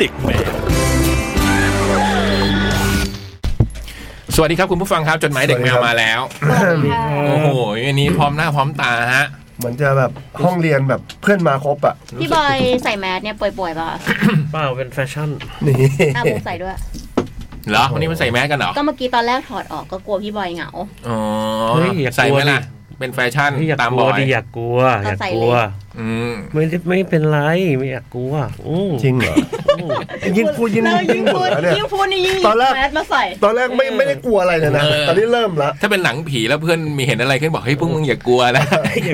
ติกแมนสวัสดีครับคุณผู้ฟังครับ จดหมายเด็กแมวมาแล้ว โอ้โหอันนี้พร้อมหน้าพร้อมตาฮะ เหมือนจะแบบห้องเรียนแบบเพื่อนมาครบอ่ะ พี่บอยใส่แมสเนี่ยป่วยๆป่ะ เปล่าเป็นแฟชั่น นี่ หน้าบุกใส่ด้วย เหรอ วันนี้มันใส่แมสกันเหรอ ก็เมื่อกี้ตอนแรกถอดออกก็กลัวพี่บอยเหงา อ๋อ เฮ้ยอยากกลัวดิ ใส่ไหมล่ะ เป็นแฟชั่น อยาก ตาม ก บ ลัว อย ดิอยากกลัวอยากกลัว เอาใส่เลย อืม ไม่ได้ไม่เป็นไรไม่อยากกลัวอู้ จริงเหรอ อู้ ยิ่งพูดยิ่ง เรายิ่งพูด เบื่อเนี่ย ยิ่งพูดนี่ยิ่งหยิบ ตอนแรก แมสมาใส่ ตอนแรกไม่ไม่ได้กลัวอะไรเลยนะ เออ ตอนนี้เริ่มละ ถ้าเป็นหนังผีแล้วเพื่อนมีเห็นอะไรขึ้นบอกเฮ้ยพวกมึงอย่ากลัวนะ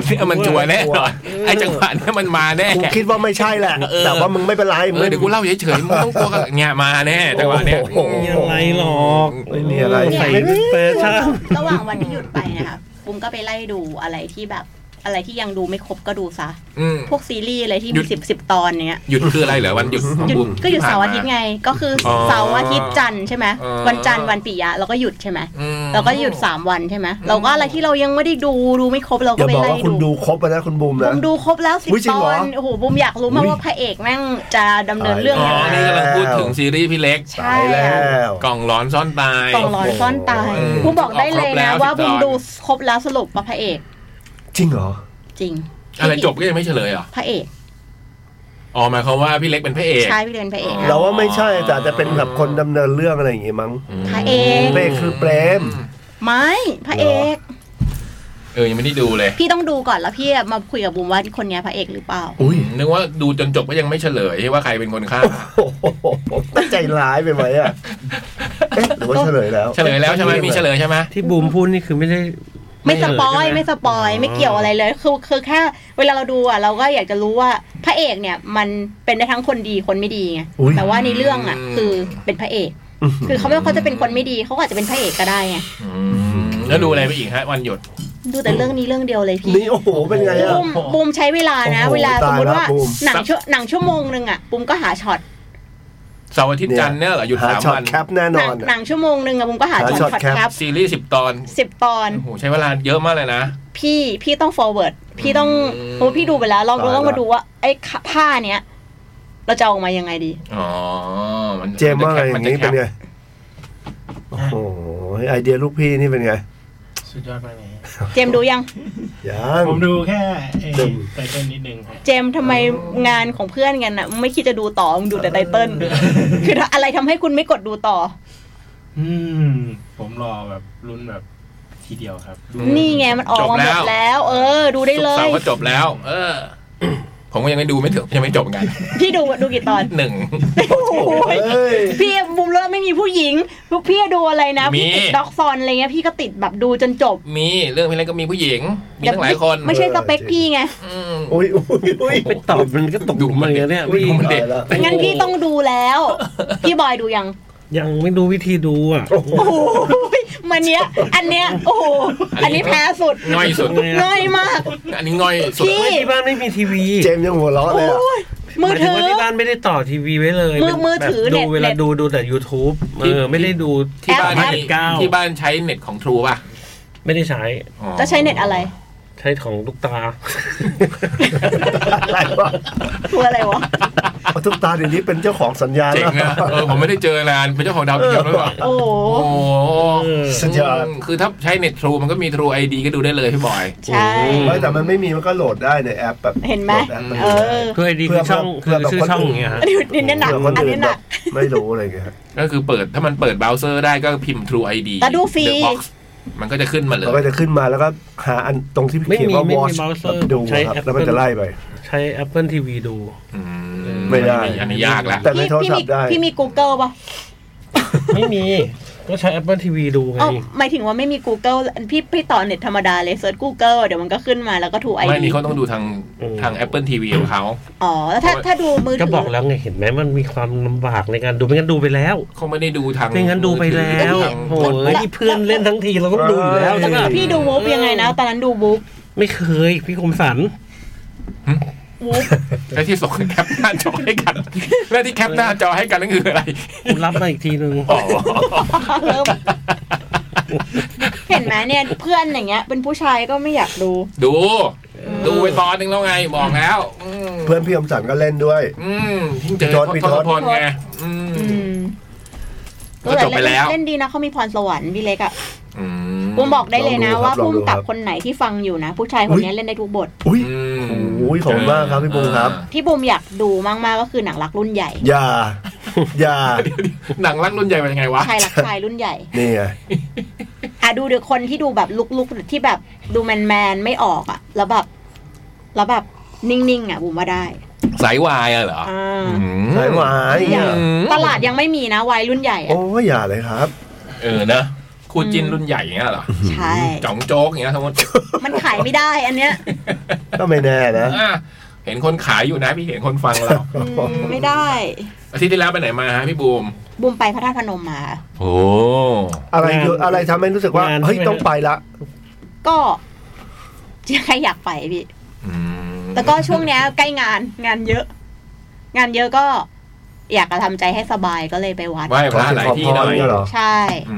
เนี่ยมันชัวร์แน่นอนไอ้จังหวะเนี้ยมันมาแน่ กูคิดว่าไม่ใช่แหละ เออ แต่ว่ามึงไม่เป็นไร เออเดี๋ยวกูเล่าเฉยๆมึงต้องกลัวกันเนี่ยมาแน่จังหวะเนี้ย โอ้โห ไม่มีอะไรหรอก ไม่มีอะไร ใส่เป็นแฟชั่น ระหว่างวันที่หยุดไปนะคะปุ้มก็ไปไล่ดูอะไรที่แบบอะไรที่ยังดูไม่ครบก็ดูซะ อืม พวกซีรีส์อะไรที่ หยุ มี ด สิบสิบตอนเนี้ย หยุดคืออะไรเหรอวันหยุดของ หยุด บูม ก็หยุดเสาร์อาทิตย์ ผ่นม ไงก็คืออ อ เสาร์อาทิตย์จันทร์ใช่ไหม อ๋อ วันจันทร์วันปิยะเราก็หยุดใช่ไหม อืม เราก็หยุดสามวันใช่ไหมเราก็อะไรที่เรายังไม่ได้ดูดูไม่ครบเรา อ ก็ ย่า ไป บอก ไล่ ว่าคุณ ดู ดูครบไปนะคุณบูม บุ นะ มดูครบแล้วสิบ อุ๊ยจริ ต ง อ เหรอน โอ้โหบุมอยากรู้มาก อุ๊ย ว่าพระเอกแม่งจะดำเนินเรื่อง อ๋อ ยังไง นี่กำลังพูดถึงซีรีส์พี่เล็ก ตายแล้ว กล่องร้อนซ่อนตาย กล่องร้อนซ่อนตาย โอ้โห บุมบอกได้เลยนะ ครบแล้ว ว่าบุม สิบตอน ดูครบแล้วสรุปว่าพระเอก จริงเหรอ จริง อะไรจบก็ยังไม่เฉลยเหรอ พระเอก อ๋อหมายความว่าพี่เล็กเป็นพระเอก ใช่พี่เดนพระเอก อ๋อ นะ เราว่าไม่ใช่แต่อาจจะเป็นแบบคนดำเนินเรื่องอะไรอย่างงี้มั้ง พระเอก เปรมคือเปรม ไม่พระเอก เออยังไม่ได้ดูเลย พี่ต้องดูก่อนแล้วพี่มาคุยกับบูมว่าคนเนี้ยพระเอกหรือเปล่า อุ้ย นึกว่าดูจนจบก็ยังไม่เฉลยว่าใครเป็นคนฆ่า โอ้โหใจร้ายไปไหมอ่ะเอ๊ะหรือว่าเฉลยแล้ว เฉลยแล้วใช่ไหมมีเฉลยใช่ไหม ที่บูมพูดนี่คือไม่ได้ ไม่สปอย ใช่ห ไม่สปอยไม่เกี่ยวอะไรเลยคือคือแค่เวลาเราดูอ่ะเราก็อยากจะรู้ว่าพระเอกเนี่ยมันเป็นได้ทั้งคนดีคนไม่ดีไง อุ้ย แต่ว่าในเรื่องอ่ะ อืม คือเป็นพระเอก คือเขาไม่ว่าเขาจะเป็นคนไม่ดีเขาก็อาจจะเป็นพระเอกก็ได้ไง อืมแล้วดูอะไรไปอีกฮะวันหยุด ดูแต่เรื่องนี้เรื่องเดียวเลยพี่ นี่โอ้โหเป็นไงอ่ะ บูมบูมใช้เวลานะ โอ้โห เวลาสมมติว่า ตายละบูม หนังชั่วหนังชั่วโมงหนึ่งอ่ะบูมก็หาช็อต เสาร์อาทิตย์จันทร์เนี่ยเหรอหยุด หา สาม ช็อต วัน แคปแน่น หนั อง น ห อะ นังชั่วโมงหนึ่งอ่ะบูมก็หา หา ช็ ช็ อ อ ต ต ค แคป รับ ซีรีส์สิบตอน สิบตอน โอ้โหใช้เวลาเยอะมากเลยนะ พี่พี่ต้อง forward พี่ต้อง อืม โอ้พี่ดูไปแล้ว เรา ตายละ ต้องมาดูว่าไอ้ขาผ้าเนี้ยเราจะเอาออกมายังไงดี อ๋อมัน เจมส์ว่าอะไรอย่างนี้ มัจะ เป็น แค ไง โอ้โหไอเดียลูกพี่นี่เป็นไง สุดยอดมากเลยฮะ เจมส์ดูยัง ยัง ผมดูแค่ไอ้ เต็ม ไตเติ้ลนิดนึงฮะ เจมส์ทำไมงานของเพื่อนกันน่ะมึงไม่คิดจะดูต่อมึงดูแต่ไตเติ้ลคือถ้าอะไรทำให้คุณไม่กดดูต่อ อืม ผมรอแบบลุ้นแบบทีเดียวครับดู นี่ไงมันออกมาหมดแล้ว เออ ดูได้เล ศุกร์เสาย ร์ก็จบแล้ว เออ ผมก็ยังไม่ดูไม่ถึงยังไม่จบเหมือน กัน พี่ดูดูกี่ตอน หนึ่ง โอ้โห เอ้ย พี่บุมเลิศไม่มีผู้หญิงพี่ดูอะไรนะพี่ติด มี ด็อกซอนอะไรเงี้ยพี่ก็ติดแบบดูจนจบ มีเรื่องพี่เล็กก็มีผู้หญิง มีทั้งหลายคน ไม่ใช่สเปคพี่ไง อืม อุ้ยอุ้ยอุ้ย ไปตอบมันก็ตกหลุมอะไรเนี่ย อุ้ย พี่ มันเด็ก ตายละ งั้นพี่ต้องดูแล้ว พี่บอยดูยัง ยังไม่รู้วิธีดูอ่ะ โอ้โหมันเนี้ย อันเนี้ย โอ้โห อันนี้แพ้สุด ง่อยสุด ง่อยมาก อันนี้ง่อยสุด พี่ ไม่ที่บ้านไม่มีทีวี เจมส์ยังหัวเราะเลยอะ โอ้ยมือ หายถึ ถื ง อ ว่าที่บ้านไม่ได้ต่อทีวีไว้เลย มือมือถือ แบบดูเน็ต เวลา เน็ต ดูดูแต่ YouTube เออไม่ได้ดู ที่บ้าน แอป ที่ เก้า ที่บ้านใช้เน็ตของทรูป่ะ ไม่ได้ใช้ อ๋อ จะใช้เน็ตอะไร ใช้ของลูกตา อะไรวะ ตัวอะไรวะ ทุกตาเดี๋ยวนี้เป็นเจ้าของสัญญา เจ๋งแล้ว นะเออผมไม่ได้เจอนานเป็นเจ้าของดาวเทียมแล้วเหรอ โอ้โห โอ้โห เออ สุดยอด คือถ้าใช้เน็ตทรูมันก็มีทรูไอดีก็ดูได้เลยพี่บอย ใช่ ไม่แต่มันไม่มีมันก็โหลดได้ในแอปแบบ เห็นไหม โลดแอปป เออ คือไอ้ดีคือช่องคือชื่อช่องอย่างเงี้ยฮะ อันนี้อันนี้หนัก เผื่อค อัน อื่ นี้หนัก แบบไม่รู้อะไรเงี้ย ก็คือเปิดถ้ามันเปิดเบราว์เซอร์ได้ก็พิมพ์ True ID แต่ดูฟรี The Box มันก็จะขึ้นมาเลย แล้วก็จะขึ้นมาแล้วก็หาอันตรงที่ ไม่มี เขียนว่า ไม่มี watch browser แบบดู ใช้ ครับ Apple แล้วมันจะไล่ไป ใช้ Apple TV ดู อืม ไม่ได้ อันนี้ยากละ แต่ใน พี่ โทร พี่ ศัพ มี ท์ได้ พี่มี Google ป่ะ ไม่มี ก็ใช้ Apple TV ดูไง อ๋อหมายถึงว่าไม่มี Google พี่พี่ต่อเน็ตธรรมดาเลยเซิร์ช Google เดี๋ยวมันก็ขึ้นมาแล้วก็ถูกไอ ไม่ ดี นี่เขาต้องดูทาง อืม ทาง Apple TV ของเขา อ๋อ แล้วถ้าถ้าดูมือ ก็ ถื บอกแล้วไงเห็นไหมมันมีความลำบากในการดูไม่งั้นดูไปแล้ว เขาไม่ได้ดูทาง ไม่งั้นดูไปแล้ว ทาง โอ้ยนี่เพื่อนเล่นทั้งทีเราต้องดูอยู่แล้ว เอ ใช่ อ ไหม พี่ดูวูฟยังไงนะ ตอนนั้นดูวูฟ ไม่เคย พี่คมสัน วูฟ แล้วที่ส่งแคปหน้าจอให้กัน แล้วที่แคปหน้าจอให้กันนั่นคืออะไร ผมรับมาอีกทีนึง อ๋อ เริ่มเห็นไหมเนี่ยเพื่อนอย่างเงี้ย เป็นผู้ชายก็ไม่อยากดู ดู ดูไปตอนหนึ่งแล้วไง บอกแล้ว อืม เพื่อนพี่อมสันก็เล่นด้วย อืมทิ้งเจอ พี่ทศพี่ ท ทศ ศพลไงอืม อืม ก็จบไปแล้ว เล่นดีนะเขามีพรสวรรค์พี่เล็กอะ อื บูมบอกได้เลยนะ ลองดูครับ ว่าพุ่ลองมกับดูครับ คนไหนที่ฟังอยู่นะ ผู้ชายคนนี้เล่นได้ทุกบท อุ้ย อืม โอ้ยขอบคุณมากครับพี่ปูครับ ที่บูมอยากดูมากๆก็คือหนังรักรุ่นใหญ่ อย่า อย่า หนังรักรุ่นใหญ่เป็นยังไงวะ ชายรักชายรุ่นใหญ่ นี่ไง อ่ะดูเดี๋ยวคนที่ดูแบบลุกๆหรือที่แบบดูแมนแมนๆไม่ออกอะแล้วแบบแล้วแบบนิ่งๆอะบูมว่าได้ สายวายอะเหรอ อ่า อืม สายวาย อื อ่ะ ม ตลาดยังไม่มีนะวัยรุ่นใหญ่อะ โอ้ยอย่าเลยครับ เออนะคู่จิ้นรุ่นใหญ่อย่างเงี้ยเหรอ ใช่ จ่องโจ๊กอย่างเงี้ยสมมติ มันขายไม่ได้อันเนี้ย ก็ไม่แน่นะ อ่ะเห็นคนขายอยู่นะ พี่เห็นคนฟังเรา อืมไม่ได้ อาทิตย์ที่แล้วไปไหนมาฮะพี่บูม บูมไปพระธาตุพนมมา โอ้ อะไรอยู่อะไรทำให้รู้สึกว่า งาน เฮ้ย ใช่ไหม ต้องไปละ ก็ใครอยากไปพี่แล้วก็ช่วงเนี้ยใกล้งานงานเยอะ งานเยอะก็อยากจะทำใจให้สบายก็เลยไปวัด ไหว้พระหลายที่หน่อย ขอพรเนี่ยเหรอ ใช่ อื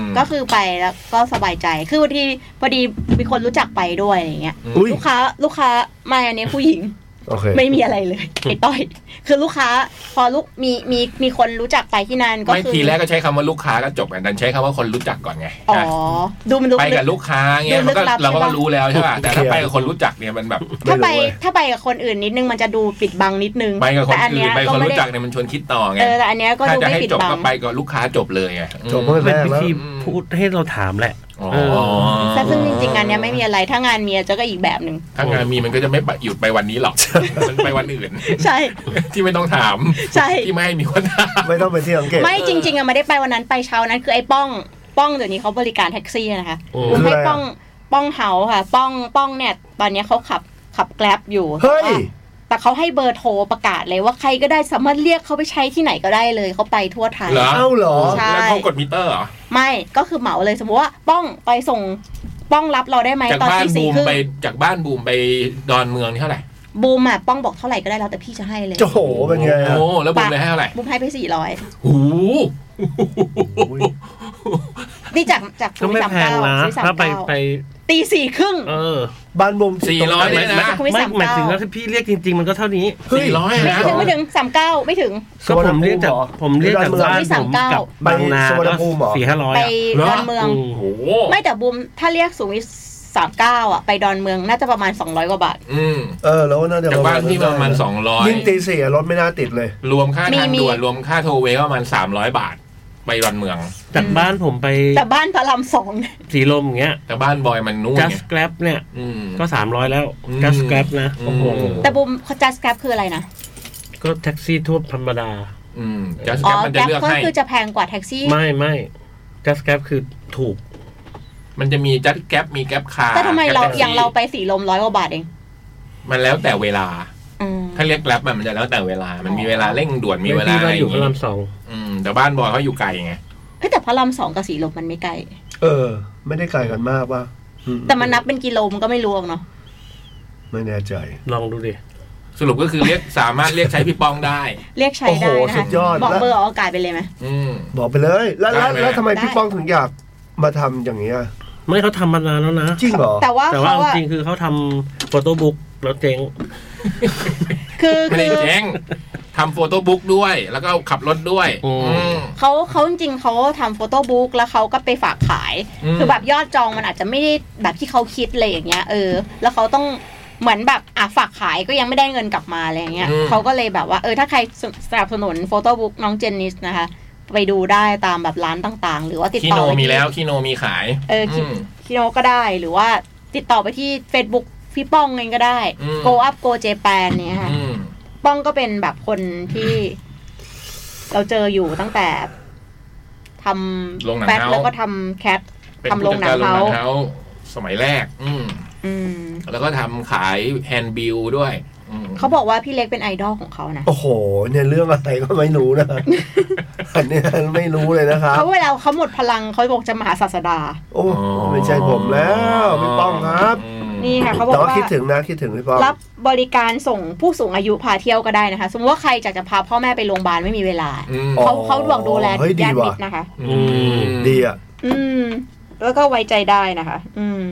ม ก็คือไปแล้วก็สบายใจ คือพอดีพอดีมีคนรู้จักไปด้วยอะไรอย่างเงี้ย อุ้ย ลูกค้าลูกค้าไม่อันนี้ผู้หญิง โอเค ไม่มีอะไรเลยไอ้ต้อย คือลูกค้า พอลูกมีมีมีคนรู้จักไปที่นั่นก็ ไม่ คือ ทีแรกก็ใช้คำว่าลูกค้าก็จบกันดันใช้คำว่าคนรู้จักก่อนไง อ๋อ ะ ดูมันดู ไปกับลูกค้าเงี้ย ดู มันก็ ลึกลับ เรา ใช่ ก็ ปะ รู้แล้วใช่ป่ะแต่ถ้าไปกับคนรู้จักเนี่ยมันแบบ ถ้าไป ไม่รู้เว้ย ถ้าไปกับคนอื่นนิดนึงมันจะดูปิดบังนิดนึง ไปกับคน แต่อั อื่ เย นไปกับคน ไม่ รู้ ได้ จักเนี่ยมันชวนคิดต่อไง เออแต่อันเนี้ยก็ ถ้า ดู จะ ไม่ ให้ ปิด จบ บัง ก็ไปกับลูกค้าจบเลยไงอืม จบเมื่อ เป็ แร น ก วิ แล้ว ธีพูดให้เราถามแหละ อ๋อ เออ แต่ซึ่งจริงๆงานเนี้ยไม่มีอะไร ถ้างานเมียจะก็อีกแบบหนึ่ง ถ้างานมีมันก็จะไม่ไปหยุดไปวันนี้หรอกมันไปวันอื่น ใช่ ที่ไม่ต้องถาม ใช่ ที่ไม่ให้มีคนถาม ไม่ต้องไปที่อังกฤษ ไม่จริงๆอะไม่ได้ไปวันนั้นไปเช้านั้นคือไอ้ป้องป้องเดี๋ยวนี้เขาบริการแท็กซี่นะคะ โอ้ บุมคืให้ออะไรอะ ป้องป้องเฮาค่ะ ป้องป้องเนี่ยตอนเนี้ยเขาขับขับแกลบอยู่ เฮ้ย แต่ว่าแต่เขาให้เบอร์โทรประกาศเลยว่าใครก็ได้สามารถเรียกเขาไปใช้ที่ไหนก็ได้เลยเขาไปทั่วไทย เหรอ เอ้าเหรอ ใช่ แล้วเขากดมิเตอร์เหรอ ไม่ก็คือเหมาเลยสมมติว่าป้องไปส่งป้องรับเราได้ไหม จาก ตอน บ้าน ที่ บู สี่ ม ครึ่ง ไปจากบ้านบูมไปดอนเมืองนี่เท่าไหร่ บูมอะป้องบอกเท่าไหร่ก็ได้แล้วแต่พี่จะให้เลย โจโหเป็นไงอะ โอ้แล้วบูมเลยให้เท่าไหร่ บูมให้ไปสี่ร้อย หู นี่จากจาก ก็ไม่แพงนะ ซื้อสาม ถ้าไป เก้า ไป ตีสี่ครึ่ง เออ บ้านบุม สี่ร้อยเนี่ยนะ ไม่ ไม่ สาม หมาย เก้า ถึงว่าถ้าพี่เรียกจริง ๆ มันก็เท่านี้ เฮ้ สี่ร้อย ไม่ นะ ถึงไม่ถึงสามเก้าไม่ถึง ก็ผมเรียกจากผมเรียกจากบ้าน สา ผม ม เก้า กับบางนา ไปสุวรรณ ก็ ภูมิเหรอ สี่ห้าร้อย ไป อะ ดอนเมือง อืม โอ้โห ไม่แต่บูมถ้าเรียกสูงวิสามเก้าอ่ะ ไปดอนเมืองน่าจะประมาณ 200 กว่าบาท อืม เออ แล้วน่าจะ จากบ้านที่ประมาณสองร้อย ยิ่งตีสี่รถไม่น่าติดเลย รวมค่าทาง มีมี ด่วนรวมค่าโทเวก็ประมาณสามร้อยบาท ไปดอนเมือง จากบ้านผมไป แต่บ้านพระรามสองเนี่ย สีลมอย่างเงี้ย แต่บ้านบอยมันนู่น just grab เนี่ย อืม ก็สามร้อยแล้ว อืม just grab นะโอ้โห แต่บูมเขาจัสแกรบคืออะไรนะ ก็แท็กซี่ทั่วธรรมดา อืมจัส อ๋ แก อ มัน แก จะ ร็บ เลือก ก็ ให้ คือจะแพงกว่าแท็กซี่ ไม่ไม่ just grab คือถูก มันจะมีจัสแกมีแก b คา แต่ทำไมเราอย่างเราไปสีลมร้อยกว่าบาทเอง มันแล้วแต่เวลา อืม ถ้าเรียกแกร็บมันจะแล้วแต่เวลา มันมีเวลาเร่งด่วนมีเวลา ที่ อะ บ้า ไร น อ อยู่ ย่าง พระ งี้ รามสอง อืมแต่บ้านบอยเขาอยู่ไกลไง เฮ้ยแต่พระรามสองกับสีลมมันไม่ไกล เออ ไม่ได้ไกลกันมากป่ะอื แต่มันนับเป็นกิโลมันก็ไม่รวงเนาะ ไม่แน่ใจ ลองดูดิ สรุปก็คือเรียก สามารถเรียกใช้พี่ป้องได้ เรียกใช้ โอ้โห ได้นะ สุ คะ ดยอด บอก แล้ว เบอร์ออกอากาศไปเลยไหม อืม บอกไปเลย แล้วแล้ว ได้ไหม แล้วทำไม ได้ พี่ป้องถึงอยากมาทำอย่างเงี้ย ไม่เขาทำมานานแล้วนะ จริงเหรอ แต่ว่า แต่ว่า เขา เอา อะ จริงคือเขาทำโฟโต้บุ๊กแล้วเจ๊ง คือ ไม่ คื ได้ อ แจ้งทำโฟโต้บุ๊กด้วย แล้วก็ขับรถด้วย อืม อืม เขาเขาจริงๆเขาทำโฟโต้บุ๊กแล้วเขาก็ไปฝากขาย อืม คือแบบยอดจองมันอาจจะไม่ได้แบบที่เขาคิดเลยอย่างเงี้ยเออ แล้วเขาต้องเหมือนแบบอ่ะฝากขายก็ยังไม่ได้เงินกลับมาอะไรอย่างเงี้ย อืม เขาก็เลยแบบว่าเออถ้าใครสสนับสนุนโฟโต้บุ๊กน้องเจนนิสนะคะ ไปดูได้ตามแบบร้านต่างๆ หรือว่าติด คี ต่ โน อไป มี ที่ แล้วคีโนมีขาย เออคิด ม คิโนก็ได้หรือว่าติดต่อไปที่ Facebook พี่ป้องเองก็ได้ อืม Go Up Go Japan เนี่ยค่ะ อืม ป้องก็เป็นแบบคนที่ เราเจออยู่ตั้งแต่ท ลงหนั ำ ง แฟต เฮา แล้วก็ทำแคท เป็น ทำโร ผู้ ง จัด หนักางรโรงหนัง เฮา เฮาสมัยแรก อืม อืม แล้วก็ทำขายแฮนด์บิลด้วยอืม เขาบอกว่าพี่เล็กเป็นไอดอลของเขานะ โอ้โห เนี่ยเรื่องอะไรก็ไม่รู้ นะ อันเนี้ยไม่รู้เลยนะครับ เขาเวลาเขาหมดพลังเขาบอกจะมาหาศาสดา โอ้ไม่ใช่ผมแล้วพี่ป้องครับ อืม นี่ค่ะเขาบอ แต่ ก ว่า ว่า คิดถึงนะคิดถึงพี่ป้อง รับบริการส่งผู้สูงอายุพาเที่ยวก็ได้นะคะ สมมติว่าใครอยากจะพาพ่อแม่ไปโรงพยาบาลไม่มีเวลา อืม อ๋อ เขาเขาบอกดูแล เฮ้ยดี ญาติ ว่ะ มิตรนะคะ อืม ดีอ่ะ อืม แล้วก็ไว้ใจได้นะคะ อืม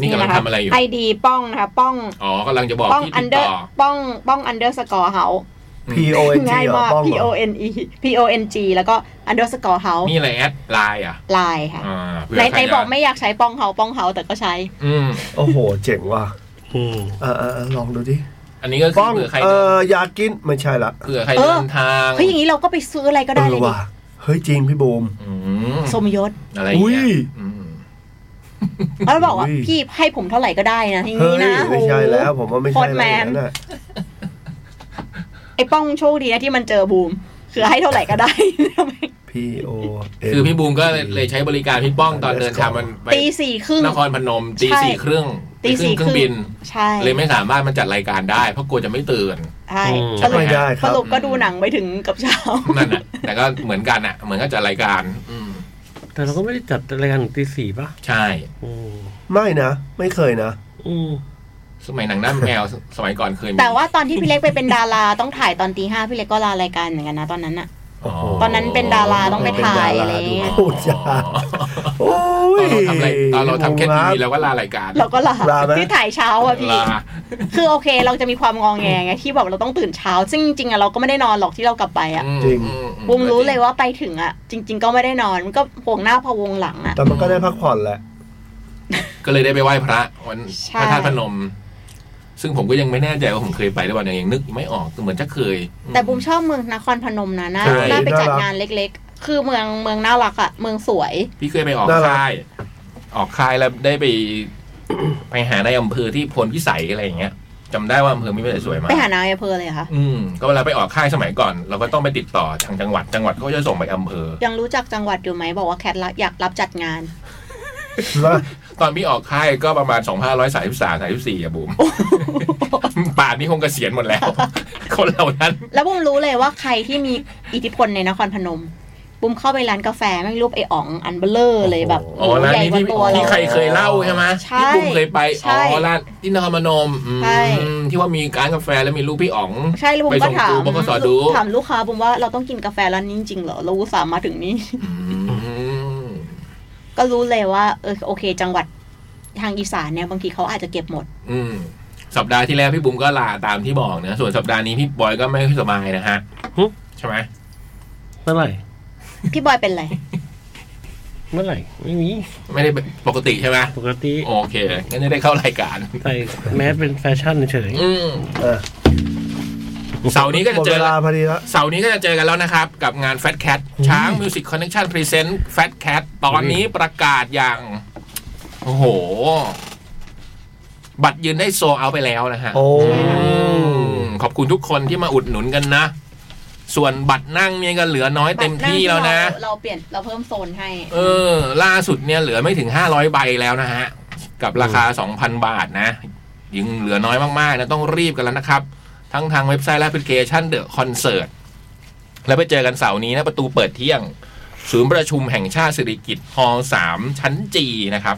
นี่กำลัง ะคะ ทำอะไรอยู่ ไอดีป้องนะคะ ป้อง อ๋อกำลังจะบอก ป้อง ที่ อั ติ น ด เดอ ต่ ร์ อ ป้อง ป้องอันเดอร์สกอร์เฮา P O N G ง่าย เหรอ มาก ป้อง P เหร O อ N E P O N G แล้วก็ underscore เฮา นี่อะไรแอดไลน์อ่ะ ไลน์ค่ะ อ่าเผื่ ไหน อใค ไห ร น จะ บอกไม่อยากใช้ป้องเฮาป้องเฮาแต่ก็ใช้ อืม โอ้โห เจ๋งว่ะ อืม เออเออเออลองดูดิ อันนี้ก็คื ป้ อ อง เผื่อใคร เอ เดิน ออยากกินไม่ใช่ละ เผื่อใคร เออ เดินทาง เฮ้ยอย่างนี้เราก็ไปซื้ออะไรก็ เอ ได้ อ เลย ว่ะเฮ้ยจริงพี่บูม อืม สมยศ อะไรอย่างเงี้ อุ้ยยอืม แล้วบอกว่า อุ้ย พี่ให้ผมเท่าไหร่ก็ได้นะอย่าง เฮ้ นี้ ย นะ ไม่ใช่ โอ้โห แล้วผมว่าไม่ใช่ โคตร อะ แม ไร น นั่นน่ะ ไอ้ป้องโชคดีนะที่มันเจอบูม คือให้เท่าไหร่ก็ได้ พีโอ คือพี่บูมก็เลยใช้บริการพี่ป้องตอนเดินทางมันไป ตีสี่ครึ่ง นครพนมตี ใช่ สี่ครึ่ง ตี ขึ้น สี่ เค ค รื่องรึ่งบิน ใช่ เลยไม่สามารถมาจัดรายการได้เพราะกลัวจะไม่ตื่น ใช่สรุป ไม่ได้ค ส รับ รุปก็ดูหนังไปถึงกับ เช้า นั่นแหะแต่ก็เหมือนกันอ่ะ เหมือนก็จัดรายการ อืม แต่เราก็ไม่ได้จัดรายการถึงตีสี่ป่ะ ใช่ อืม ไม่นะ ไม่เคยนะ อืม สมัยหนังหน้าแมวสสมัยก่อนเคยมี แต่ว่าตอนที่พี่เล็กไปเป็นดาราต้องถ่ายตอนตีห้าพี่เล็กก็ลารายการเหมือนกันนะตอนนั้นอะ โอ้โห ตอนนั้นเป็นดาราต้องไปถ่ายอะไร เป็นดาราดู เงี้ย พูดจาโอ้ ตอย นเราทำอะไรตอนเราทำแค่ทีวีเราก็ลารายการ เราก็ลา ลาไหม ที่ถ่ายเช้าอะพี่ ลา คือโอเค เราจะมีความงองแงไงที่แบบเราต้องตื่นเช้า ซึ่งจริงๆอะเราก็ไม่ได้นอนหรอกที่เรากลับไปอะ อืม จริง อือื วงรู้เลยว่าไปถึงอะจริง ๆ ก็ไม่ได้นอนมันก็วงหน้าพะวงหลังอะ แต่มันก็ได้พักผ่อนแหละ ก็เลยได้ไปไหว้พระวัน ใช่ พระธาตุพนม ซึ่งผมก็ยังไม่แน่ใจว่าผมเคยไปหรือเปล่ายังนึกไม่ออกแต่เหมือนจะเคย แต่บุมชอบเมืองนครพนมนะน่า ใช่ น่าไปจัด น่ารัก งานเล็ก ๆ คือเมืองเมืองน่ารักอะเมืองสวย พี่เคยไปออก น่ารัก ค่าย ออกค่ายแล้วได้ไป ไปหาในายอำเภอที่พลพิสัยอะไรอย่างเงี้ยจำได้ว่าอำเภอมีพิสัยสวยมาก ไปหานายอำเภอเลยเหรอค่ะ อืมก็เวลาไปออกค่ายสมัยก่อน เราก็ต้องไปติดต่อทางจังหวัดจังหวัดเขาก็จะส่งไปอำเภอ ยังรู้จักจังหวัดอยู่ไหมบอกว่าแคทรับอยากรับจัดงาน แล้ว ตอนพี่ออกค่ายก็ประมาณ 2 5 3 3 3 4อะบุ๋ม ป่านนี้คงเกษียณหมดแล้ว คนเหล่านั้น แล้วบุมรู้เลยว่าใครที่มีอิทธิพลในนครพนม บุมเข้าไปร้านกาแฟแม่งรูปไอ้อ๋องอันเบลเลอร์เลยแบบ อ๋อร้าน ใหญ่ นี้ กว่า ที่ ตัว ที่ เรา ใครเคยเล่าใช่ไหม ใช่ ที่บุ๋มเคยไป ใช่ อ๋อร้านที่นครพนมอืม ใช่ ที่ว่ามีร้านกาแฟแล้วมีรูปพี่อ๋อง ใช่แล้วบุม ไป ก็ ส่ง ถาม ครูบกสดู ถามลูกค้าบุมว่าเราต้องกินกาแฟร้านนี้จริงๆเหรอเราอุตส่าห์มาถึงนี่ อืม ก็รู้เลยว่าเออโอเค จังหวัดทางอีสานเนี่ยบางทีเขาอาจจะเก็บหมด อืมสัปดาห์ที่แล้วพี่บุ๋มก็ลาตามที่บอกนะส่วนสัปดาห์นี้พี่บอยก็ไม่ค่อยสบายนะฮะใช่ไหม เมื่อไหร่ พี่บอยเป็นไร เมื่อไหร่ ไม่มี ไม่ได้ปกติใช่ไหม ปกติ โอเคงั้นจะได้เข้ารายการ ใส่แมสเป็นแฟชั่นเฉย อืม เออ เสาร์นี้ก็ หม จะ ด เจ เว อ ลาพอดีละ เสาร์นี้ก็จะเจอกันแล้วนะครับ กับงาน Fat Cat ช้าง Music Connection Present Fat Cat ตอนนี้ประกาศอย่าง โอ้โห บัตรยืนได้โซลเอาท์ไปแล้วนะฮะ โอ้ อืมขอบคุณทุกคนที่มาอุดหนุนกันนะ ส่วนบัตรนั่งเนี่ยก็เหลือน้อยเต็มที่แล้วนะ เราเราเปลี่ยนเราเพิ่มโซนให้ เออ ล่าสุดเนี่ยเหลือไม่ถึง 500 ใบแล้วนะฮะ กับราคา 2,000 บาทนะยังเหลือน้อยมาก ๆ นะ ต้องรีบกันแล้วนะครับ ทั้งทางเว็บไซต์และแอปพลิเคชันเดอะคอนเสิร์ตแล้วไปเจอกันเสาร์นี้นะ ประตูเปิดเที่ยง ศูนย์ประชุมแห่งชาติสิริกิติ์ฮอลสามชั้นจีนะครับ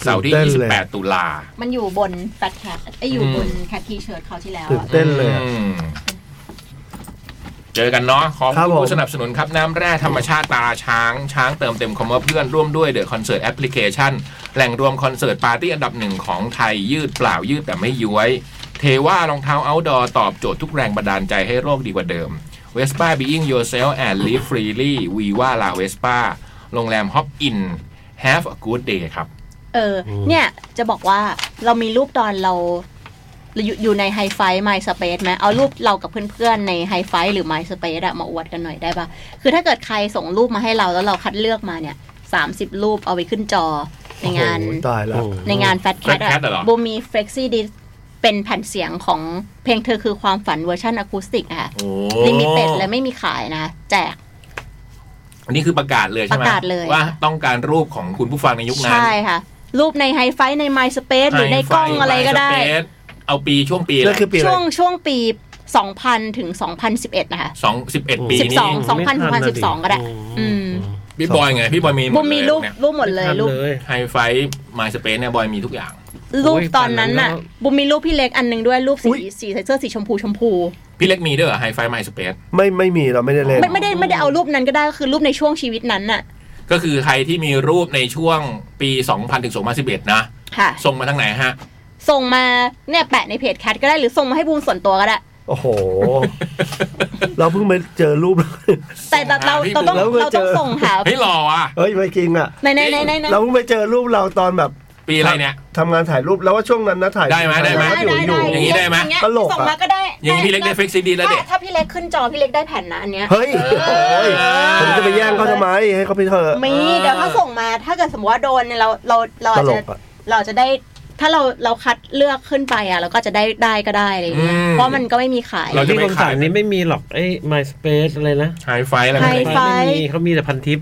เสาร์ที่ 28 ตุลา มันอยู่บนแฟตแคทไอยอยู่ อืม บนแคททีเชิร์ตเขาวที่แล้ว ตื่น อะ เต้นเลยอะ อืมเจอกันเนาะขอบ ครับ คุณ ผม ผู้สนับสนุนครับ น้ำแร่ธรรมชาติตราช้าง ช้างเติมเต็มคำว่าเพื่อนร่วมด้วยเดอะคอนเสิร์ตแอปพลิเคชัน แหล่งรวมคอนเสิร์ตปาร์ตี้อันดับหนึ่งของไทยยืดเปล่ายืดแต่ไม่ย้วย เทว่ารองเท้า outdoor ตอบโจทย์ทุกแรงบันดาลใจให้โลกดีกว่าเดิม v e s p a Being Yourself and Live Freely Viva La Vespa โรงแรม Hop In Have a good day ครับ เออ เนี่ยจะบอกว่าเรามีรูปตอนเราเราอยู่อยู่ในไฮไฟไมล์สเปซไหมเอารูปเรากับเพื่อนๆในไฮไฟหรือไมล์สเปซอะมาอวดกันหน่อยได้ปะคือถ้าเกิดใครส่งรูปมาให้เราแล้วเราคัดเลือกมาเนี่ยสามสิบรูปเอาไปขึ้นจอในงาน โอ้ยตาย ๆ ละ อืม ในงานแฟตแคท Fat อะ Cat เหรอ บูมมีเฟ e กซี่ดิสเป็นแผ่นเสียงของเพลงเธอคือความฝันเวอร์ชันอะคูสติกอะ โอ้ ลิมิเต็ดและไม่มีขายนะ แจก อันนี่คือประกาศเลยใช่ไหม ประกาศเลย ว่าต้องการรูปของคุณผู้ฟังในยุคนั้น ใช่ค่ะ รูปในไฮไฟในไมล์สเปซหรือในกล้องอะไรก็ได้ ฟสเปซเอาปีช่วงปี นั่นคือปีอะไร ช่วงช่วงปี 2000 ถึง 2011 นะคะ สองสิบเอ็ด โอ้ ปี 12 นี้ 2000 2012 ก็ได้ อืม พี่บอยไง พี่บอยมีห บู ด มมี เลย รูป เนี่ย รูปหมดเลยรูป เลย ไฮไฟมายสเปซเนี่ยบอยมีทุกอย่าง รูป โอ้ย ตอนนั้นน่ะ ตอนนั้นแล้ว บูมมีรูปพี่เล็กอันหนึงด้วยรูปสีสีใส่เสื้อสีชมพูชมพู พี่เล็กมีด้วยเหรอไฮไฟมายสเปซ ไม่ไม่มีเราไม่ได้เล่น ไม่ไม่ได้ไม่ได้เอารูปนั้นก็ได้ก็คือรูปในช่วงชีวิตนั้นน่ะ ก็คือใครที่มีรูปในช่วงปี 2000 ถึง 2011 นะ ค่ะ ส่งมาทางไหน ฮะ ส่งมาเนี่ยแปะในเพจแคทก็ได้หรือส่งมาให้บูมส่วนตัวก็ได้ โอ้โห เราเพิ่งมา เจอรูป แต่แบบเรา ส่งหาพี่ เราต้อง บูมแล้เราวก็เจ ต้อง อ ส่งหา เฮ้ยหล่อว่ะ เฮ้ยไม่จริงอ่ะ ในในในในใน เราเพิ่งไปเจอรูปเราตอนแบบ ปีอะไรเนี่ย ทำงานถ่ายรูปแล้วว่าช่วงนั้นนะถ่าย ได้ไหมได้ไหม ถ่ายรูปอยู่ อ อยู่ ยู่ นี้ได้ไหม อย่งเงี้ย ตลกอะ ส่งมาก็ได้ อย่างนี้พี่เล็กได้ฟิกซีดีแล้วเด็ก ถ้าถ้าพี่เล็กขึ้นจอพี่เล็กได้แผ่นนะอันเนี้ย เฮ้ยโอ้ย เออ ผมจะไปแย่งเขาทำไมให้เขาไปเถอะ มีเดี๋ยวถ้าส่งมาถ้าเกิดสมมติว่าโดนเนี่ยเราเราเรา ต อาลจจะ กอ่ะ เราจะได้ ถ้าเราเราคัดเลือกขึ้นไปอ่ะเราก็จะได้ได้ก็ได้อะไรอย่างเงี้ย อืม เพราะมันก็ไม่มีขาย เราจะ ที่ ไม่ คม ขา สั่ ย งนี้ไม่มีหรอกไอ้ MySpace อะไรนะ ไฮไฟอะไรแบบ ไฮ นี้ MySpace ไฟ ไม่มีเขามีแต่พันทิป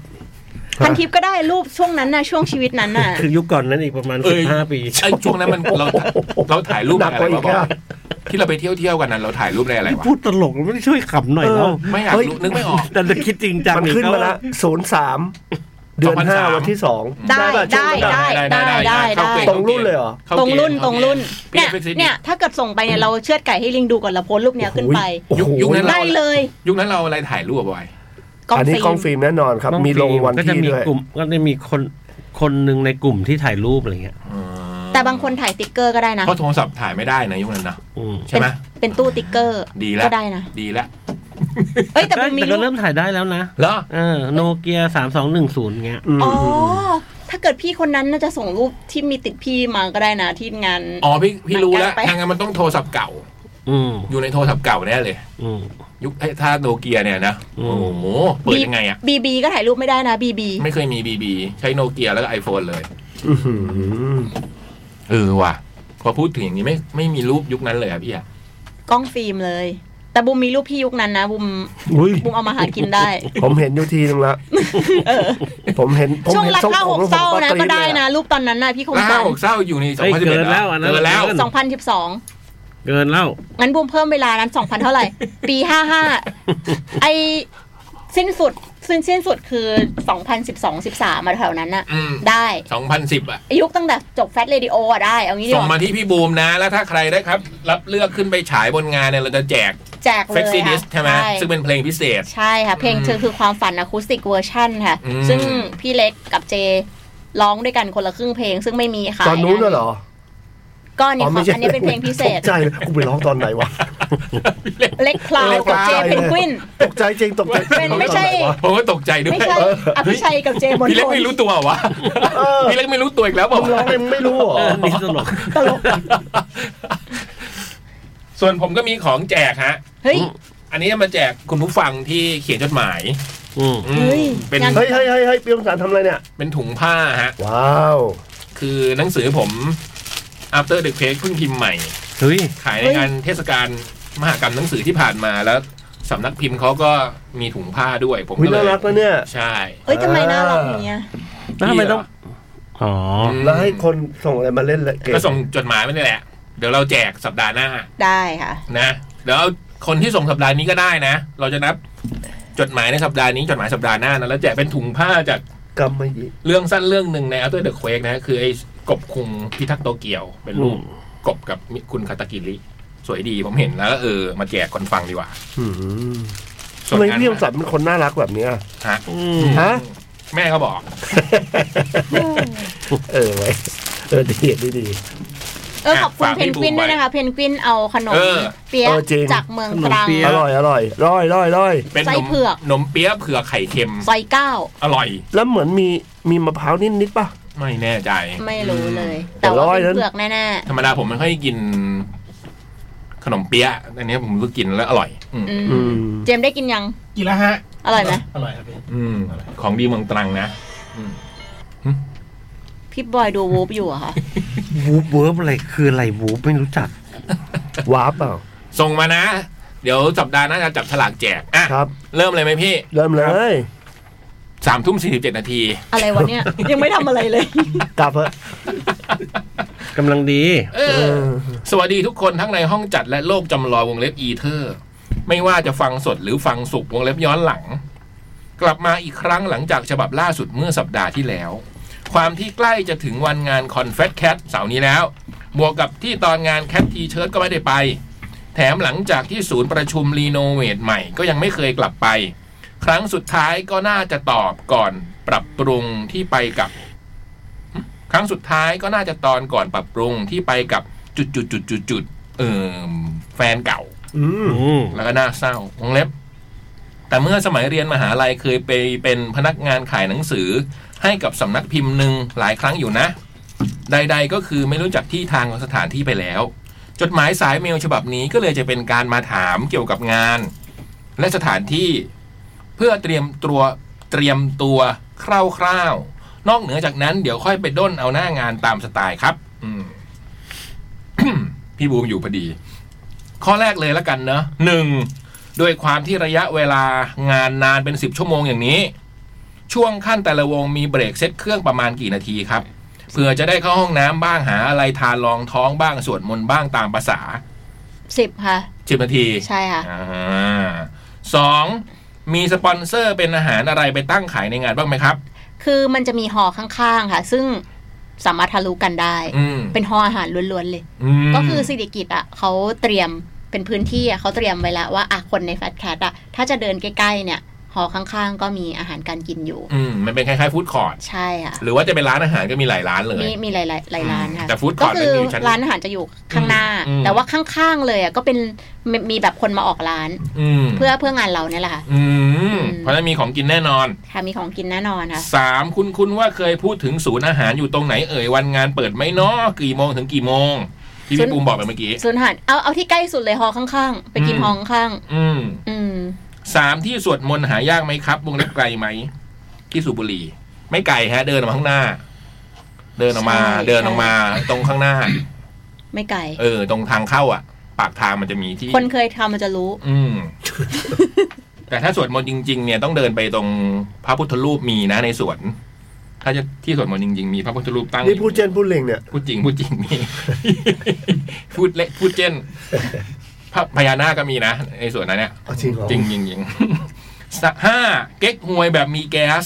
พันทิปก็ได้รูปช่วงนั้นน่ะช่วงชีวิตนั้นน่ะ คือยุคก่อนนั้นอีกประมาณ เอ้ย 15 ปี ไอ้ช่วงนั้นมันเราเราถ่ายรูป หนัก อะ ก ไร ว่าอีก วะบอก อะ ที่เราไปเที่ยวเที่ยวๆกันนั้นเราถ่ายรูปในอะไรวะ พูดตลกมันช่วยขำหน่อยแล้ว ไม่อยากรู้นึกไม่ออก แต่จะคิดจริงจัง มัน อีก ขึ้นมาละศูนย์สามเดือนห้า 2003 วันที่สอง ได้ ป่ะช่วงนั้นอะ ได้ เข้าเกณฑ์ ตรงรุ่นเลยเหรอ ข้า ตร เก ง ณฑ์ รุ่นตรงรุ่น พี่ เนี่ย ได้ Fix CD เนี่ยถ้าเกิดส่งไปเนี่ยเราเชือดไก่ให้ลิงดูก่อนเราโพสต์รูปเนี้ยขึ้นไป โอ้โห ยุคนั้น ได้เลย ยุคนั้นเราอะไรถ่ายรูปอะบอย กล้อง อันนี้กล้อง ฟิล์ม ฟิล์มแน่นอนครับ มีลงวัน ก็จะ ที่ มี ด้วย กลุ่มก็จะมีคนคนหนึ่งในกลุ่มที่ถ่ายรูปอะไรเงี้ย แต่บางคนถ่ายติ๊กเกอร์ก็ได้นะ เพราะโทรศัพท์ถ่ายไม่ได้นะยุคนั้นนะ อืม ใช่ไหม เป็นตู้ติ๊กเกอร์ ดีแล้ว ก็ได้นะ ดีแล้ว เอ้ยแต่ ก็ มันมี แต่ รู ก็ ป เริ่มถ่ายได้แล้วนะ เหรอ เออโนเกียสามสองหนึ่งศูนย์เงี้ย อืม อ๋อ อืม ถ้าเกิดพี่คนนั้นน่าจะส่งรูปที่มีติดพี่มาก็ได้นะที่งาน อ๋อพี่พี่รู้แล้ว ไป ทางงานมันต้องโทรศัพท์เก่า อืม อยู่ในโทรศัพท์เก่าแน่เลย อืม ยุคไอ้ถ้าโนเกียเนี่ยนะ อื โอ้ ม โหเปิดยังไงอะ บีบีก็ถ่ายรูปไม่ได้นะบีบี ไม่เคยมีบีบีใช้โนเกียแล้วก็ไอโฟนเลย อื้อหือ เออว่ะพอพูดถึงอย่างนี้ไม่ไม่มีรูปยุคนั้นเลยอะพี่อะ กล้องฟิล์มเลย แต่บุมมีรูปพี่ยุคนั้นนะบุม อุ้ย บุมเอามาหากินได้ ผมเห็นอยู่ทีนึงละผมเห็นผม ช่วง เห็น รัก ทรง เล่า ผ ห ม ก แล้วผม เศร้านะ รี๊ ก็ได้ เลยอ นะ รูปตอนนั้นน่ะพี่คง ล่า ตัน หกเศร้าอยู่ในสอง เอ้ พัน ย สิบ เกิ เอ็ด นแล้วอันนั้น เกินแล้ว เกิ สองพันสิบสอง เกินแล้ว งั้นบุมเพิ่มเวลานั้นสองพันเท่าไหร่ ปีห้าห้าไอสิ้นสุดสิ้นสิ้นสุดคือสองพันสิบสองสิบสามมาแถวนั้นน่ะ อืม ได้ สองพันสิบอะ ยุคตั้งแต่จบแฟตเรดิโออะได้เอางี้ดี ส่ ก งมา ว่า ที่พี่บูมนะ แล้วถ้าใครได้ครับ รับเลือกขึ้นไปฉายบนงานเนี่ย เราจะแจก แจกเล เฟ ย x ซี่ดิส ค่ะ ใช่ไหม ใช่ ซึ่งเป็นเพลงพิเศษ ใช่ค่ะ เพลง อืม เธอคือความฝันอะคูสติกเวอร์ชันค่ะ อืม ซึ่งพี่เล็กกับเจร้องด้วยกันคนละครึ่งเพลง ซึ่งไม่มีค่ะ ตอนนู้นน่ะเหรอ ก็นี่ อ๋อ ขอ ไม่ ง ใช่ อันนี้เป็นเพลงพิเศ ต ษ กใจเลยกูไปร้องตอนไหนวะ เล็กคลาวกับเจเพนกวิน ตกใจจริงตกใจจริง เป็นไม่ใช่ผร้องตอนหนวะมก็ตกใจด้วย ไม่ใช่อภิชัยกับเจมอน พี่เล็ก โท ไม่ น รู้ตัวเหรอวะพี่เล็กไม่รู้ตัวอีกแล้วบ มึ อก งร้องเองไม่รู้เหรอ เออนี่ตลก ตลก ส่วนผมก็มีของแจกฮะ เฮ้ย อันนี้มาแจกคุณผู้ฟังที่เขียนจดหมาย อืม อืม เฮ้ย เป็น งาน เฮ้ยเฮ้ยเฮ้ยเฮ้ยปียงสารทำอะไรเนี่ย เป็นถุงผ้าฮะ ว้าว คือหนังสือผม after the p a g e เพิ่งพิมพ์ใหม่ เฮ้ย ขายใน เฮ้ย งานเทศกาลมหกรรมหนังสือที่ผ่านมาแล้วสำนักพิมพ์เขาก็มีถุงผ้าด้วย ผม หุ้ย ก็เล น่ายรักนะเนี่ย ใช่ เอ้ยทำไมน่ารักอย่างเงี้ย แล้วทำไมต้อง อ๋อ แล้วให้คนส่งอะไรมาเล่นเลยเกม ก็ส่งจดหมายมานี่แหละ เดี๋ยวเราแจกสัปดาห์หน้า ได้ค่ะ นะเดี๋ยวเอาคนที่ส่งสัปดาห์นี้ก็ได้นะ เราจะนับจดหมายในสัปดาห์นี้จดหมายสัปดาห์หน้านะแล้วแจกเป็นถุงผ้าจาก กำมะหยี่ เรื่องสั้นเรื่องหนึ่งใน After the Quake นะคือไอ้กบคุงพิทักษ์โตเกียว เป็นรูป อืม กบกับมิคุณคาตากิริสวยดีผมเห็นแล้ว เออ มาแจกคนฟังดีกว่า หืม ส่วนทำไม งาน พี่ยงสารเป็นคนน่ารักแบบเนี้ย ฮะ อืม ฮะ แม่เขาบอก เออไว้ยเออดีดีดี เออขอบคุณ ฝาก เพ พี่ น บู กวิน มไว้ ด้วยนะคะ เพนกวินเอาขนม เออ เปี๊ยะ เออจริง จากเมืองตรัขนมงอเปี๊ะยร่อยอร่อยร้อยร้อยร้อย เป็น ไส้ นม เผือก นมเปี๊ยะเผือกไข่เค็ม ซอยเก้า อร่อย แล้วเหมือนมีมีมะพร้าวนิดนิดๆป่ะ ไม่แน่ใจ ไม่รู้เลย แต่ แต่ว่า ร้อย เป็ นั้น น เปลือกแน่ ธรรมดาผมไม่ค่อยกินขนมเปี๊ยะ อันนี้ผมก็กินแล้วอร่อย อืม ๆอืม อืม เจมส์ได้กินยัง กินแล้วฮะ อร่อยไหม อร่อยครับพี่ อืมของดีเมืองตรังนะ พี่บอยดูวูฟอยู่เหรอะค่ะ วูบเวิร์บอะไรคืออะไรวูบไม่รู้จัก วาร์ปเปล่า ส่งมานะ เดี๋ยวสัปดาห์หน้าจะจับฉลากแจก อ่ะ ครับ เริ่มเลยไหมพี่ เริ่มเลย สามทุ่มสี่สิบเจ็ดนาที อะไรวะเนี่ย ยังไม่ทำอะไรเลย กลับเถอะ กำลังดี เอ เอ อ อ สวัสดีทุกคนทั้งในห้องจัดและโลกจำลองวงเล็บอีเทอร์ ไม่ว่าจะฟังสดหรือฟังสุกวงเล็บย้อนหลัง กลับมาอีกครั้งหลังจากฉบับล่าสุดเมื่อสัปดาห์ที่แล้ว ความที่ใกล้จะถึงวันงานคอนเฟสแคทเสาร์นี้แล้ว บวกกับที่ตอนงานแคททีเชิร์ตก็ไม่ได้ไป แถมหลังจากที่ศูนย์ประชุมรีโนเวทใหม่ก็ยังไม่เคยกลับไป ครั้งสุดท้ายก็น่าจะตอบก่อนปรับปรุงที่ไปกับ ครั้งสุดท้ายก็น่าจะตอนก่อนปรับปรุงที่ไปกับจุดจุดจุดจุดจุดเอมแฟนเก่า อืม อืม แล้วก็น่าเศร้าวงเล็บ แต่เมื่อสมัยเรียนมหาลัยเคยไปเป็นพนักงานขายหนังสือ ให้กับสำนักพิมพ์หนึ่งหลายครั้งอยู่นะ ใด ๆ ก็คือไม่รู้จักที่ทางของสถานที่ไปแล้ว จดหมายสายเมลฉบับนี้ก็เลยจะเป็นการมาถามเกี่ยวกับงาน และสถานที่เพื่อเตรียมตัวเตรียมตัวคร่าวๆ นอกเหนือจากนั้นเดี๋ยวค่อยไปด้นเอาหน้างานตามสไตล์ครับ อืม พี่บูมอยู่พอดี ข้อแรกเลยละกันเนอะหนึ่งด้วยความที่ระยะเวลางานนานเป็นสิบชั่วโมงอย่างนี้ ช่วงขั้นแต่ละวงมีเบรกเซตเครื่องประมาณกี่นาทีครับ เผื่อจะได้เข้าห้องน้ำบ้างหาอะไรทานรองท้องบ้างสวดมนต์บ้างตามภาษา สิบค่ะ สิบนาที ใช่ค่ะ อ่าสองมีสปอนเซอร์เป็นอาหารอะไรไปตั้งขายในงานบ้างไหมครับ คือมันจะมีหอข้างๆค่ะ ซึ่งสามารถทะลุกันได้ อืม เป็นหออาหารล้วนๆเลย ม ก็คือสิริกิตอ่ะเขาเตรียมเป็นพื้นที่อ่ะเขาเตรียมไว้แล้วว่าอ่ะคนในแฟตแคทอ่ะถ้าจะเดินใกล้ๆเนี่ยหอข้างๆ ก็มีอาหารการกินอยู่ อืมมันเป็นคล้ายๆฟู้ดคอร์ท ใช่ค่ะ หรือว่าจะเป็นร้านอาหารก็มีหลายร้านเลย มีมีหลายๆหลายร้านค่ะ แต่ food court ก็คือ มันมีอยู่ชั้น ร้านอาหารจะอยู่ข้างหน้า อืม แต่ว่าข้างๆเลยอ่ะก็เป็นมีมีแบบคนมาออกร้าน อืม เพื่อเพื่องานเราเนี่ยแหละค่ะ อืม ม เพราะฉะนั้นมีของกินแน่นอน ค่ะมีของกินแน่นอนค่ะ สามคุณคุณว่าเคยพูดถึงศูนย์อาหารอยู่ตรงไหนเอ่ยวันงานเปิดไหมเนาะกี่โมงถึงกี่โมง ที่ ศู พี่ นย์ ปูมบอกไปเมื่อกี้ ส่วนอาหารเอาเอาที่ใกล้สุดเลยหอข้างๆ ไปกิน อืม หอข้าง อืม ๆอืม สามที่สวดมนต์หายากไหมครับวงเล็บไกลไหมที่สุบุรี ไม่ไกลฮะ เดินออกมาข้างหน้า เดินออกมา ใช่ เดินออกมา ตรงข้างหน้า ไม่ไกล เออ ตรงทางเข้าอ่ะ ปากทางมันจะมีที่ คนเคยทำมันจะรู้ อืม แต่ถ้าสวดมนต์จริง ๆ เนี่ยต้องเดินไปตรงพระพุทธรูปมีนะในสวน ถ้าจะที่สวดมนต์จริง ๆ มีพระพุทธรูปตั้ง นี่ อยู่ พูดเจนพูดเล่งเนี่ย พูดจริงพูดจริงนี่ พูดเละพูดเจน พระพญานาคก็มีนะในสวนนั้นเนี่ย เอาจริงเหรอ จริงจริงจริงสะ ห้าเก๊กฮวยแบบมีแก๊ส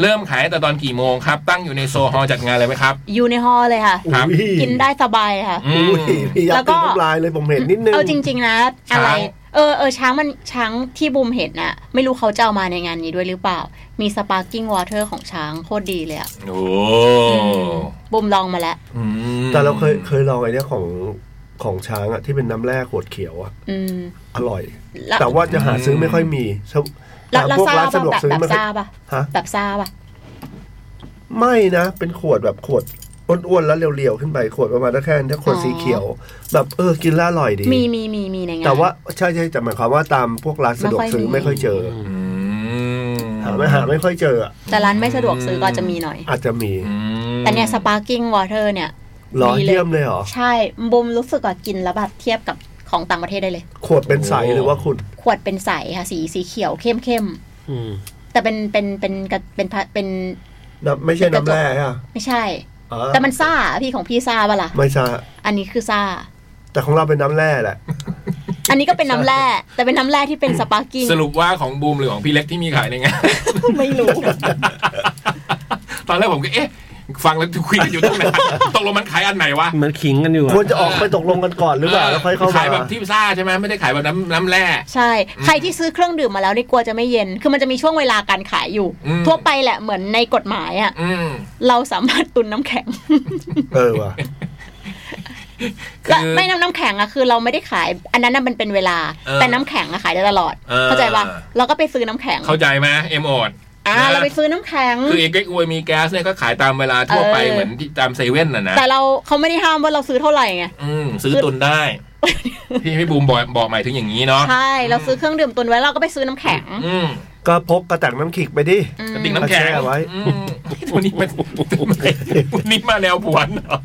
เริ่มขายแต่ตอนกี่โมงครับ ตั้งอยู่ในโซฮอลจัดงานเลยไหมครับ อยู่ในหอเลยค่ะ ครับ อุ้ย กินได้สบายค่ะ อื อุ้ ม ยพี่ยับ แล้วก็ เป็นน้ำลายเลยผมเห็นนิดนึง เอาจริง ๆ นะ อะไร ช้าง เออเออช้างมันช้างที่บุมเห็นน่ะ ไม่รู้เขาจะเอามาในงานนี้ด้วยหรือเปล่า มีสปาร์กิ้งวอเตอร์ของช้างโคตรดีเลยอะ โอ้ บุมลองมาแล้ว อืม แต่เราเคยเคยลองไอ้เนี่ยของของช้างอะที่เป็นน้ำแร่ขวดเขียวอะ อืม อร่อย แล้ว แต่ว่าจะหาซื้อไม่ค่อยมีชอบ แล้ว ห แล้ว พวก ซา ร้าน ป่ะ สะดวก แบบ ซื้อ แบบ ไม่ค่อย ซาป่ะ ฮะ แบบซาป่ะ ไม่นะ เป็นขวดแบบขวดอ้วนๆแล้วเรียวๆขึ้นไปขวดประมาณแค่นี้ขวด อ๋อ สีเขียว แบบเออกินแล้วอร่อยดี มีมีมีมีในงาน แต่ว่าใช่ใช่แต่หมายความว่าตามพวกร้านสะดวกซื้อ ไม่ ไม่ ค่ ค่ อ อย ย มี เจอ อืม หาไม่หาไม่ค่อยเจออะ แต่ร้านไม่สะดวกซื้อก็จะมีหน่อย อาจจะมี อืม แต่เนี่ยสปาร์กิ้งวอเตอร์เนี่ย ร้อน มีเลย เยี่ยมเลยเหรอ ใช่บุมรู้สึกว่ากินแล้วแบบเทียบกับของต่างประเทศได้เลย ขวดเป็นใสหรือว่าคุณ ขวดเป็นใสค่ะสีสีเขียวเข้มเข้ม อืม ๆแต่เป็นเป็นเป็นกระเป็นพะเป็น น้ำไม่ใช่น้ำแร่อะ ไม่ใช่ อ๋อ แต่มันซ่าอะพี่ของพี่ซ่าปะล่ะ ไม่ใช่ อันนี้คือซ่า แต่ของเราเป็นน้ำแร่แหละ อันนี้ก็เป็นน้ำแร่แต่เป็นน้ำแร่ที่เป็นสปาร์กิ้ง สรุปว่าของบูมหรือของพี่เล็กที่มีขายในงาน ไม่รู้ ตอนแรกผมก็เอ๊ะ ฟังแล้วคุยกันอยู่ตั้งนานตกลงมันขายอันไหนวะ เหมันขิงกันอยู่อะ ควรจะออกไปตกลงกันก่อนหรือเปล่าแล้วค่อยเข้ามา ขายแบบที่ซ่าใช่ไหมไม่ได้ขายแบบน้ำน้ำแร่ ใช่ ใครที่ซื้อเครื่องดื่มมาแล้วนี่กลัวจะไม่เย็น คือมันจะมีช่วงเวลาการขายอยู่ อืม ทั่วไปแหละเหมือนในกฎหมายอ่ะ อืม เราสามารถตุนน้ำแข็ง เออว่ะ คื และ อ ไม่น้ำน้ำแข็งอะคือเราไม่ได้ขาย อันนั้นน่ะมันเป็นเวลา เออ แต่น้ำแข็งอะขายได้ตลอด เออ เข้าใจปะเราก็ไปซื้อน้ำแข็ง เข้าใจไหมเอ็มโอด อ่าเราไปซื้อน้ำแข็ง คือเอ็กเอ็กอวยมีแก๊สเนี่ยก็ขายตามเวลาทั่วไป เออ เหมือนที่ตามเซเว่นน่ะนะ แต่เราเขาไม่ได้ห้ามว่าเราซื้อเท่าไหร่ไง อืมซื้อตุนได้ พี่พี่บูมบอกบอกหมายถึงอย่างนี้เนาะ ใช่ เราซื้อเครื่องดื่มตุนไว้เราก็ไปซื้อน้ำแข็ง อืม ก็พกกระแตงน้ำขิงไปดิ อืม กระติกน้ำแข็ง เอาแช่ไว้ อืมวันนี้มันวันนี้มาแนวผวนเหรอ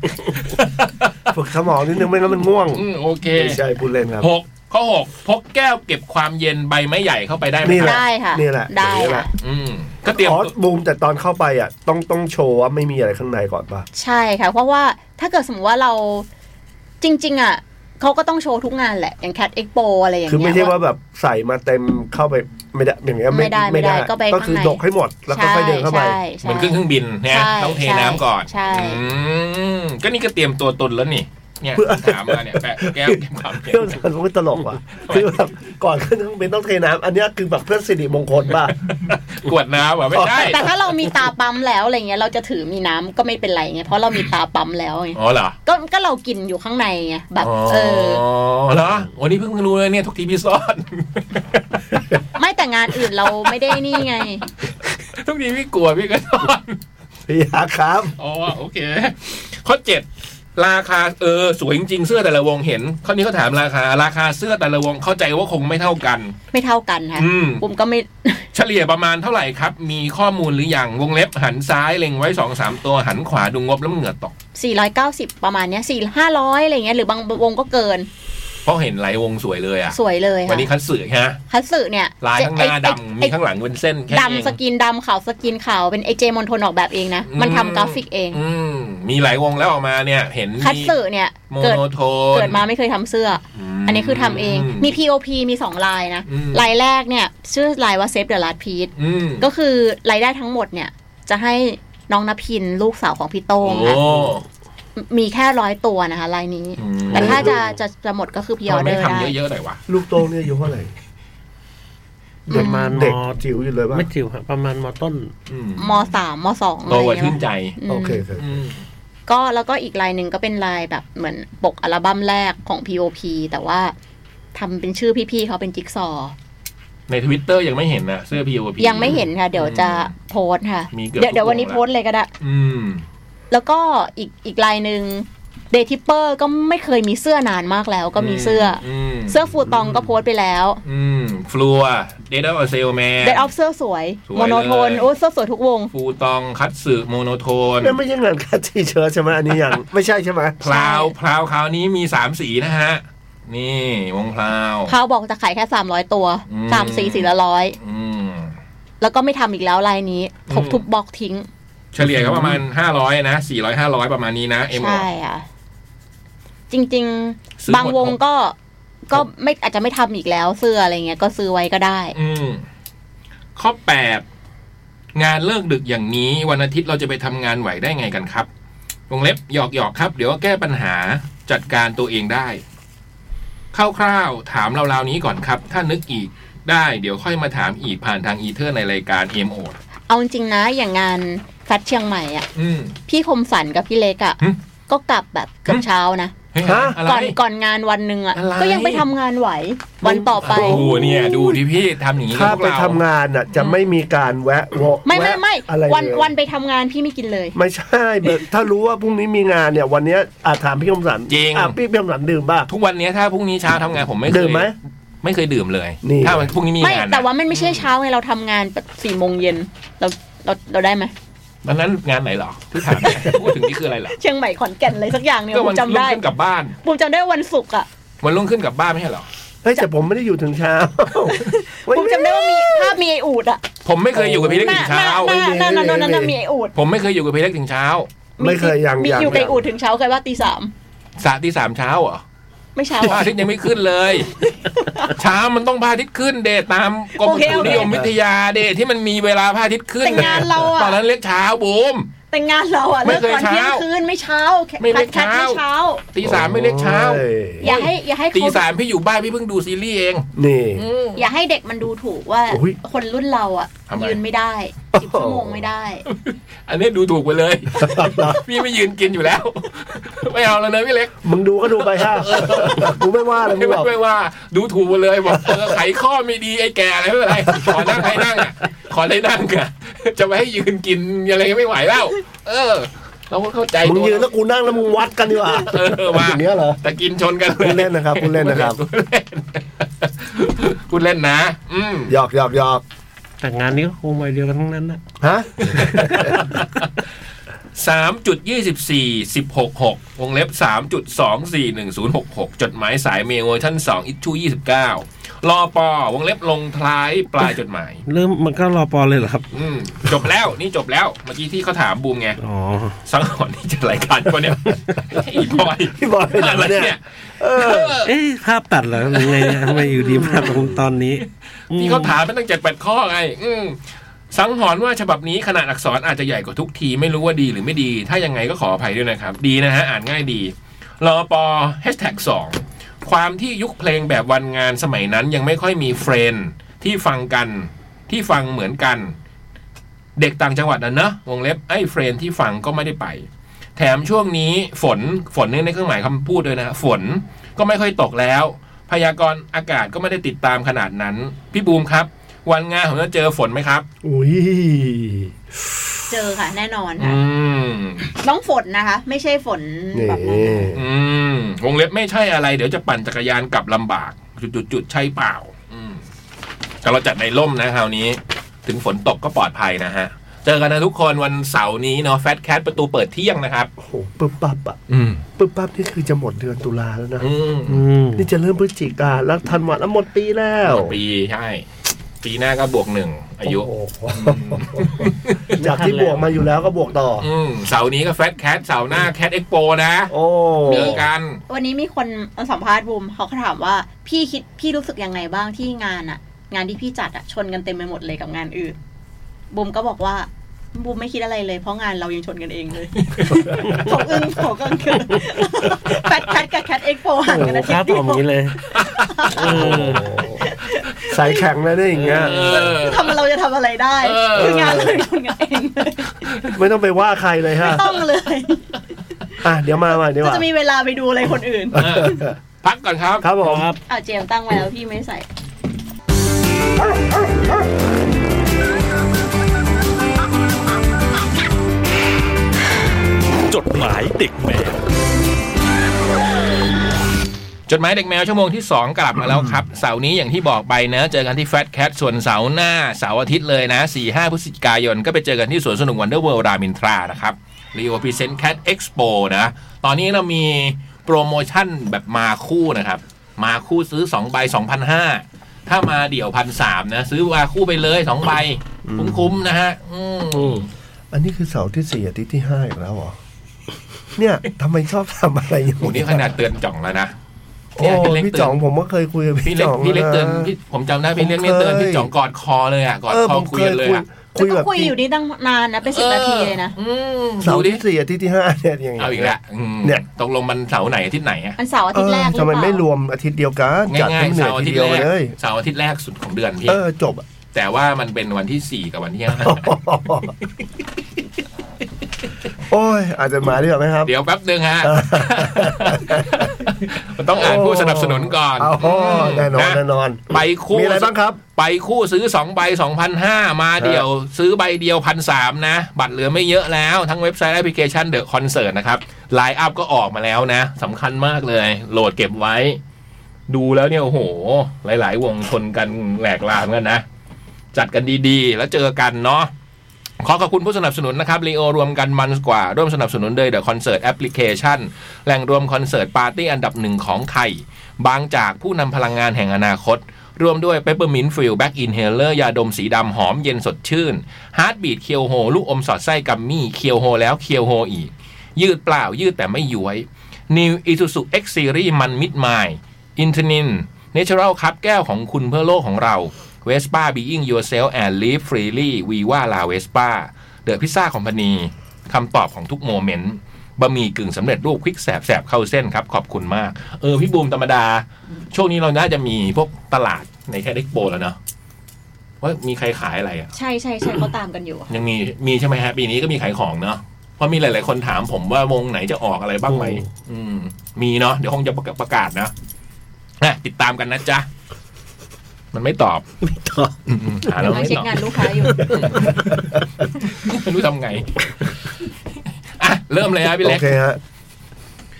ฝึกสมองนิดนึงไม่งั้นมันง่วง อืมโอเค ไม่ใช่พูดเล่นครับ หกข้อหกพกแก้วเก็บความเย็นใบไม้ใหญ่เข้าไปได้ไหม นี่แหละ ได้ค่ะ นี่แหละ ได้ อย่างนี้แห ค่ะ ละ อืมก็เตรียม อ๋อบูมแต่ตอนเข้าไปอ่ะ ต้องต้องโชว์ว่าไม่มีอะไรข้างในก่อนป่ะ ใช่ค่ะ เพราะว่าถ้าเกิดสมมติว่าเราจริง ๆ อ่ะเขาก็ต้องโชว์ทุกงานแหละ อย่างแคดเอ็กโปอะไรอย่าง คือ เงี้ย ไม่ใช่ว่าแบบใส่มาเต็มเข้าไปไม่ได้อย่างเงี้ย ไม่ได้ไม่ได้ก็ไป ก็คือ ข้างใน ดกให้หมดแล้วก็ค่อยเดินเข้าไป ใช่ใช่ เหมือนขึ้นเครื่องบินเนี่ย ใช่ ต้องเทน้ำก่อน ใช่ อืมก็นี่ก็เตรียมตัวตนแล้วนี่ เนี่ย เพื่อ ถามมาเนี่ยแปะแก้วเก็บความ เพื่ เก็ อน บ สันไม่ตลกว่ะคือแบบก่อนขึ้นเครื่องบินต้องเทน้ำอันเนี้ยคือแบบเพื่อนสิริมงคลป่ะ กวดน้ำเหรอไม่ใช่ แต่ถ้าเรามีตาปั๊มแล้วอะไรเงี้ยเราจะถือมีน้ำก็ไม่เป็นไรไงเพราะเรามีตาปั๊มแล้วไง อ๋อเหรอ ก็ก็เรากินอยู่ข้างในไงแบบ อ๋อ เออ เหรอวันนี้เพิ่งรู้เลยเนี่ยทุกทีพี่ซ่อน ไม่แต่งานอื่นเราไม่ได้นี่ไง ทุกทีพี่กลัวพี่ก็ซ่อน พี่ยาครับ อ๋อโอเค ข้อเจ็ดราคาเออสวยจริงๆเสื้อแต่ละวงเห็น ข้อนี้เขาถามราคา ราคาเสื้อแต่ละวงเข้าใจว่าคงไม่เท่ากัน ไม่เท่ากันค่ะ อืม ปุ่มก็ไม่ เฉลี่ยประมาณเท่าไหร่ครับ มีข้อมูลหรือยังวงเล็บหันซ้ายเล็งไว้สองสามตัวหันขวาดูงบแล้วเหงื่อตก 490 ประมาณเนี้ย4 500อะไรเงี้ยหรือบางวงก็เกิน เพราะเห็นหลายวงสวยเลยอ่ะ สวยเลย วั ค่ะ นนี้คัตสึฮะ คัตสึเนี่ย ลายข้างหน้า ไอ้ ดำ ไอ้ มีข้างหลังเป็นเส้นแค่นี้เอง ดำสกินดำขาวสกินขาวเป็นไอเจมอนทนออกแบบเองนะ อืม มันทำกราฟิกเอง อืมมีหลายวงแล้วออกมาเนี่ย เห็น คัต มี สึเนี่ย โม เกิด โนโทน เกิดมาไม่เคยทำเสื้อ อันนี้คือทำเอง มี POP มี 2 ลายนะ อืม ลายแรกเนี่ย ชื่อลายว่า Save the Last Piece อืม ก็คือรายได้ทั้งหมดเนี่ย จะให้น้องนภินลูกสาวของพี่โต้ โอ้ งนะมีแค่ร้อยตัวนะคะลายนี้ อืม แต่ถ้าจะ โอ้ จะจะหมดก็คือพิอ ทำ อ ไม เดอ ไม่ ร์ได้ ทำเยอะๆหน่อยวะ ลูกโต้งเนี่ยอายุเท่าไหร่ ประมาณม เด็ก อ จิ๋วอยู่เลยป่ะ ไม่จิ๋วฮะประมาณมอต้น อืม มสามมสองอะ โต ไร กว่า เงี้ ชื่ ย นใจ อืม โอเคโอเค อืม ก็แล้วก็อีกลายหนึ่งก็เป็นลายแบบเหมือนปกอัลบั้มแรกของ POP แต่ว่าทำเป็นชื่อพี่ๆเขาเป็นจิ๊กซอว์ ในทวิตเตอร์ยังไม่เห็นนะเสื้อ POP ยังไม่เห็นค่ะ เดี๋ยวจะโพสต์ค่ะ มีเกือบ เดี๋ยทุกวเดี๋ยววัน วง นี้ ละ โพสต์เลยก็ได้ อืม แล้วก็อีกอีกลายหนึ่งเดทิปเปอร์ก็ไม่เคยมีเสื้อนานมากแล้ว ก็มีเสื้ออ ม เสื้อฟูตองก็โพสต์ไปแล้ว อืมฟลัวเดดออฟเซลแมน เดดออฟเสื้อสวย สวย โมโนโทน เลย โอ้เสื้อสวยทุกวง ฟูตองคัตสึโมโนโทน นั่นไม่ใช่งานคัดทีเชิร์ตใช่ไหมอันนี้ยัง ไม่ใช่ใช่ไหม พลาวพลาวคราวนี้มีสามสีนะฮะ นี่วงพลาว เขาบอกจะขายแค่ 300 ตัว อืม สามสีสีละร้อย อืม แล้วก็ไม่ทำอีกแล้วลายนี้ทุบ อืม ทุบบล็อกทิ้ง เฉลี่ยก็ประมาณห้าร้อยนะสี่ร้อยห้าร้อยประมาณนี้นะเอ็ม ใช่อ่ะ จริง ซื้อหมด ๆ บางวง หก ก็ก็ไม่อาจจะไม่ทำอีกแล้วเสื้ออะไรเงี้ยก็ซื้อไว้ก็ได้ อืม ข้อแปดงานเลิกดึกอย่างนี้ วันอาทิตย์เราจะไปทำงานไหวได้ไงกันครับ วงเล็บหยอกหยอกๆครับ เดี๋ยวก็แก้ปัญหาจัดการตัวเองได้คร่าวๆถามเราๆนี้ก่อนครับ ถ้านึกอีกได้เดี๋ยวค่อยมาถามอีกผ่านทางอีเทอร์ในรายการเอ็มโอด เอาจริงๆนะอย่างงานแฟชเชียงใหม่อ่ะ อืม พี่คมสันกับพี่เล็กอ่ะ หึ ก็กลับแบบเกือบ หึ เช้านะ เฮ้ยอะไร ก่อนก่อนงานวันหนึ่งอ่ะ อะไร ก็ยังไปทำงานไหว วันต่อไป โอ้โหเนี่ย ดูดิพี่ทำอย่างนี้กั ถ้า บพวก ไป เรา ทำงานอ่ะ จะไม่มีการแวะวะ ไม่ไม่ไม่ แวะอะไร วัน เลย วันไปทำงานพี่ไม่กินเลย ไม่ใช่แบบถ้ารู้ว่าพรุ่งนี้มีงานเนี่ย วันเนี้ยอาถามพี่คมสัน จริง อ่ะพี่คมสันดื่มป่ะ ทุกวันเนี้ยถ้าพรุ่งนี้เช้าทำงานผมไม่เคย ดื่มไหม ไม่เคยดื่มเลย นี่ ถ้ามันพรุ่งนี้มี ไม่ งานนะ แต่ว่ามันไม่ใช่เช้าไงเราทำงานสี่โมงเย็นเราเราเราได้ไหม ตอนนั้นงานไหนเหรอที่ถาม เนี่ย พูดถึงนี่คืออะไรเหรอ เชียงใหม่ขอนแก่นอะไรสักอย่างเนี่ย ก็ ผ วันมรุ่ จำ ง ได้ ขึ้นกลับบ้าน ผมจำได้วันศุกร์อ่ะ วันรุ่งขึ้นกลับบ้านไม่ใช่เหรอ เฮ้ยแต่ผมไม่ได้อยู่ถึงเช้า ผมจำได้ว่ามีภาพมีไออูดอ่ะ ผมไม่เคยอยู่กับพี่เล็ก หน้า ถึง หน้า เช้า หน้าหน้าหน้าหน้าหน้าหน้ามีไออูด ผมไม่เคยอยู่กับพี่เล็กถึงเช้า ไม่เคยยัง มี ยัง อยู่กับไอ ยัง อูดถึงเช้าเคยว่าตีสาม สาที่สามเช้าเหรอ ไม่เช้า พระ อะ อาทิตย์ยังไม่ขึ้นเลย เช้ามันต้องพระอาทิตย์ขึ้นเดทตามกรม โอ อุ เค ตุนิยม โอเค วิทยาเดทที่มันมีเวลาพระอาทิตย์ขึ้น แต่งานเราอะ ตอนนั้นเล็กเช้าบูม แต่งานเราอ่ะ ไม่ เลิก เคย ก่อน เช้า เที่ยงคืนไม่เช้าแค่ ไม่เลิก แค่ไม่ เช้า เช้า ตีสามไม่เล็กเช้า โอ้ย อย่าให้อย่าให้ ตี เขา สามพี่อยู่บ้านพี่เพิ่งดูซีรีส์เอง นี่ อืม อย่าให้เด็กมันดูถูกว่า อุ๊ย คนรุ่นเราอ่ะ ทำไม ยืนไม่ได้สิบชั่วโมงไม่ได้ อันนี้ดูถูกไปเลย พี่ไม่ยืนกินอยู่แล้ว ไม่เอาแล้วเนอะพี่เล็ก มึงดูก็ดูไปฮะกูไม่ว่าอะไรมึ ไม่ งหรอก ไม่ว่าดูถูกหมดเลยบอกเออไขข้อไม่ดีไอ้แก่อะไรไม่เป็นไรขอนั่งให้นั่งอะขอได้นั่งอะจะไปให้ยืนกินอะไรก็ไม่ไหวแล้ว เออ เราก็เข้าใจ มึง ตั ยืนแล้วกูนั่งแล้วมึงวัดกันดีกว่า เออมา อย่างเนี้ยเหรอ แต่กินชนกัน พูดเล่นนะครับพูดเล่นนะครับ พูดเล่นพูดเล่นนะ อืม หยอกหยอกหยอก แต่งานนี้ก็คงใบเดียวกันทั้งนั้นนะ ฮะ สามจุดยี่สิบสี่สิบหกหกวงเล็บสามจุดสองสี่หนึ่งศูนย์หกหกจดหมายสายเมลเวอร์ชันสองอิชูยี่สิบเก้ารอปอวงเล็บลงท้ายปลายจดหมาย เริ่มมันก็รอปอเลยเหรอครับ อืมจบแล้วนี่จบแล้วเมื่อกี้ที่เขาถามบูมไง อ๋อ สังหรณ์ที่จะรายการปะเนี่ยอีบอย พี่บอยไปไหน อะไร วะเนี่ย เนี่ย เอ๊ะภาพตัดเหรอหรือไงเนี่ยทำไมอยู่ดีมาตรงตอนนี้อืม ที่เขาถามมันตั้งเจ็ดแปดข้อไง อืมสังหรณ์ว่าฉบับนี้ขนาดอักษรอาจจะใหญ่กว่าทุกทีไม่รู้ว่าดีหรือไม่ดี ถ้ายังไงก็ขออภัยด้วยนะครับ ดีนะฮะ อ่านง่ายดี รอปอแฮชแท็กสองความที่ยุคเพลงแบบวันงานสมัยนั้นยังไม่ค่อยมีเฟรนด์ที่ฟังกันที่ฟังเหมือนกัน เด็กต่างจังหวัดนะเนอะวงเล็บไอ้เฟรนด์ที่ฟังก็ไม่ได้ไป แถมช่วงนี้ฝนฝนนี่ในเครื่องหมายคำพูดเลยนะฝนก็ไม่ค่อยตกแล้ว พยากรณ์อากาศก็ไม่ได้ติดตามขนาดนั้น พี่บูมครับ วันงานผมจะเจอฝนไหมครับ อุ้ย เจอค่ะ แน่นอน อื ค่ะ ม น้องฝนนะคะ ไม่ใช่ฝน นี่ แบบนั้นนะคะ อืม วงเล็บไม่ใช่อะไร เดี๋ยวจะปั่นจักรยานกลับลำบาก จุดๆๆใช่เปล่า อืม แต่เราจัดในร่มนะคราวนี้ ถึงฝนตกก็ปลอดภัยนะฮะ เจอกันนะทุกคนวันเสาร์นี้เนาะแฟตแคทประตูเปิดเที่ยงนะครับ โอ้โหปึ๊บปั๊บอะ อืม ปึ๊บปั๊บนี่คือจะหมดเดือนตุลาแล้วนะ อืม อืม นี่จะเริ่มพฤศจิกาแล้วธันวาแล้วหมดปีแล้ว ปีใช่ ปีหน้าก็บวกหนึ่งอายุ โอ้โหจากที่บวกมาอยู่แล้วก็บวกต่ออ อืมเสาร์นี้ก็แฟตแคทเสาร์หน้าแคทเอ็กโปนะ โอ้ เจอกัน วันนี้มีคนมาสัมภาษณ์บูมเขาก็ถามว่าพี่คิดพี่รู้สึกยังไงบ้างที่งานอะงานที่พี่จัดอะชนกันเต็มไปหมดเลยกับงานอื่นบูมก็บอกว่าบูมไม่คิดอะไรเลยเพราะงานเรายังชนกันเองเลย ผมอึ้งผมก็อึ้งแฟตแคทกับแคทเอ็กโฟห่าง โอ้ กัน โห อา ค ทิต รับ ย์เดี ผ ยว มนี้เลยเอ โอ้ อ สายแข็งแล้วเนี่ยอย่างเงี้ย เออ ทำเราจะทำอะไรได้ เออ คืองานเรายังชนกันเองเลย ไม่ต้องไปว่าใครเลยฮะ ไม่ต้องเลย อ่ะเดี๋ยวมามาเดี๋ยว ก็ มา จะมีเวลาไปดูอะไรคนอื่น เออพักก่อนครับ ครับผม ครับ อ้าวเจมส์ตั้งไว้แล้วพี่ไม่ใส่ จดหมายเด็กแมว จดหมายเด็กแมวชั่วโมงที่ 2 กลับมาแล้วครับ เสาร์นี้อย่างที่บอกไปนะ เจอกันที่แฟ t แคทส่วนเสาร์หน้าเสาร์อาทิตย์เลยนะ 4 5 พฤศจิกายน ก็ไปเจอกันที่สวนสนุกวันเดอร์เวิลด์รามินทรานะครับรีโอพิเซนแคทเอ็กซ์โปนะ ตอนนี้เรามีโปรโมชั่นแบบมาคู่นะครับ มาคู่ซื้อ2ใบ2,500 ถ้ามาเดี่ยวพันสามนะ ซื้อมาคู่ไปเลย2ใบคุ้มๆนะฮะอืม อันนี้คือเสาร์ที่สี่อาทิตย์ที่ห้าอีกแล้วเหร อ เนี่ยทำไมชอบทำอะไรอย่าง โหนี่ขนาดเตือนจ่องแล้วนะ โอ้ เนี่ยพี่เล็ก พี่ เตื จ่ อ อง น ผมก็เคยคุยกับ พี่ พี่ เล็ก จ่อง พี่เล็กเตือน นะ พี่ผมจำได้พี่เล็กเนี่ยเตือนพี่จ่องกอดคอเลยอ่ะกอด เออ คอ ผม คุ เค ย ย กันเลย คุย อ่ะ คุย แล้ แบบวก็คุยอยู่นี่ตั้งนานนะเป็นสิบนาทีเลยนะ อืม เสา ดู ร์ ดิ ที่สี่อาทิตย์ที่ห้าเนี่ยยังไง เอาอีกแล้วอืม เนี่ย ตกลงมันเสาร์ไหนอาทิตย์ไหนอะ มันเสาร์อาทิตย์แรกหรือ ทำไม เปล่า ไม่รวมอาทิตย์เดียวกันจัด ง่า ให้ ยๆ เหนื่เสาอยร์อาทิทีต เดี ย์ ยว แรก เลย เสาร์อาทิตย์แรกสุดของเดือนพี่ เออจบ อะ แต่ว่ามันเป็นวันที่สี่กับวันที่ห้า โอ้ยอาจจะมาดีกว่าไหมครับ เดี๋ยวแป๊บหนึงฮะ เออ มันต้องอ่านผู้สนับสนุนก่อน เอาโอ้แน่นอนแน่นอน ไปคู่ มีอะไรบ้างครับ ไปคู่ซื้อสองใบสองพันห้ามาเดี่ยว ซื้อใบเดียวพันสามนะ บัตรเหลือไม่เยอะแล้ว ทั้งเว็บไซต์แอปพลิเคชันเดอะคอนเสิร์ตนะครับไลน์อัพก็ออกมาแล้วนะสำคัญมากเลย โหลดเก็บไว้ ดูแล้วเนี่ยโอ้โห หลาย ๆ วงชนกันแหลกลามกันนะ จัดกันดีๆ แล้วเจอกันเนาะขอขอบคุณผู้สนับสนุนนะครับรีโอรวมกันมันกว่า ร่วมสนับสนุนโดยเดอะคอนเสิร์ตแอปพลิเคชันแหล่งรวมคอนเสิร์ตปาร์ตี้อันดับหนึ่งของไทย บางจากผู้นำพลังงานแห่งอนาคต ร่วมด้วยเปปเปอร์มินฟิลแบ็กอินเฮเลอร์ยาดมสีดำหอมเย็นสดชื่นฮาร์ดบีดเคียวโฮลูกอมสอดไส้กัมมี่เคียวโฮแล้วเคียวโฮอีก ยืดเปล่ายืดแต่ไม่ย้วย New Isuzu X Series มันมิดไมล์อินทนินเนเชอรัลคัพแก้วของคุณเพื่อโลกของเราเวสป้าบีอิงยูเซลแอนด์ลีฟฟรีลี่วีว่าลาเวสป้าเดอะพิซซ่าคอมพานีคำตอบของทุกโมเมนต์บะหมี่กึ่งสำเร็จรูปควิกแสบแสบเข้าเส้นครับ ขอบคุณมาก เออ พี่บูมธรรมดา ช่วงนี้เราน่าจะมีพวกตลาดในแคดเอ็กโปแล้วเนาะว่ามีใครขายอะไรอ่ะ ใช่ใช่ใช่เขาตามกันอยู่อะ ยังมีมีใช่ไหมฮะปีนี้ก็มีขายของเนาะเพราะมีหลาย ๆ คนถามผมว่าวงไหนจะออกอะไรบ้างไหมอืม มีเนาะเดี๋ยวคงจะประกาศประกาศนะนะติดตามกันนะจ๊ะ มันไม่ตอบ ไม่ตอบ อืมหาแล้ว กำลัง ไม่ เช็ค ตอบ งานลูกค้าอยู่ ไม่รู้ทำไง อ่ะเริ่มเลยฮะพี่ โอ เล็ก เคฮะ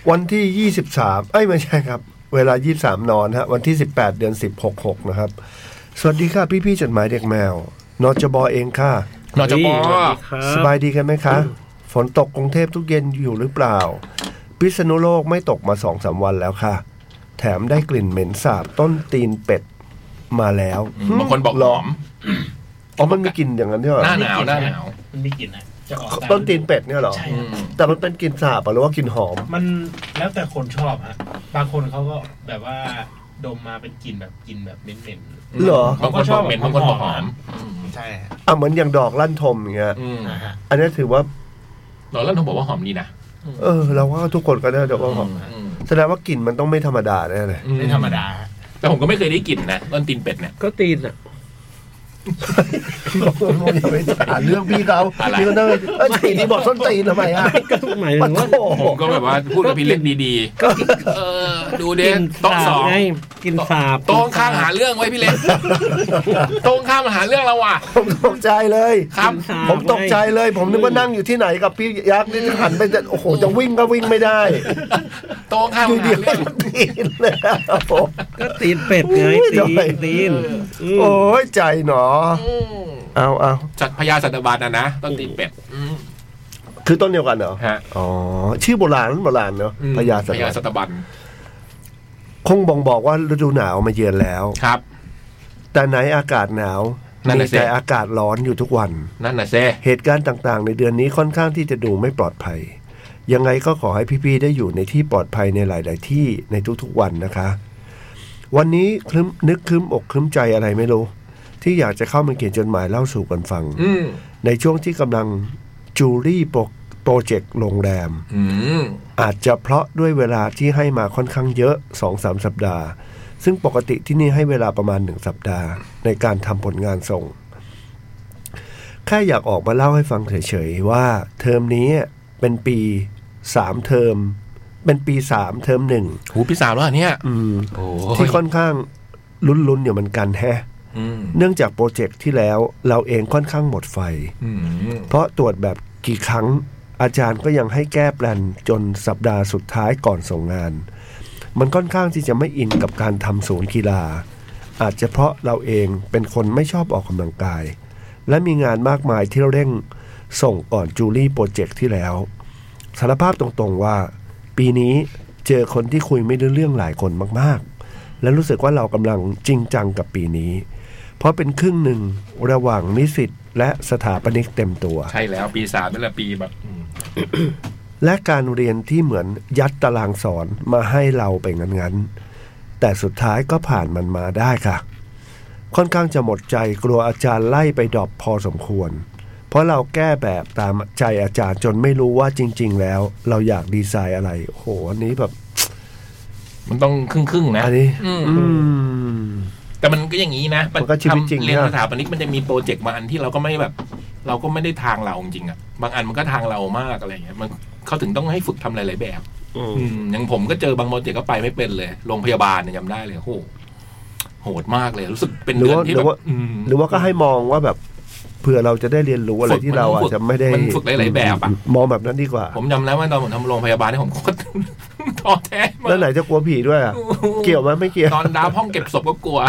วันที่ 23 เอ้ยไม่ใช่ครับ เวลา 23 นอนฮะ วันที่ 18 เดือน 10 6 6 นะครับ สวัสดีค่ะพี่ๆจดหมายเด็กแมวนจบอเองค่ะ นจป เฮ้ยสวัสดีครั สบายดีกันไหมคะ ฝนตกกรุงเทพทุกเย็นอยู่หรือเปล่า พิษณุโลกไม่ตกมาสองสามวันแล้วค่ะ แถมได้กลิ่นเหม็นสาบต้นตีนเป็ดมาแล้ว บางคนบอกหลอม อ๋อมันมีกลิ่นอย่างนั้นด้วยเหรอ หน้าหนาวหน้าหนาว มันมีกลิ่นนะจะออกาม ต้นตีนเป็ดเนี่ยเหรอ ใช่ อื ครับ ม แต่มันเป็นกลิ่นสาบอะหรือว่ากลิ่นหอม มันแล้วแต่คนชอบฮะบางคนเขาก็แบบว่าดมมาเป็นกลิ่นแบบกลิ่นแบบเหม็น เหรอ บางคนบอกเหม็นบางคนบอกหอม ๆ ใช่ฮะ อ่ะเหมือนอย่างดอกลั่นทมอย่างเงี้ย อืม อ่าฮะ อันนี้ถือว่า หลอนแล้วผมบอกว่าหอมดีนะ เออ เราว่าทุกคนก็น่าจะว่าหอม อืม แสดงว่ากลิ่นมันต้องไม่ธรรมดาแน่ เลย ไม่ธรรมดาฮะ แต่ผมก็ไม่เคยได้กลิ่นนะต้นตีนเป็ดเนี่ย ก็ตีนอ่ะ อย่าไปหาเรื่องพี่เขา อะไร พี่ก็เนอเอ้ยตีนนี่บอกส้นตีนทำไมอ่ะ ก็หมายถึงว่า ปะโถ ผมก็แบบว่าพูดกับพี่เล็กดีๆก็เออดูเด็ กิน โต๊ะส สา อบ ง ไงกินสาบ โต๊ะข้างหาเรื่องไว้พี่เล็ก โต๊ะข้างมาหาเรื่องเราว่ะ ผมตกใจเลย ครับ กินสาบ ผมตกใจ ไง เลย ผมนึกว่านั่งอยู่ที่ไหนกับพี่ยักษ์นี่หันไปจะโอ้โหจะวิ่งก็วิ่งไม่ได้ โต๊ะข้าง อ มา ยู่ หา เดียว เรื่อง มันตีนเลยครับผม ก็ตีนเป็ดไง อุ้ย ตี ทำไม นตีนอืม โอ้ยใจหนอ อืม เอาเอา จากพญาสัตบาลนะนะต้นตีนเป็ดอืม คือต้นเดียวกันเหรอ ฮะ อ๋อ ชื่อโบราณโบราณเนาะ อืม พญาสัต พญาสั ว์ ตบัน คงบ่งบอกว่าฤดูหนาวมาเยือนแล้ว ครับ แต่ไหนอากาศหนาว นั่น มี น่ะสิ แต่อากาศร้อนอยู่ทุกวัน นั่นน่ะเซ่ เหตุการณ์ต่างๆ ในเดือนนี้ค่อนข้างที่จะดูไม่ปลอดภัย ยังไงก็ขอให้พี่ๆได้อยู่ในที่ปลอดภัยในหลาย ๆ ที่ในทุกๆวันนะคะ วันนี้คลึ้มนึกคลึ้มอกคลึ้มใจอะไรไม่รู้ ที่อยากจะเข้ามาเขียนจดหมายเล่าสู่กันฟัง อืม ในช่วงที่กำลังจูรี่โปรเจกต์โรงแรม อืม อาจจะเพราะด้วยเวลาที่ให้มาค่อนข้างเยอะ 2-3 สัปดาห์ ซึ่งปกติที่นี่ให้เวลาประมาณ 1 สัปดาห์ ในการทำผลงานส่ง แค่อยากออกมาเล่าให้ฟังเฉยๆ ว่าเทอมนี้เป็นปี 3 เทอม เป็นปี 3 เทอมหนึ่ง หูพี่สามแล้วเหรอเนี่ย อืม โอ้ ที่ค่อนข้างลุ้นๆอยู่เหมือนกันแฮะ อืม เนื่องจากโปรเจกต์ที่แล้วเราเองค่อนข้างหมดไฟ อืม เพราะตรวจแบบกี่ครั้งอาจารย์ก็ยังให้แก้แปลนจนสัปดาห์สุดท้ายก่อนส่งงาน มันค่อนข้างที่จะไม่อินกับการทำศูนย์กีฬา อาจจะเพราะเราเองเป็นคนไม่ชอบออกกำลังกาย และมีงานมากมายที่เราเร่งส่งก่อนจูลี่โปรเจกต์ที่แล้ว สารภาพตรงๆว่า ปีนี้เจอคนที่คุยไม่รู้เรื่องหลายคนมากๆ และรู้สึกว่าเรากำลังจริงจังกับปีนี้ เพราะเป็นครึ่งหนึ่งระหว่างนิสิตและสถาปนิกเต็มตัว ใช่แล้วปีสามนั่นแหละปีแบบ และการเรียนที่เหมือนยัดตารางสอนมาให้เราไปงั้นๆ แต่สุดท้ายก็ผ่านมันมาได้ค่ะ ค่อนข้างจะหมดใจกลัวอาจารย์ไล่ไปดรอปพอสมควร เพราะเราแก้แบบตามใจอาจารย์จนไม่รู้ว่าจริง ๆ แล้ว เราอยากดีไซน์อะไร โอ้โห อันนี้แบบ มันต้องครึ่งครึ่งๆนะ อันนี้ อืม อืม แต่มันก็อย่างนี้นะ มันก็ชีวิตจริง ทำเรียน นะ สถาปนิกมันจะมีโปรเจกต์บางอันที่เราก็ไม่แบบ เราก็ไม่ได้ทางเราจริงๆอ่ะบางอันมันก็ทางเรามากอะไรอย่างเงี้ยมันเขาถึงต้องให้ฝึกทำหลายๆแบบ อืม อืมอย่างผมก็เจอบางโปรเจกต์ก็ไปไม่เป็นเลยโรงพยาบาลเนี่ยจำได้เลยโหโหดมากเลย รู้สึกเป็น หรือ เดือน ว่า ที่ หแบรือบ ว่า อืม หรือว่าก็ให้มองว่าแบบเผื่อเราจะได้เรียนรู้อะไรที่เราอาจจะไม่ได้ มันฝึกหลายๆแบบอ่ะ มองแบบนั้นดีกว่า ผมจำได้ว่าตอนผมทำโรงพยาบาลเนี่ยผมโคตร ท้อแท้มา แล้วไหน ก จะกลัวผีด้วยอะเกี่ยวไหมไม่เกี่ยว ตอนดาวห้องเก็บศพก็กลัว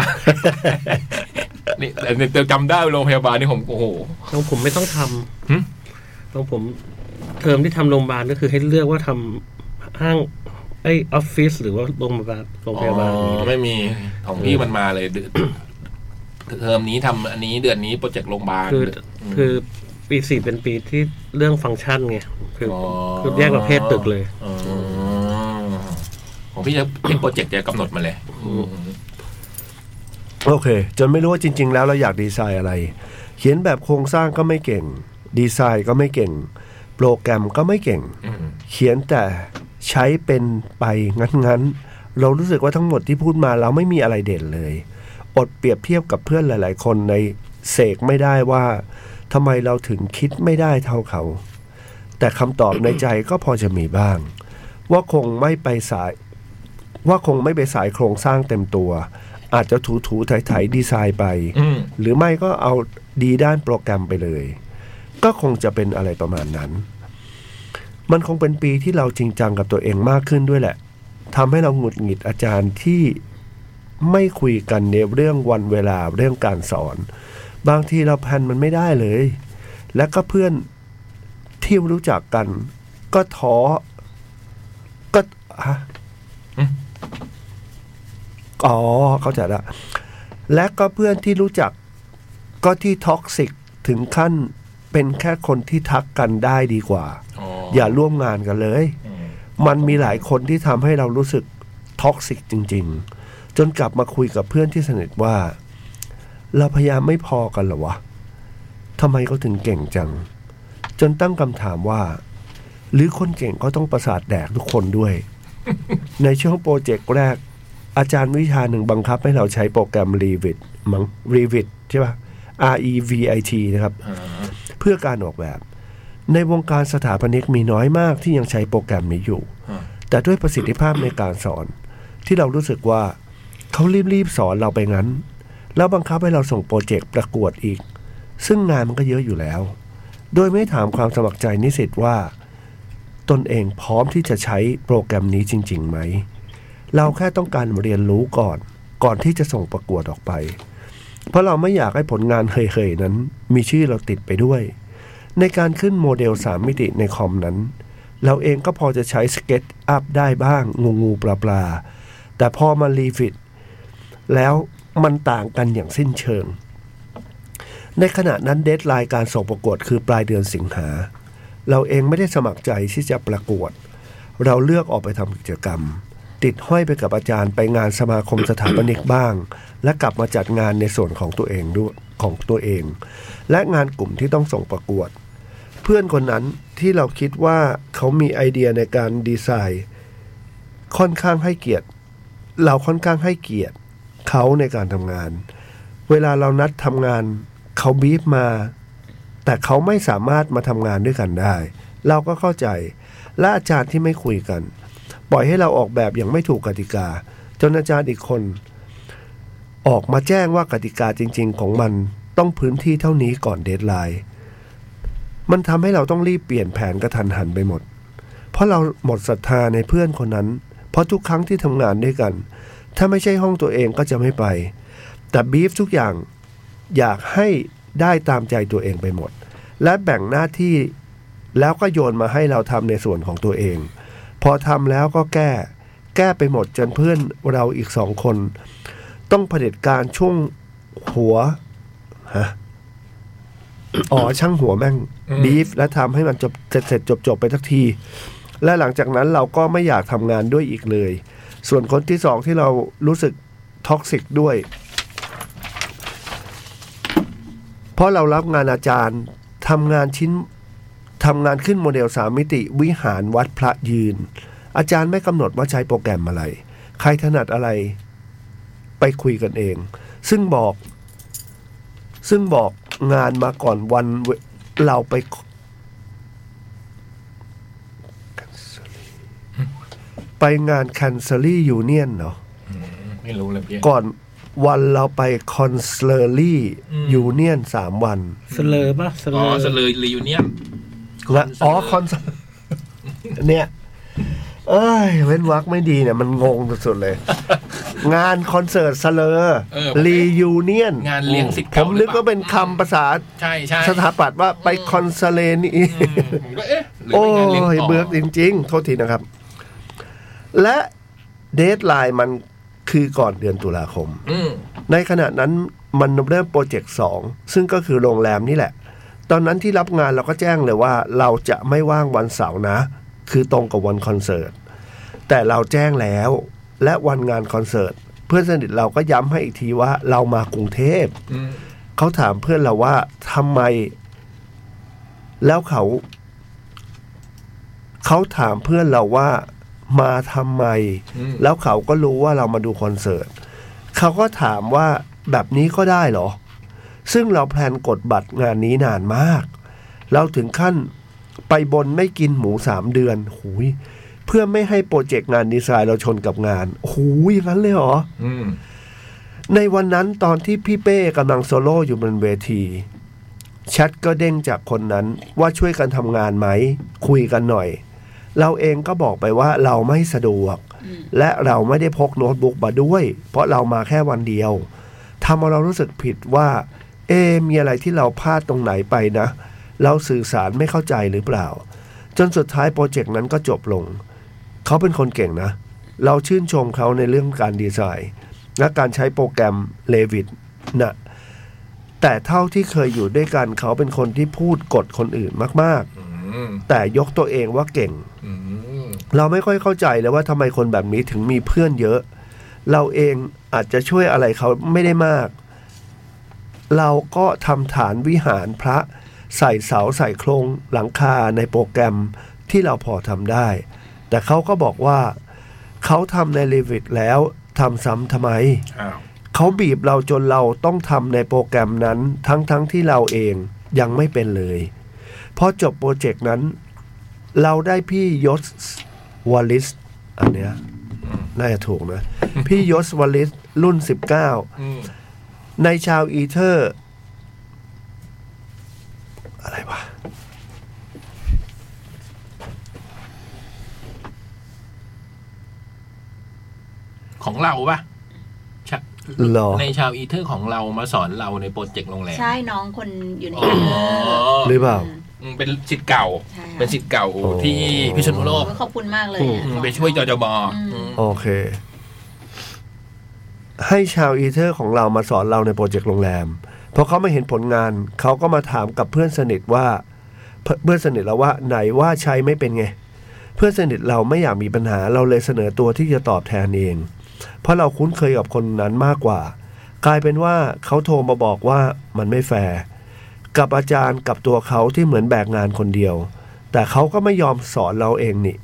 นี่แต่จำได้ว่าโรงพยาบาลนี่ผมโอ้โห ของผมไม่ต้องท หึ ำของผม เทอมที่ทำโรงพยาบาลก็คือให้เลือกว่าทำห้างไอยออฟฟิศหรือว่าโรงพยาบาลโรงพยาบาล อ๋อไม่มีของพี่มันมาเลยเดือนเทอมนี้ทำอันนี้เดือนนี้โปรเจกต์โรงพยาบาล คือ ม คือปีสี่เป็นปีที่เรื่องฟังก์ชันไงคืออ อ คือแยกประเภทตึกเลย อ๋อของพี่จะพี่โปรเจกต์จะกำหนดมาเลย โอเค จนไม่รู้ว่าจริง ๆ แล้วเราอยากดีไซน์อะไร เขียนแบบโครงสร้างก็ไม่เก่ง ดีไซน์ก็ไม่เก่ง โปรแกรมก็ไม่เก่ง อืม เขียนแต่ใช้เป็นไปงั้นๆ เรารู้สึกว่าทั้งหมดที่พูดมาเราไม่มีอะไรเด่นเลย อดเปรียบเทียบกับเพื่อนหลาย ๆ คนในเสกไม่ได้ว่าทำไมเราถึงคิดไม่ได้เท่าเขา แต่คำตอบในใจก็พอจะมีบ้าง ว่าคงไม่ไปสาย ว่าคงไม่ไปสายโครงสร้างเต็มตัว อาจจะถูๆไถๆดีไซน์ไป อืม หรือไม่ก็เอาดีด้านโปรแกรมไปเลย ก็คงจะเป็นอะไรประมาณนั้น มันคงเป็นปีที่เราจริงจังกับตัวเองมากขึ้นด้วยแหละทำให้เราหงุดหงิดอาจารย์ที่ไม่คุยกันในเรื่องวันเวลาเรื่องการสอน บางทีเราแพลนมันไม่ได้เลย และก็เพื่อนที่รู้จักกัน ก็ท้อก็ฮะอ๋อเข้าใจละ และก็เพื่อนที่รู้จักก็ที่ท็อกซิกถึงขั้นเป็นแค่คนที่ทักกันได้ดีกว่า อย่าร่วมงานกันเลย อืม มันมีหลายคนที่ทำให้เรารู้สึกท็อกซิกจริง ๆ จนกลับมาคุยกับเพื่อนที่สนิทว่า เราพยายามไม่พอกันเหรอวะทำไมเขาถึงเก่งจัง จนตั้งคำถามว่า หรือคนเก่งก็ต้องประสาทแดกทุกคนด้วย ในช่วงโปรเจกต์แรก อาจารย์วิชาหนึ่งบังคับให้เราใช้โปรแกรม Revit มั้ง Revit ใช่ป่ะ R E V I T นะครับ อ่า เพื่อการออกแบบ ในวงการสถาปนิกมีน้อยมากที่ยังใช้โปรแกรมนี้อยู่ อ่า แต่ด้วยประสิทธิภาพในการสอน ที่เรารู้สึกว่าเขารีบๆสอนเราไปงั้น แล้วบังคับให้เราส่งโปรเจกต์ประกวดอีก ซึ่งงานมันก็เยอะอยู่แล้ว โดยไม่ถามความสมัครใจนิสิตว่า ตนเองพร้อมที่จะใช้โปรแกรมนี้จริงๆไหม เราแค่ต้องการเรียนรู้ก่อน ก่อนที่จะส่งประกวดออกไป เพราะเราไม่อยากให้ผลงานเคยๆนั้น มีชื่อเราติดไปด้วย ในการขึ้นโมเดล 3 มิติในคอมนั้น เราเองก็พอจะใช้สเก็ตอัพได้บ้าง งูงูปลาปลาๆแต่พอมารีฟิต แล้วมันต่างกันอย่างสิ้นเชิง ในขณะนั้นเดทไลน์การส่งประกวดคือปลายเดือนสิงหา เราเองไม่ได้สมัครใจที่จะประกวด เราเลือกออกไปทำกิจกรรม ติดห้อยไปกับอาจารย์ไปงานสมาคมสถาปนิกบ้าง และกลับมาจัดงานในส่วนของตัวเองด้วยของตัวเอง และงานกลุ่มที่ต้องส่งประกวด เพื่อนคนนั้นที่เราคิดว่าเขามีไอเดียในการดีไซน์ ค่อนข้างให้เกียรติ เราค่อนข้างให้เกียรติ เขาในการทำงาน เวลาเรานัดทำงานเขาบีฟมา แต่เขาไม่สามารถมาทำงานด้วยกันได้ เราก็เข้าใจ และอาจารย์ที่ไม่คุยกัน ปล่อยให้เราออกแบบอย่างไม่ถูกกติกา จนอาจารย์อีกคน ออกมาแจ้งว่ากติกาจริง ๆ ของมันต้องพื้นที่เท่านี้ก่อนเดทไลน์ มันทำให้เราต้องรีบเปลี่ยนแผนกระทันหันไปหมด เพราะเราหมดศรัทธาในเพื่อนคนนั้น เพราะทุกครั้งที่ทำงานด้วยกัน ถ้าไม่ใช่ห้องตัวเองก็จะไม่ไป แต่บีฟทุกอย่างอยากให้ได้ตามใจตัวเองไปหมด และแบ่งหน้าที่แล้วก็โยนมาให้เราทำในส่วนของตัวเอง พอทำแล้วก็แก้ แก้ไปหมดจนเพื่อนเราอีกสองคน ต้องเผด็จการช่วงหัวฮะอ๋อช่างหัวแม่ง อืม บีฟและทำให้มันจบเสร็จเสร็จจบจบๆไปสักที และหลังจากนั้นเราก็ไม่อยากทำงานด้วยอีกเลย ส่วนคนที่สองที่เรารู้สึกท็อกซิกด้วย เพราะเรารับงานอาจารย์ทำงานชิ้นทำงานขึ้นโมเดลสามมิติวิหารวัดพระยืน อาจารย์ไม่กำหนดว่าใช้โปรแกรมอะไร ใครถนัดอะไร ไปคุยกันเอง ซึ่งบอก ซึ่งบอกงานมาก่อนวันเวเราไป ไปงาน c a n c e l l y Union เนาะ ไม่รู้เลยพี่ ก่อนวันเราไปคอนเซอร์ลี่ อืม ยูเนียนสามวัน เสลอป่ะเสล อ๋อ อ สเลยรียูเนียน และ คอนเสิร์ต อ๋อคอนเสิร์ต เนี่ย เอ้ย เว้นวักไม่ดีเนี่ย มันงงสุดๆเลย งานคอนเสิร์ตเสลอ เออผม รียูเนียน งานเลี้ยงสิทธิ์ ผ เก่าม หรือเปล่า นึกว่าเป็นคำภาษา ใช่ใช่ สถาปัตย์ว่าไปคอนเซเลนี่ อืมผมก็เอ๊ะหรือ โอ้ เป็นงานเลี้ยง ย ต่อ เบือกจริง ๆ โทษทีนะครับ และเดทไลน์มันคือก่อนเดือนตุลาคม อืม ในขณะนั้นมันเริ่มโปรเจกต์สองซึ่งก็คือโรงแรมนี่แหละ ตอนนั้นที่รับงานเราก็แจ้งเลยว่าเราจะไม่ว่างวันเสาร์นะ คือตรงกับวันคอนเสิร์ต แต่เราแจ้งแล้ว และวันงานคอนเสิร์ต เพื่อนสนิทเราก็ย้ำให้อีกทีว่าเรามากรุงเทพ อืม เขาถามเพื่อนเราว่าทำไม แล้วเขา เขาถามเพื่อนเราว่ามาทำไม อืม แล้วเขาก็รู้ว่าเรามาดูคอนเสิร์ต เขาก็ถามว่าแบบนี้ก็ได้เหรอ ซึ่งเราแพลนกดบัตรงานนี้นานมาก เราถึงขั้นไปบนไม่กินหมูสามเดือนหูยเพื่อไม่ให้โปรเจกต์งานดีไซน์เราชนกับงานหูยอย่างนั้นเลยเหรอ อืม ในวันนั้นตอนที่พี่เป้กำลังโซโล่อยู่บนเวทีแชทก็เด้งจากคนนั้นว่าช่วยกันทำงานไหม คุยกันหน่อย เราเองก็บอกไปว่าเราไม่สะดวก อืม และเราไม่ได้พกโน้ตบุ๊กมาด้วย เพราะเรามาแค่วันเดียวทำให้เรารู้สึกผิดว่า เอะมีอะไรที่เราพลาดตรงไหนไปนะ เราสื่อสารไม่เข้าใจหรือเปล่า จนสุดท้ายโปรเจกต์นั้นก็จบลง เขาเป็นคนเก่งนะ เราชื่นชมเขาในเรื่องการดีไซน์ และการใช้โปรแกรมเลวิตนะแต่เท่าที่เคยอยู่ด้วยกันเขาเป็นคนที่พูดกดคนอื่นมาก อืม ๆ แต่ยกตัวเองว่าเก่ง อืม เราไม่ค่อยเข้าใจเลยว่าทำไมคนแบบนี้ถึงมีเพื่อนเยอะ เราเองอาจจะช่วยอะไรเขาไม่ได้มาก เราก็ทำฐานวิหารพระใส่เสาใส่โครงหลังคาในโปรแกรมที่เราพอทำได้ แต่เขาก็บอกว่า เขาทำในลิวิตแล้วทำซ้ำทำไม อ้าว เขาบีบเราจนเราต้องทำในโปรแกรมนั้นทั้งๆทที่เราเองยังไม่เป็นเลยพอจบโปรเจกต์นั้น เราได้พี่ยศวลิสอันเนี้ยน่าจะถูกนะ พี่ยศวลิสรุ่น อืม 19 ในชาวอีเทอร์ อะไรวะ ของเราปะชะ หรอ ในชาวอีเทอร์ของเรามาสอนเราในโปรเจกต์โรงแรม ใช่น้องคนอยู่ใน อ๋อ เออ หรือเปล่า อืมเป็นสิทธิ์เก่า ใช่ค่ะ เป็นสิทธิ์เก่าที่พิษณุโลก โอ้ยขอบคุณมากเลยอะ อืมไปช่วยจจบ อืม อืม โอเค ให้ชาวอีเทอร์ของเรามาสอนเราในโปรเจกต์โรงแรมพอเขาไม่เห็นผลงาน เขาก็มาถามกับเพื่อนสนิทว่าเพื่อนเพื่อนสนิทเราว่าไหนว่าใช้ไม่เป็นไง เพื่อนสนิทเราไม่อยากมีปัญหา เราเลยเสนอตัวที่จะตอบแทนเอง เพราะเราคุ้นเคยกับคนนั้นมากกว่า กลายเป็นว่าเขาโทรมาบอกว่ามันไม่แฟร์กับอาจารย์กับตัวเขาที่เหมือนแบกงานคนเดียว แต่เขาก็ไม่ยอมสอนเราเองนี่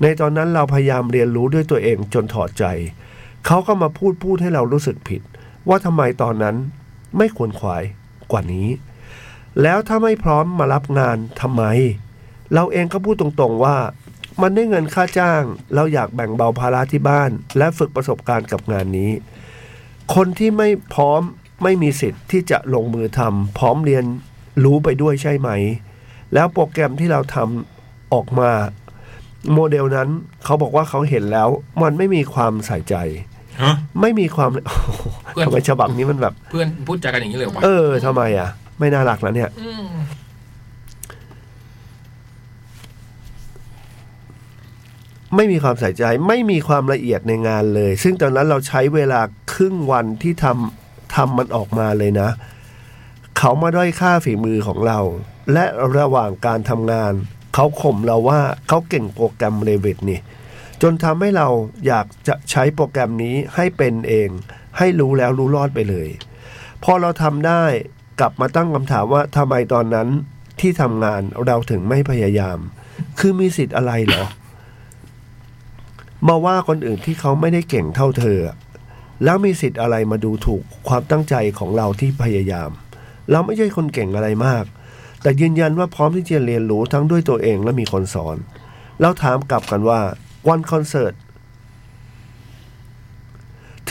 ในตอนนั้นเราพยายามเรียนรู้ด้วยตัวเองจนถอดใจ เขาก็มาพูดพูดให้เรารู้สึกผิด ว่าทำไมตอนนั้นไม่ควรขวายกว่านี้ แล้วถ้าไม่พร้อมมารับงานทำไม เราเองก็พูดตรงๆว่า มันได้เงินค่าจ้าง เราอยากแบ่งเบาภาระที่บ้าน และฝึกประสบการณ์กับงานนี้ คนที่ไม่พร้อมไม่มีสิทธิ์ที่จะลงมือทำพร้อมเรียนรู้ไปด้วยใช่ไหม แล้วโปรแกรมที่เราทำออกมา โมเดลนั้นเขาบอกว่าเขาเห็นแล้ว มันไม่มีความใส่ใจ ฮะ ไม่มีความ โอ้โห เพื่อน ทำไมฉบับนี้มันแบบ เพื่อนพูดจากันอย่างนี้เลยวะ เออทำไมอ่ะ ไม่น่ารักนะเนี่ย ม ไม่มีความใส่ใจไม่มีความละเอียดในงานเลย ซึ่งตอนนั้นเราใช้เวลาครึ่งวันที่ทำทำมันออกมาเลยนะ เขามาด้อยค่าฝีมือของเรา และระหว่างการทำงาน เขาข่มเราว่าเขาเก่งโปรแกรมเลเวตนี่ จนทำให้เราอยากจะใช้โปรแกรมนี้ให้เป็นเอง ให้รู้แล้วรู้รอดไปเลย พอเราทำได้กลับมาตั้งคำถามว่าทำไมตอนนั้นที่ทำงานเราถึงไม่พยายาม คือมีสิทธิ์อะไรเหรอ มาว่าคนอื่นที่เขาไม่ได้เก่งเท่าเธอ แล้วมีสิทธิ์อะไรมาดูถูกความตั้งใจของเราที่พยายาม เราไม่ใช่คนเก่งอะไรมาก แต่ยืนยันว่าพร้อมที่จะเรียนรู้ทั้งด้วยตัวเองและมีคนสอน เราถามกลับกันว่าวันคอนเสิร์ต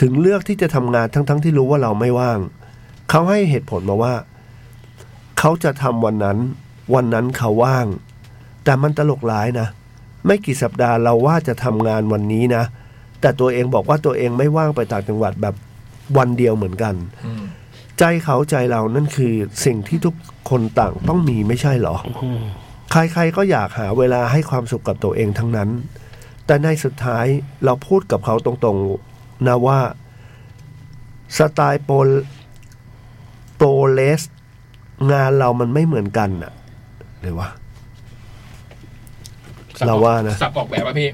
ถึงเลือกที่จะทำงานทั้งๆทที่รู้ว่าเราไม่ว่าง เขาให้เหตุผลมาว่า เขาจะทำวันนั้น วันนั้นเขาว่าง แต่มันตลกร้ายนะ ไม่กี่สัปดาห์เราว่าจะทำงานวันนี้นะ แต่ตัวเองบอกว่าตัวเองไม่ว่างไปต่างจังหวัดแบบวันเดียวเหมือนกัน อืม ใจเขาใจเรานั่นคือสิ่งที่ทุกคนต่างต้องมีไม่ใช่เหรอ อืม ใครๆก็อยากหาเวลาให้ความสุขกับตัวเองทั้งนั้น แต่ในสุดท้ายเราพูดกับเขาตรงๆนะว่า สไตล์โปรโปรเลส งานเรามันไม่เหมือนกันน่ะหรือวะ เราว่านะ สับออกแบบป่ะพี่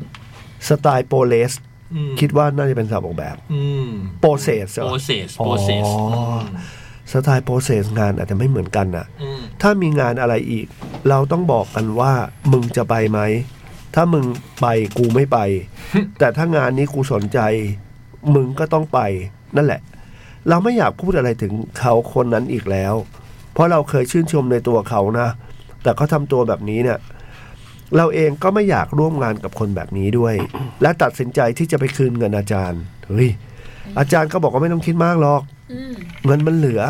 สไตล์โปรเลส อืม คิดว่าน่าจะเป็นสาวออกแบบ อืม โปรเซสเหรอ process อ๋อ process สไตล์โปรเซสงานอาจจะไม่เหมือนกันน่ะ อืม ถ้ามีงานอะไรอีก เราต้องบอกกันว่ามึงจะไปไหม ถ้ามึงไปกูไม่ไป แต่ถ้างานนี้กูสนใจ มึงก็ต้องไป นั่นแหละ เราไม่อยากพูดอะไรถึงเขาคนนั้นอีกแล้ว เพราะเราเคยชื่นชมในตัวเขานะ แต่เขาทำตัวแบบนี้เนี่ย เราเองก็ไม่อยากร่วมงานกับคนแบบนี้ด้วย และตัดสินใจที่จะไปคืนเงินอาจารย์เฮ้ยอาจารย์ก็บอกว่าไม่ต้องคิดมากหรอก อืม เงินมันเหลือ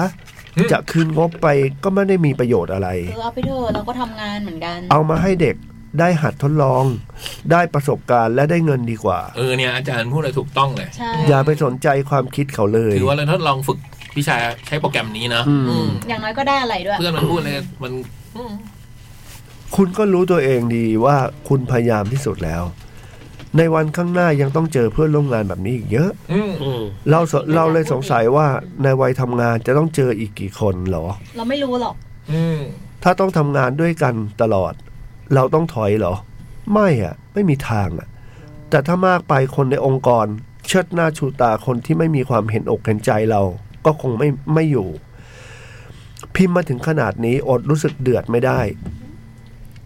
จะคืนงบไปก็ไม่ได้มีประโยชน์อะไร เออเอาไปเถอะเราก็ทำงานเหมือนกัน เอามาให้เด็กได้หัดทดลอง ได้ประสบการณ์และได้เงินดีกว่า เออเนี่ยอาจารย์พูดอะไรถูกต้องเลย ใช่ อย่าไปสนใจความคิดเขาเลย ถือว่าเราทดลองฝึกวิชาใช้โปรแกรมนี้นะ อืม อืม อย่างน้อยก็ได้อะไรด้วย เพื่อนมันพูดเลยมัน คุณก็รู้ตัวเองดีว่าคุณพยายามที่สุดแล้ว ในวันข้างหน้ายังต้องเจอเพื่อนร่วมงานแบบนี้อีกเยอะ อืม อืม เราสเราเลยสงสัยว่าในวัยทำงานจะต้องเจออีกกี่คนเหรอ เราไม่รู้หรอก อืม ถ้าต้องทำงานด้วยกันตลอด เราต้องถอยเหรอ ไม่อะไม่มีทางอะแต่ถ้ามากไปคนในองค์กร เชิดหน้าชูตาคนที่ไม่มีความเห็นอกเห็นใจเรา ก็คงไม่ไม่อยู่ พิมพ์มาถึงขนาดนี้อดรู้สึกเดือดไม่ได้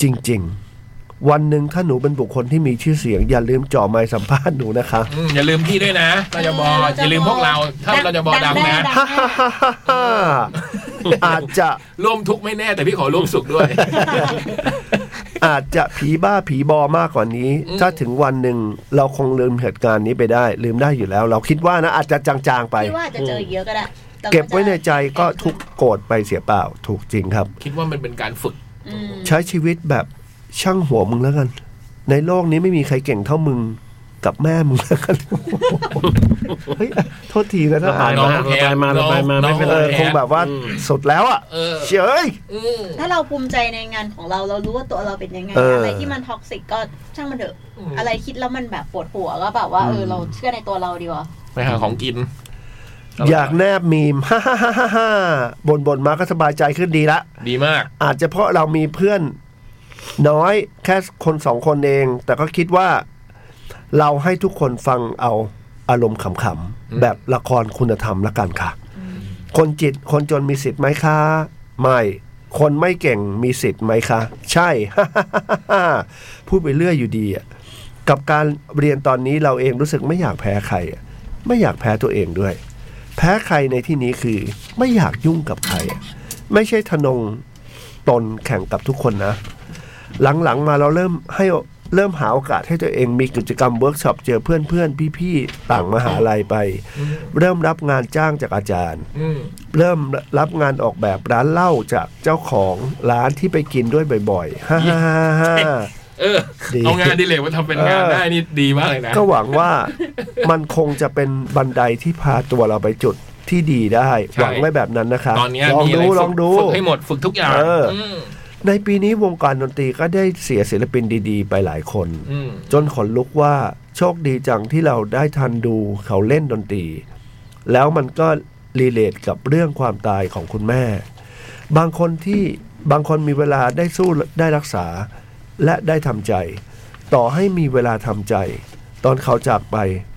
จริง วันหนึ่งถ้าหนูเป็นบุคคลที่มีชื่อเสียง อย่าลืมเจ่อไมค์สัมภาษณ์หนูนะคะ อืมอย่าลืมพี่ด้วยนะเราจะบออย่าลืมพวกเราถ้าเราจะบอดังนะแดังแ อาจจะ ร่วมทุกข์ไม่แน่แต่พี่ขอร่วมสุข ด้วย อาจจะผีบ้าผีบอมากกว่านี้ ถ้าถึงวันหนึ่งเราคงลืมเหตุการณ์นี้ไปได้ ลืมได้อยู่แล้ว เราคิดว่านะอาจจะจางๆไป น่คิดว่าจะเจออีกเยอะก็ได้แต่ เก็บไว้ในใจก็ทุกข์โกรธไปเสียเปล่า ถูกจริงครับ คิดว่ามันเป็นการฝึก อืม ใช้ชีวิตแบบช่างหัวมึงแล้วกัน ในโลกนี้ไม่มีใครเก่งเท่ามึงกับแม่มึงแล้วกันเฮ้ยโทษทีนะถ้า ระบา อ่าย น มาระบายมาน้องน้ ระ อง บายมา น้อ ไม่ ง เป็น เอ ไร อคงแบบว่า อืม สุดแล้วอ่ะ เออ เฉย อืม ถ้าเราภูมิใจในงานของเราเรารู้ว่าตัวเราเป็นยังไง เอออ อะไรที่มันท็อกซิกก็ช่างมันเถอะอะไรคิดแล้วมันแบบปวดหัวก็แบบว่าเออเราเชื่อในตัวเราดีกว่า ไปหาของกิน อยากแนบมีม ฮ่าฮ่าฮ่าฮ่าฮ่าบนบนๆมาก็สบายใจขึ้นดีละ ดีมาก อาจจะเพราะเรามีเพื่อนน้อยแค่คนสองคนเอง แต่ก็คิดว่า เราให้ทุกคนฟังเอาอารมณ์ขำ อืม ๆ แบบละครคุณธรรมละกันค่ะ คนจิตคนจนมีสิทธิ์ไหมคะ ไม่ คนไม่เก่งมีสิทธิ์ไหมคะ ใช่ พูดไปเรื่อยอยู่ดีอะกับการเรียนตอนนี้เราเองรู้สึกไม่อยากแพ้ใครอะไม่อยากแพ้ตัวเองด้วย แพ้ใครในที่นี้คือ ไม่อยากยุ่งกับใครอะไม่ใช่ทะนง ตนแข่งกับทุกคนนะ หลังๆมาเราเริ่มให้เริ่มหาโอกาสให้ตัวเองมีกิจกรรมเวิร์กช็อปเจอเพื่อนๆ พี่ๆ ต่างมหาลัยไป เริ่มรับงานจ้างจากอาจารย์ อืม เริ่มรับงานออกแบบร้านเหล้าจากเจ้าของร้านที่ไปกินด้วยบ่อยๆฮ่าฮ่าฮ่าฮ่า เออ ดี เอางานอดิเลยว่าทำเป็นงาน เออ ได้นี่ดีมากเลยนะ ก็หวังว่ามันคงจะเป็นบันไดที่พาตัวเราไปจุดที่ดีได้ หวังไว้แบบนั้นนะคะ ตอนเนี้ย ลอง มีะไร ดู ฝึก ลองดู ฝึกให้หมดฝึกทุกอย่าง เอออื ม ในปีนี้วงการดนตรีก็ได้เสียศิลปินดีๆ ไปหลายคน อืม จนขนลุกว่าโชคดีจังที่เราได้ทันดูเขาเล่นดนตรี แล้วมันก็รีเลทกับเรื่องความตายของคุณแม่ บางคนที่บางคนมีเวลาได้สู้ได้รักษา และได้ทำใจ ต่อให้มีเวลาทำใจ ตอนเขาจากไป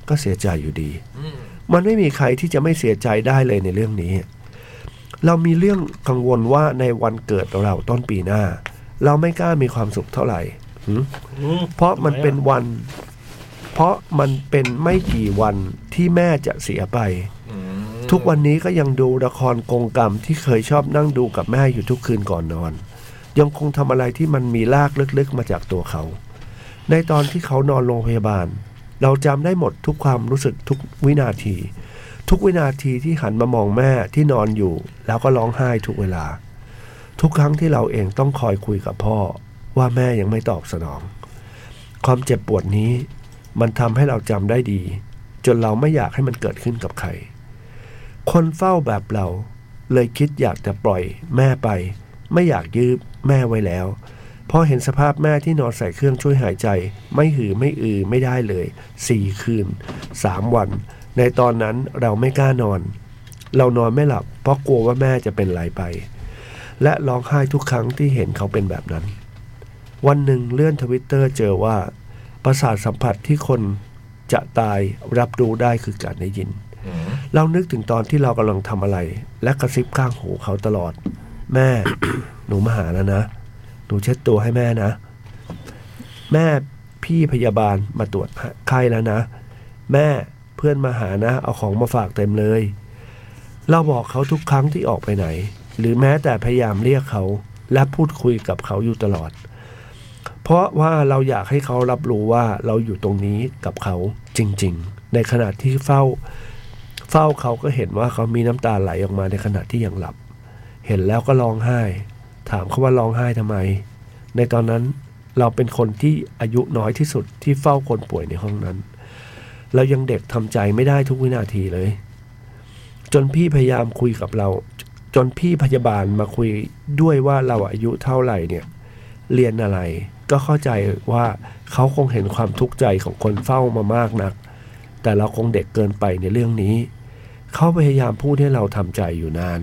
ก็เสียใจอยู่ดี อืม มันไม่มีใครที่จะไม่เสียใจได้เลยในเรื่องนี้ เรามีเรื่องกังวลว่าในวันเกิดเราต้นปีหน้า เราไม่กล้ามีความสุขเท่าไหร่หืม อืม เพราะมัน ทำไมอ่ะ เป็นวัน เพราะมันเป็นไม่กี่วันที่แม่จะเสียไป อืม ทุกวันนี้ก็ยังดูละครกงกรรมที่เคยชอบนั่งดูกับแม่อยู่ทุกคืนก่อนนอน ยังคงทำอะไรที่มันมีลากลึกๆมาจากตัวเขา ในตอนที่เขานอนโรงพยาบาล เราจำได้หมดทุกความรู้สึกทุกวินาที ทุกวินาทีที่หันมามองแม่ที่นอนอยู่ แล้วก็ร้องไห้ทุกเวลา ทุกครั้งที่เราเองต้องคอยคุยกับพ่อ ว่าแม่ยังไม่ตอบสนอง ความเจ็บปวดนี้มันทำให้เราจำได้ดี จนเราไม่อยากให้มันเกิดขึ้นกับใคร คนเฝ้าแบบเรา เลยคิดอยากจะปล่อยแม่ไป ไม่อยากยืมแม่ไว้แล้วพอเห็นสภาพแม่ที่นอนใส่เครื่องช่วยหายใจ ไม่หือไม่อือไม่ได้เลยสี่คืนสามวัน ในตอนนั้นเราไม่กล้านอน เรานอนไม่หลับ เพราะกลัวว่าแม่จะเป็นไรไป และร้องไห้ทุกครั้งที่เห็นเขาเป็นแบบนั้น วันหนึ่งเลื่อนทวิตเตอร์เจอว่า ประสาทสัมผัสที่คนจะตายรับรู้ได้คือการได้ยิน อืม เรานึกถึงตอนที่เรากำลังทำอะไร และกระซิบข้างหูเขาตลอด แม่ หนูมาหาแล้วนะ หนูเช็ดตัวให้แม่นะ แม่พี่พยาบาลมาตรวจไข้แล้วนะ แม่เพื่อนมาหานะ เอาของมาฝากเต็มเลย เราบอกเขาทุกครั้งที่ออกไปไหน หรือแม้แต่พยายามเรียกเขา และพูดคุยกับเขาอยู่ตลอด เพราะว่าเราอยากให้เขารับรู้ว่าเราอยู่ตรงนี้กับเขาจริง ๆ ในขณะที่เฝ้า เฝ้าเขาก็เห็นว่าเขามีน้ำตาไหลออกมาในขณะที่ยังหลับ เห็นแล้วก็ร้องไห้ ถามเขาว่าร้องไห้ทำไม ในตอนนั้นเราเป็นคนที่อายุน้อยที่สุดที่เฝ้าคนป่วยในห้องนั้น เรายังเด็กทำใจไม่ได้ทุกวินาทีเลย จนพี่พยายามคุยกับเรา จนพี่พยาบาลมาคุยด้วยว่าเราอายุเท่าไหร่เนี่ย เรียนอะไร ก็เข้าใจว่าเขาคงเห็นความทุกข์ใจของคนเฝ้ามามากนัก แต่เราคงเด็กเกินไปในเรื่องนี้ เขาพยายามพูดให้เราทำใจอยู่นาน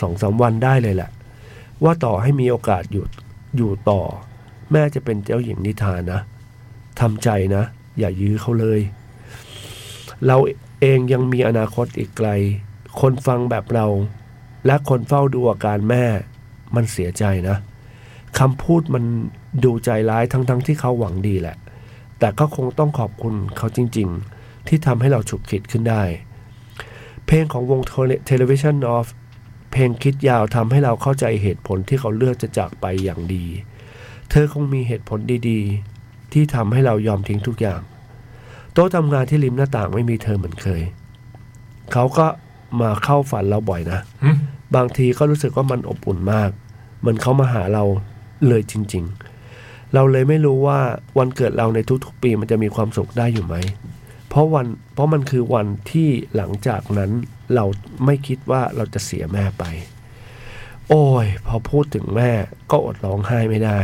สองสามวันได้เลยแหละ ว่าต่อให้มีโอกาสอยู่อยู่ต่อ แม่จะเป็นเจ้าหญิงนิทานนะทำใจนะ อย่ายื้อเขาเลย เราเองยังมีอนาคตอีกไกล คนฟังแบบเรา และคนเฝ้าดูอาการแม่ มันเสียใจนะ คำพูดมันดูใจร้ายทั้งๆทที่เขาหวังดีแหละ แต่ก็คงต้องขอบคุณเขาจริงๆ ที่ทำให้เราฉุกคิดขึ้นได้ เพลงของวง Tele- Television Off เพลงคิดยาวทำให้เราเข้าใจเหตุผลที่เขาเลือกจะจากไปอย่างดี เธอคงมีเหตุผลดีๆ ที่ทำให้เรายอมทิ้งทุกอย่าง โต๊ะทำงานที่ริมหน้าต่างไม่มีเธอเหมือนเคย เขาก็มาเข้าฝันเราบ่อยนะ หึ บางทีก็รู้สึกว่ามันอบอุ่นมาก มันเข้ามาหาเราเลยจริง ๆ เราเลยไม่รู้ว่าวันเกิดเราในทุกๆปีมันจะมีความสุขได้อยู่ไหม เพราะวันเพราะมันคือวันที่หลังจากนั้นเราไม่คิดว่าเราจะเสียแม่ไป โอ้ย พอพูดถึงแม่ก็อดร้องไห้ไม่ได้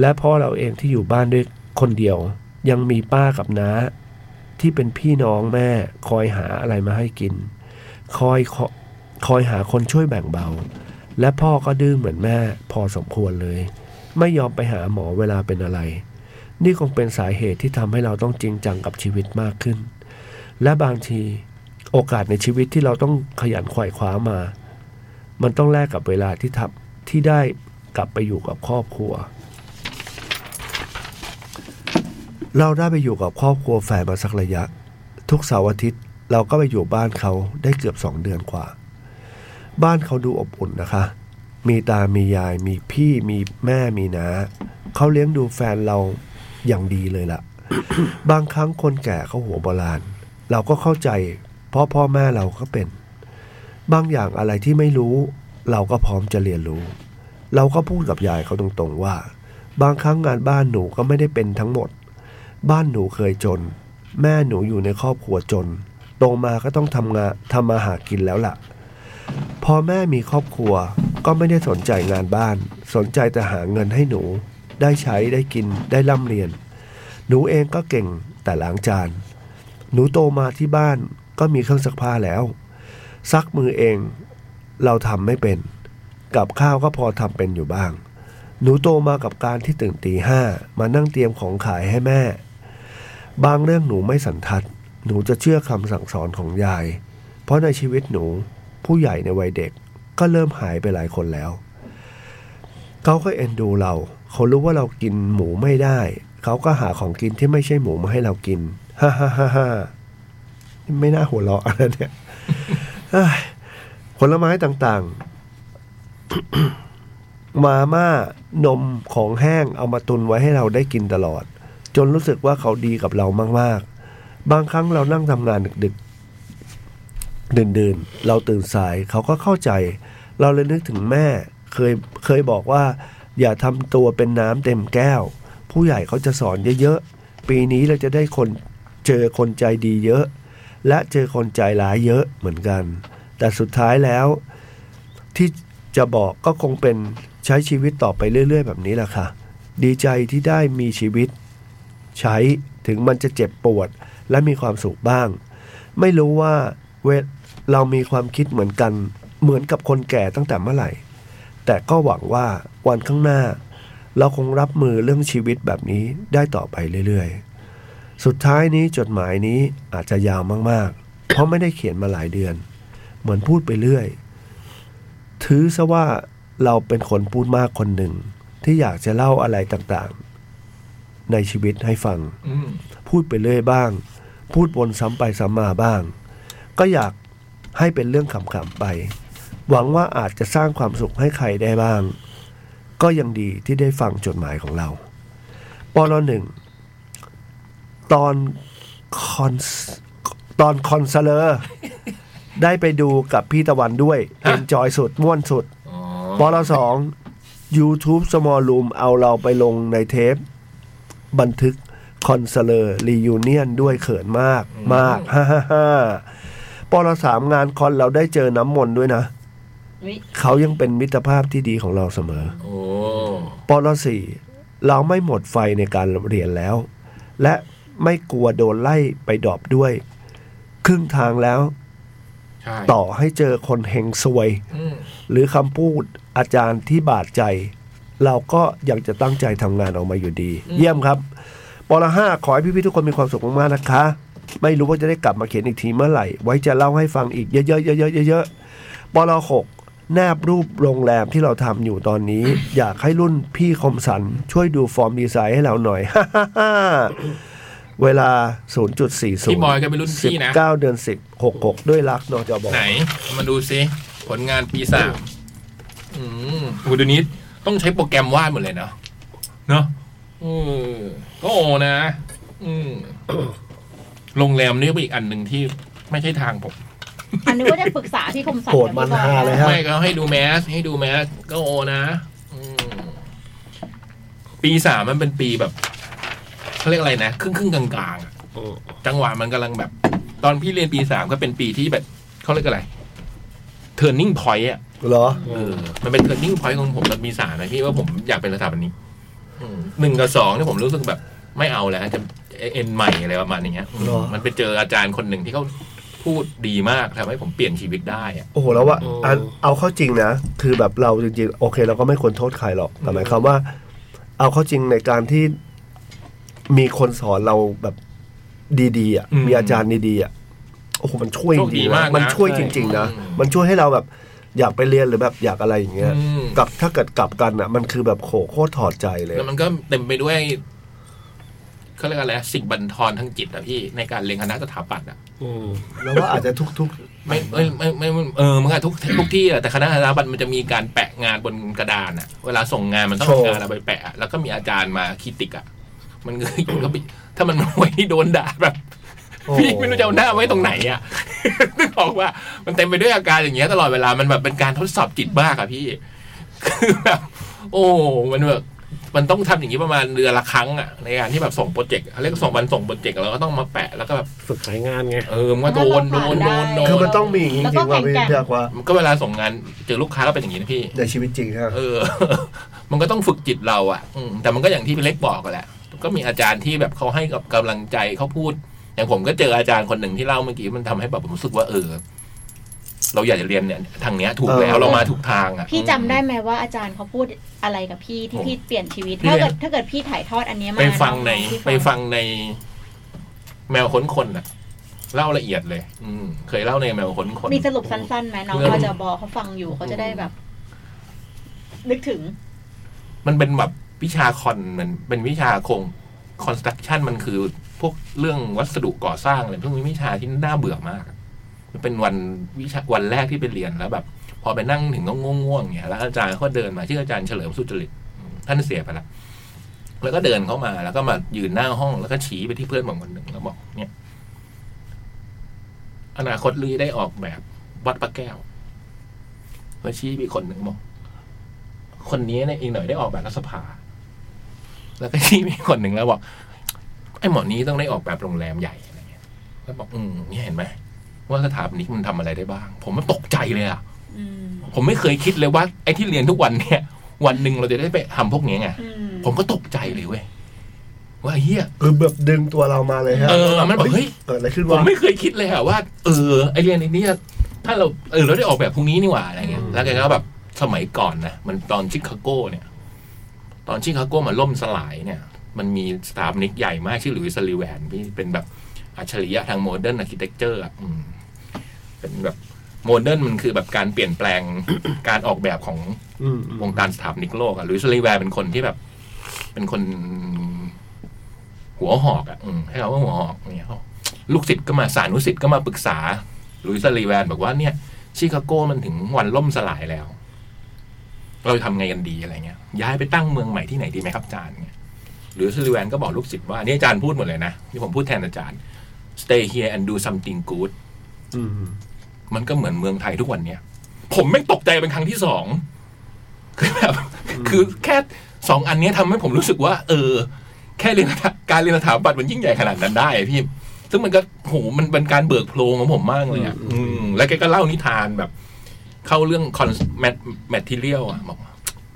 และเพราะเราเองที่อยู่บ้านด้วยคนเดียว ยังมีป้ากับน้าที่เป็นพี่น้องแม่คอยหาอะไรมาให้กิน คอยคอคอยหาคนช่วยแบ่งเบา และพ่อก็ดื้อเหมือนแม่พอสมควรเลย ไม่ยอมไปหาหมอเวลาเป็นอะไร นี่คงเป็นสาเหตุที่ทำให้เราต้องจริงจังกับชีวิตมากขึ้น และบางทีโอกาสในชีวิตที่เราต้องขยันขวายคว้ามา มันต้องแลกกับเวลาที่ทับที่ได้กลับไปอยู่กับครอบครัว เราได้ไปอยู่กับครอบครัวแฝดมาสักระยะ ทุกเสาร์อาทิตย์เราก็ไปอยู่บ้านเขาได้เกือบสองเดือนกว่า บ้านเขาดูอบอุ่นนะคะ มีตา มียาย มีพี่ มีแม่ มีน้าเขาเลี้ยงดูแฟนเราอย่างดีเลยล่ะ บางครั้งคนแก่เขาหัวโบราณ เราก็เข้าใจ เพราะพ่อแม่เราก็เป็น บางอย่างอะไรที่ไม่รู้ เราก็พร้อมจะเรียนรู้ เราก็พูดกับยายเขาตรงๆว่า บางครั้งงานบ้านหนูก็ไม่ได้เป็นทั้งหมด บ้านหนูเคยจน แม่หนูอยู่ในครอบครัวจนโตมาก็ต้องทำงานทำมาหากินแล้วล่ะ พอแม่มีครอบครัวก็ไม่ได้สนใจงานบ้าน สนใจแต่หาเงินให้หนู ได้ใช้ได้กินได้ร่ำเรียน หนูเองก็เก่งแต่ล้างจาน หนูโตมาที่บ้านก็มีเครื่องซักผ้าแล้ว ซักมือเองเราทำไม่เป็น กับข้าวก็พอทำเป็นอยู่บ้าง หนูโตมากับการที่ตื่นตีห้ามานั่งเตรียมของขายให้แม่ บางเรื่องหนูไม่สันทัด หนูจะเชื่อคำสั่งสอนของยาย เพราะในชีวิตหนูผู้ใหญ่ในวัยเด็กก็เริ่มหายไปหลายคนแล้ว เขาก็เอ็นดูเรา เขารู้ว่าเรากินหมูไม่ได้ เขาก็หาของกินที่ไม่ใช่หมูมาให้เรากิน ฮ่าฮ่าฮ่าฮ่าไม่น่าหัวเราะอะไรเนี่ยเอ้ยผลไม้ต่างๆ มาม่านมของแห้งเอามาตุนไว้ให้เราได้กินตลอด จนรู้สึกว่าเขาดีกับเรามากๆ บางครั้งเรานั่งทำงานดึกๆ ดื่นๆ เราตื่นสายเขาก็เข้าใจ เราเลยนึกถึงแม่ เคยเคยบอกว่า อย่าทำตัวเป็นน้ำเต็มแก้ว ผู้ใหญ่เขาจะสอนเยอะๆ ปีนี้เราจะได้คนเจอคนใจดีเยอะ และเจอคนใจร้ายเยอะเหมือนกัน แต่สุดท้ายแล้วที่จะบอกก็คงเป็นใช้ชีวิตต่อไปเรื่อย ๆ แบบนี้แหละค่ะ ดีใจที่ได้มีชีวิต ใช้ถึงมันจะเจ็บปวดและมีความสุขบ้าง ไม่รู้ว่าเวทเรามีความคิดเหมือนกัน เหมือนกับคนแก่ตั้งแต่เมื่อไหร่ แต่ก็หวังว่าวันข้างหน้า เราคงรับมือเรื่องชีวิตแบบนี้ได้ต่อไปเรื่อยๆ สุดท้ายนี้จดหมายนี้อาจจะยาวมากๆ เพราะไม่ได้เขียนมาหลายเดือน เหมือนพูดไปเรื่อย ถือซะว่าเราเป็นคนพูดมากคนหนึ่ง ที่อยากจะเล่าอะไรต่างๆ ในชีวิตให้ฟัง อืม พูดไปเรื่อยบ้าง พูดวนซ้ำไปซ้ำมาบ้าง ก็อยากให้เป็นเรื่องขำๆไป หวังว่าอาจจะสร้างความสุขให้ใครได้บ้าง ก็ยังดีที่ได้ฟังจดหมายของเราปอนหนึ่ง ตอนคอนตอนคอนเสลอร์ได้ไปดูกับพี่ตะวันด้วย เอนจอยสุด ม่วนสุด อ๋อ ปลสอง YouTube Small Room เอาเราไปลงในเทป บันทึกคอนเสิร์ตรียูเนียนด้วยเขินมากมาก ฮ่าฮ่าฮ่าปลสามงานคอนเราได้เจอน้ำมนต์ด้วยนะ อุ๊ย เขายังเป็นมิตรภาพที่ดีของเราเสมอ โอ้ ปลสี่เราไม่หมดไฟในการเรียนแล้ว และไม่กลัวโดนไล่ไปดรอปด้วย ครึ่งทางแล้ว ใช่ ต่อให้เจอคนเฮงซวย อืม หรือคำพูดอาจารย์ที่บาดใจ เราก็ยังจะตั้งใจทำงานออกมาอยู่ดี เยี่ยมครับปอละห้าขอให้พี่ๆทุกคนมีความสุขมากๆนะคะ ไม่รู้ว่าจะได้กลับมาเขียนอีกทีเมื่อไหร่ ไว้จะเล่าให้ฟังอีกเยอะๆเยอะๆเยอะๆปอละหก แนบรูปโรงแรมที่เราทำอยู่ตอนนี้ อยากให้รุ่นพี่คมสัน ช่วยดูฟอร์มดีไซน์ให้เราหน่อย เวลา 0.40 พี่บอยก็เป็นรุ่นพี่นะ 19 เดือน 10 66 ด้วยรักนอจบอก ไหนมาดูซิ ผลงานปีสามอืมโอ้โหเดี๋ยวนี้ต้องใช้โปรแกรมวาดหมดเลยเนาะเนาะอืมก็โอนะ อืมโรงแรมนี่เป็นอีกอันหนึ่งที่ไม่ใช่ทางผม อันนี้ว่าจะปรึกษาพี่คมสัน โกรธมันฮาเลยฮะ ไม่ก็ให้ดูแมส ให้ดูแมส ก็โอนะอืมปีสามมันเป็นปีแบบเขาเรียกอะไรนะครึ่งครึ่งกลางกลางๆอะ เออ จังหวะมันกำลังแบบ ตอนพี่เรียนปีสามก็เป็นปีที่แบบเขาเรียกอะไร turning point อะ เหรอ เออมันเป็น turning point ของผมแบบมีสารนะพี่ว่าผมอยากเป็นสถาปนิกอืมหนึ่งกับสองเนี่ยผมรู้สึกแบบไม่เอาแล้วจะเอ็นใหม่อะไรประมาณอย่างเงี้ย หรอ มันไปเจออาจารย์คนหนึ่งที่เขาพูดดีมากทำให้ผมเปลี่ยนชีวิตได้อะ โอ้โหแล้วว่าอันเอาเข้าจริงนะ คือแบบเราจริงๆ โอเคเราก็ไม่ควรโทษใครหรอกแต่หมายความว่า เอาเข้าจริงในการที่มีคนสอนเราแบบดีๆอ่ะ อืม มีอาจารย์ดีๆอ่ะโอ้โหมันช่วยจ โชคดี ริงๆนะ มากนะ มันช่วยจริง ๆ นะ อืม มันช่วยให้เราแบบอยากไปเรียนหรือแบบอยากอะไรอย่างเงี้ย อืม กับถ้าเกิดกลับกันอ่ะ มันคือแบบโขโคตรถอดใจเลย แล้วมันก็เต็มไปด้วยเขาเรียกอะไรสิ่งบันทอนทางจิตอะพี่ในการเรียนคณะสถาปัตย์อะ อืม แล้วว่าอาจจะทุก ไม่ไม่ไม่ไม่ไม่เออมันก็ทุกทุกที่อะแต่คณะสถาปัตย์มันจะมีการแปะงานบนกระดานอะเวลาส่งงานมันต้อง โชว์ เอางานเราไปแปะอะแล้วก็มีอาจารย์มาคิดติกอะมันก็ มันก็ไปถ้ามันไม่ไหวโดนด่าแบบ ๆโอ้โ พี่ไม่รู้จะเอาหน้าไว้ตรงไหนอ่ะ นึกออกว่ามันเต็มไปด้วยอาการอย่างเงี้ยตลอดเวลา มันแบบเป็นการทดสอบจิตมากอะพี่ คือแบบโอ้ มันแบบมันต้องทำอย่างนี้ประมาณเดือนละครั้งอะในการที่แบบส่งโปรเจกต์เขาเรียกส่งวันส่งโปรเจกต์แล้วก็ต้องมาแปะแล้วก็แบบ ฝึกสายงานไง เออมันก็โดนโดนโดนโด คือน มันต้องมีอย่างนี้จริงๆว่าพี่พี่อยากว่า มันก็เวลาส่งงานเจอลูกค้าก็เป็นอย่างนี้นะพี่ ในชีวิตจริงฮะ เอ อ มันก็ต้องฝึกจิตเราอะอืมแต่มันก็อย่างที่พี่เล็กบอกกันแหละ ก็มีอาจารย์ที่แบบเขาให้กับกำลังใจเขาพูด อย่างผมก็เจออาจารย์คนหนึ่งที่เล่าเมื่อกี้มันทำให้แบบผมรู้สึกว่าเออ เราอยากจะเรียนเนี่ย ทางเนี้ยถูกแล้ เอ ว อ เรามาถูกทางอะ พี่จำได้ไหมว่าอาจารย์เขาพูดอะไรกับพี่ที่ โอ้ พี่เปลี่ยนชีวิต พี่ ถ้า เรี เกิ ย ด น ถ้าเกิดพี่ถ่ายทอดอันเนี้ยมา ไปฟังใน น้อๆพี่ ไปฟังในแมวค้นคนน่ะ เล่าละเอียดเลย อืม เคยเล่าในแมวค้นคน มีสรุปสั้นๆไหมน้อง เรื่อง เขาจะบอกเขาฟังอยู่เขาจะได้แบบ นึกถึง มันเป็นแบบวิชาคอนมันเป็นวิชาโครงคอนสตรักชั่นมันคือพวกเรื่องวัสดุก่อสร้างอะไรพวกนี้วิชาที่น่าเบื่อมาก มันเป็นวันวิชาวันแรกที่ไปเรียนแล้วแบบ พอไปนั่งถึงก็ง่วงๆเนี่ยแล้วอาจารย์ก็เดินมาชื่ออาจารย์เฉลิมสุจริตอืมท่านเสียไปละแล้วก็เดินเข้ามาแล้วก็มายืนหน้าห้องแล้วก็ชี้ไปที่เพื่อนผมคนหนึ่งแล้วบอก เนี่ย อนาคตลือได้ออกแบบวัดพระแก้วแล้วชี้ไปอีกคนหนึ่งบอก คนนี้เนี่ยอีกหน่อยได้ออกแบบรัฐสภา แล้วก็ที่มีคนหนึ่งแล้วบอก ไอ้หมอนี้ต้องได้ออกแบบโรงแรมใหญ่อะไรเงี้ย แล้วบอก อืมเนี่ยเห็นไหมว่าสถาปนิกมันทำอะไรได้บ้าง ผมมันตกใจเลยอ่ะ อืม ผมไม่เคยคิดเลยว่า ไอ้ที่เรียนทุกวันเนี่ย วันหนึ่งเราจะได้ไปทำพวกเนี้ยไง อืม ผมก็ตกใจเลยเว้ย ว่าเฮีย คือแบบดึงตัวเรามาเลยฮะ เออมันแบบเฮ้ย เกิดอะไรขึ้น ผม วะ ไม่เคยคิดเลยอะว่า เออ ไอเรียนไอ้เนี้ยถ้าเราเออเราได้ออกแบบพวกนี้นี่หว่าอะไรเงี้ยแล้วแกก็แบบสมัยก่อนนะมันตอนชิคาโก้เนี่ย ตอนชิคาโก้มันล่มสลายเนี่ย มันมีสถาปนิกใหญ่มากชื่อหลุยส์ซาลิแวนที่เป็นแบบอัจฉริยะทางโมเดิร์นอาร์เคเต็กเจอร์เป็นแบบโมเดิร์นมันคือแบบการเปลี่ยนแปลง การออกแบบของ อืม วงการสถาปนิกโลกอะหรือสลีแวร์เป็นคนที่แบบ เป็นคน หัวหอกอะอืมให้เขาว่าหัวหอกเนี่ยเขาลูกศิษย์ก็มาสานุศิษย์ก็มาปรึกษาหรือสลีแวร์บอกว่าเนี่ย ชิคาโก้มันถึงวันล่มสลายแล้ว เราทำไงกันดีอะไรเงี้ย ย้ายไปตั้งเมืองใหม่ที่ไหนดีไหมครับอาจารย์เงี้ยหรือสลีแวนก็บอกลูกศิษย์ว่านี่อาจารย์พูดหมดเลยนะที่ผมพูดแทนอาจารย์ stay here and do something good อืม มันก็เหมือนเมืองไทยทุกวันเนี้ย ผมไม่งตกใจเป็นครั้งที่สอง คือแบบ คือแค่สองอันเนี้ยทำให้ผมรู้สึกว่า เออ แค่เรียนการเรียนสถาปัตย์มันยิ่งใหญ่ขนาดนั้นได้อะพี่ ซึ่งมันก็โหมันเป็นการเบิกโพลงของผมมากเลยอ่ะอืมแล้วแกก็เล่านิทานแบบ เข้าเรื่องคอนแมทแมทเรียลอ่ะบอกว่า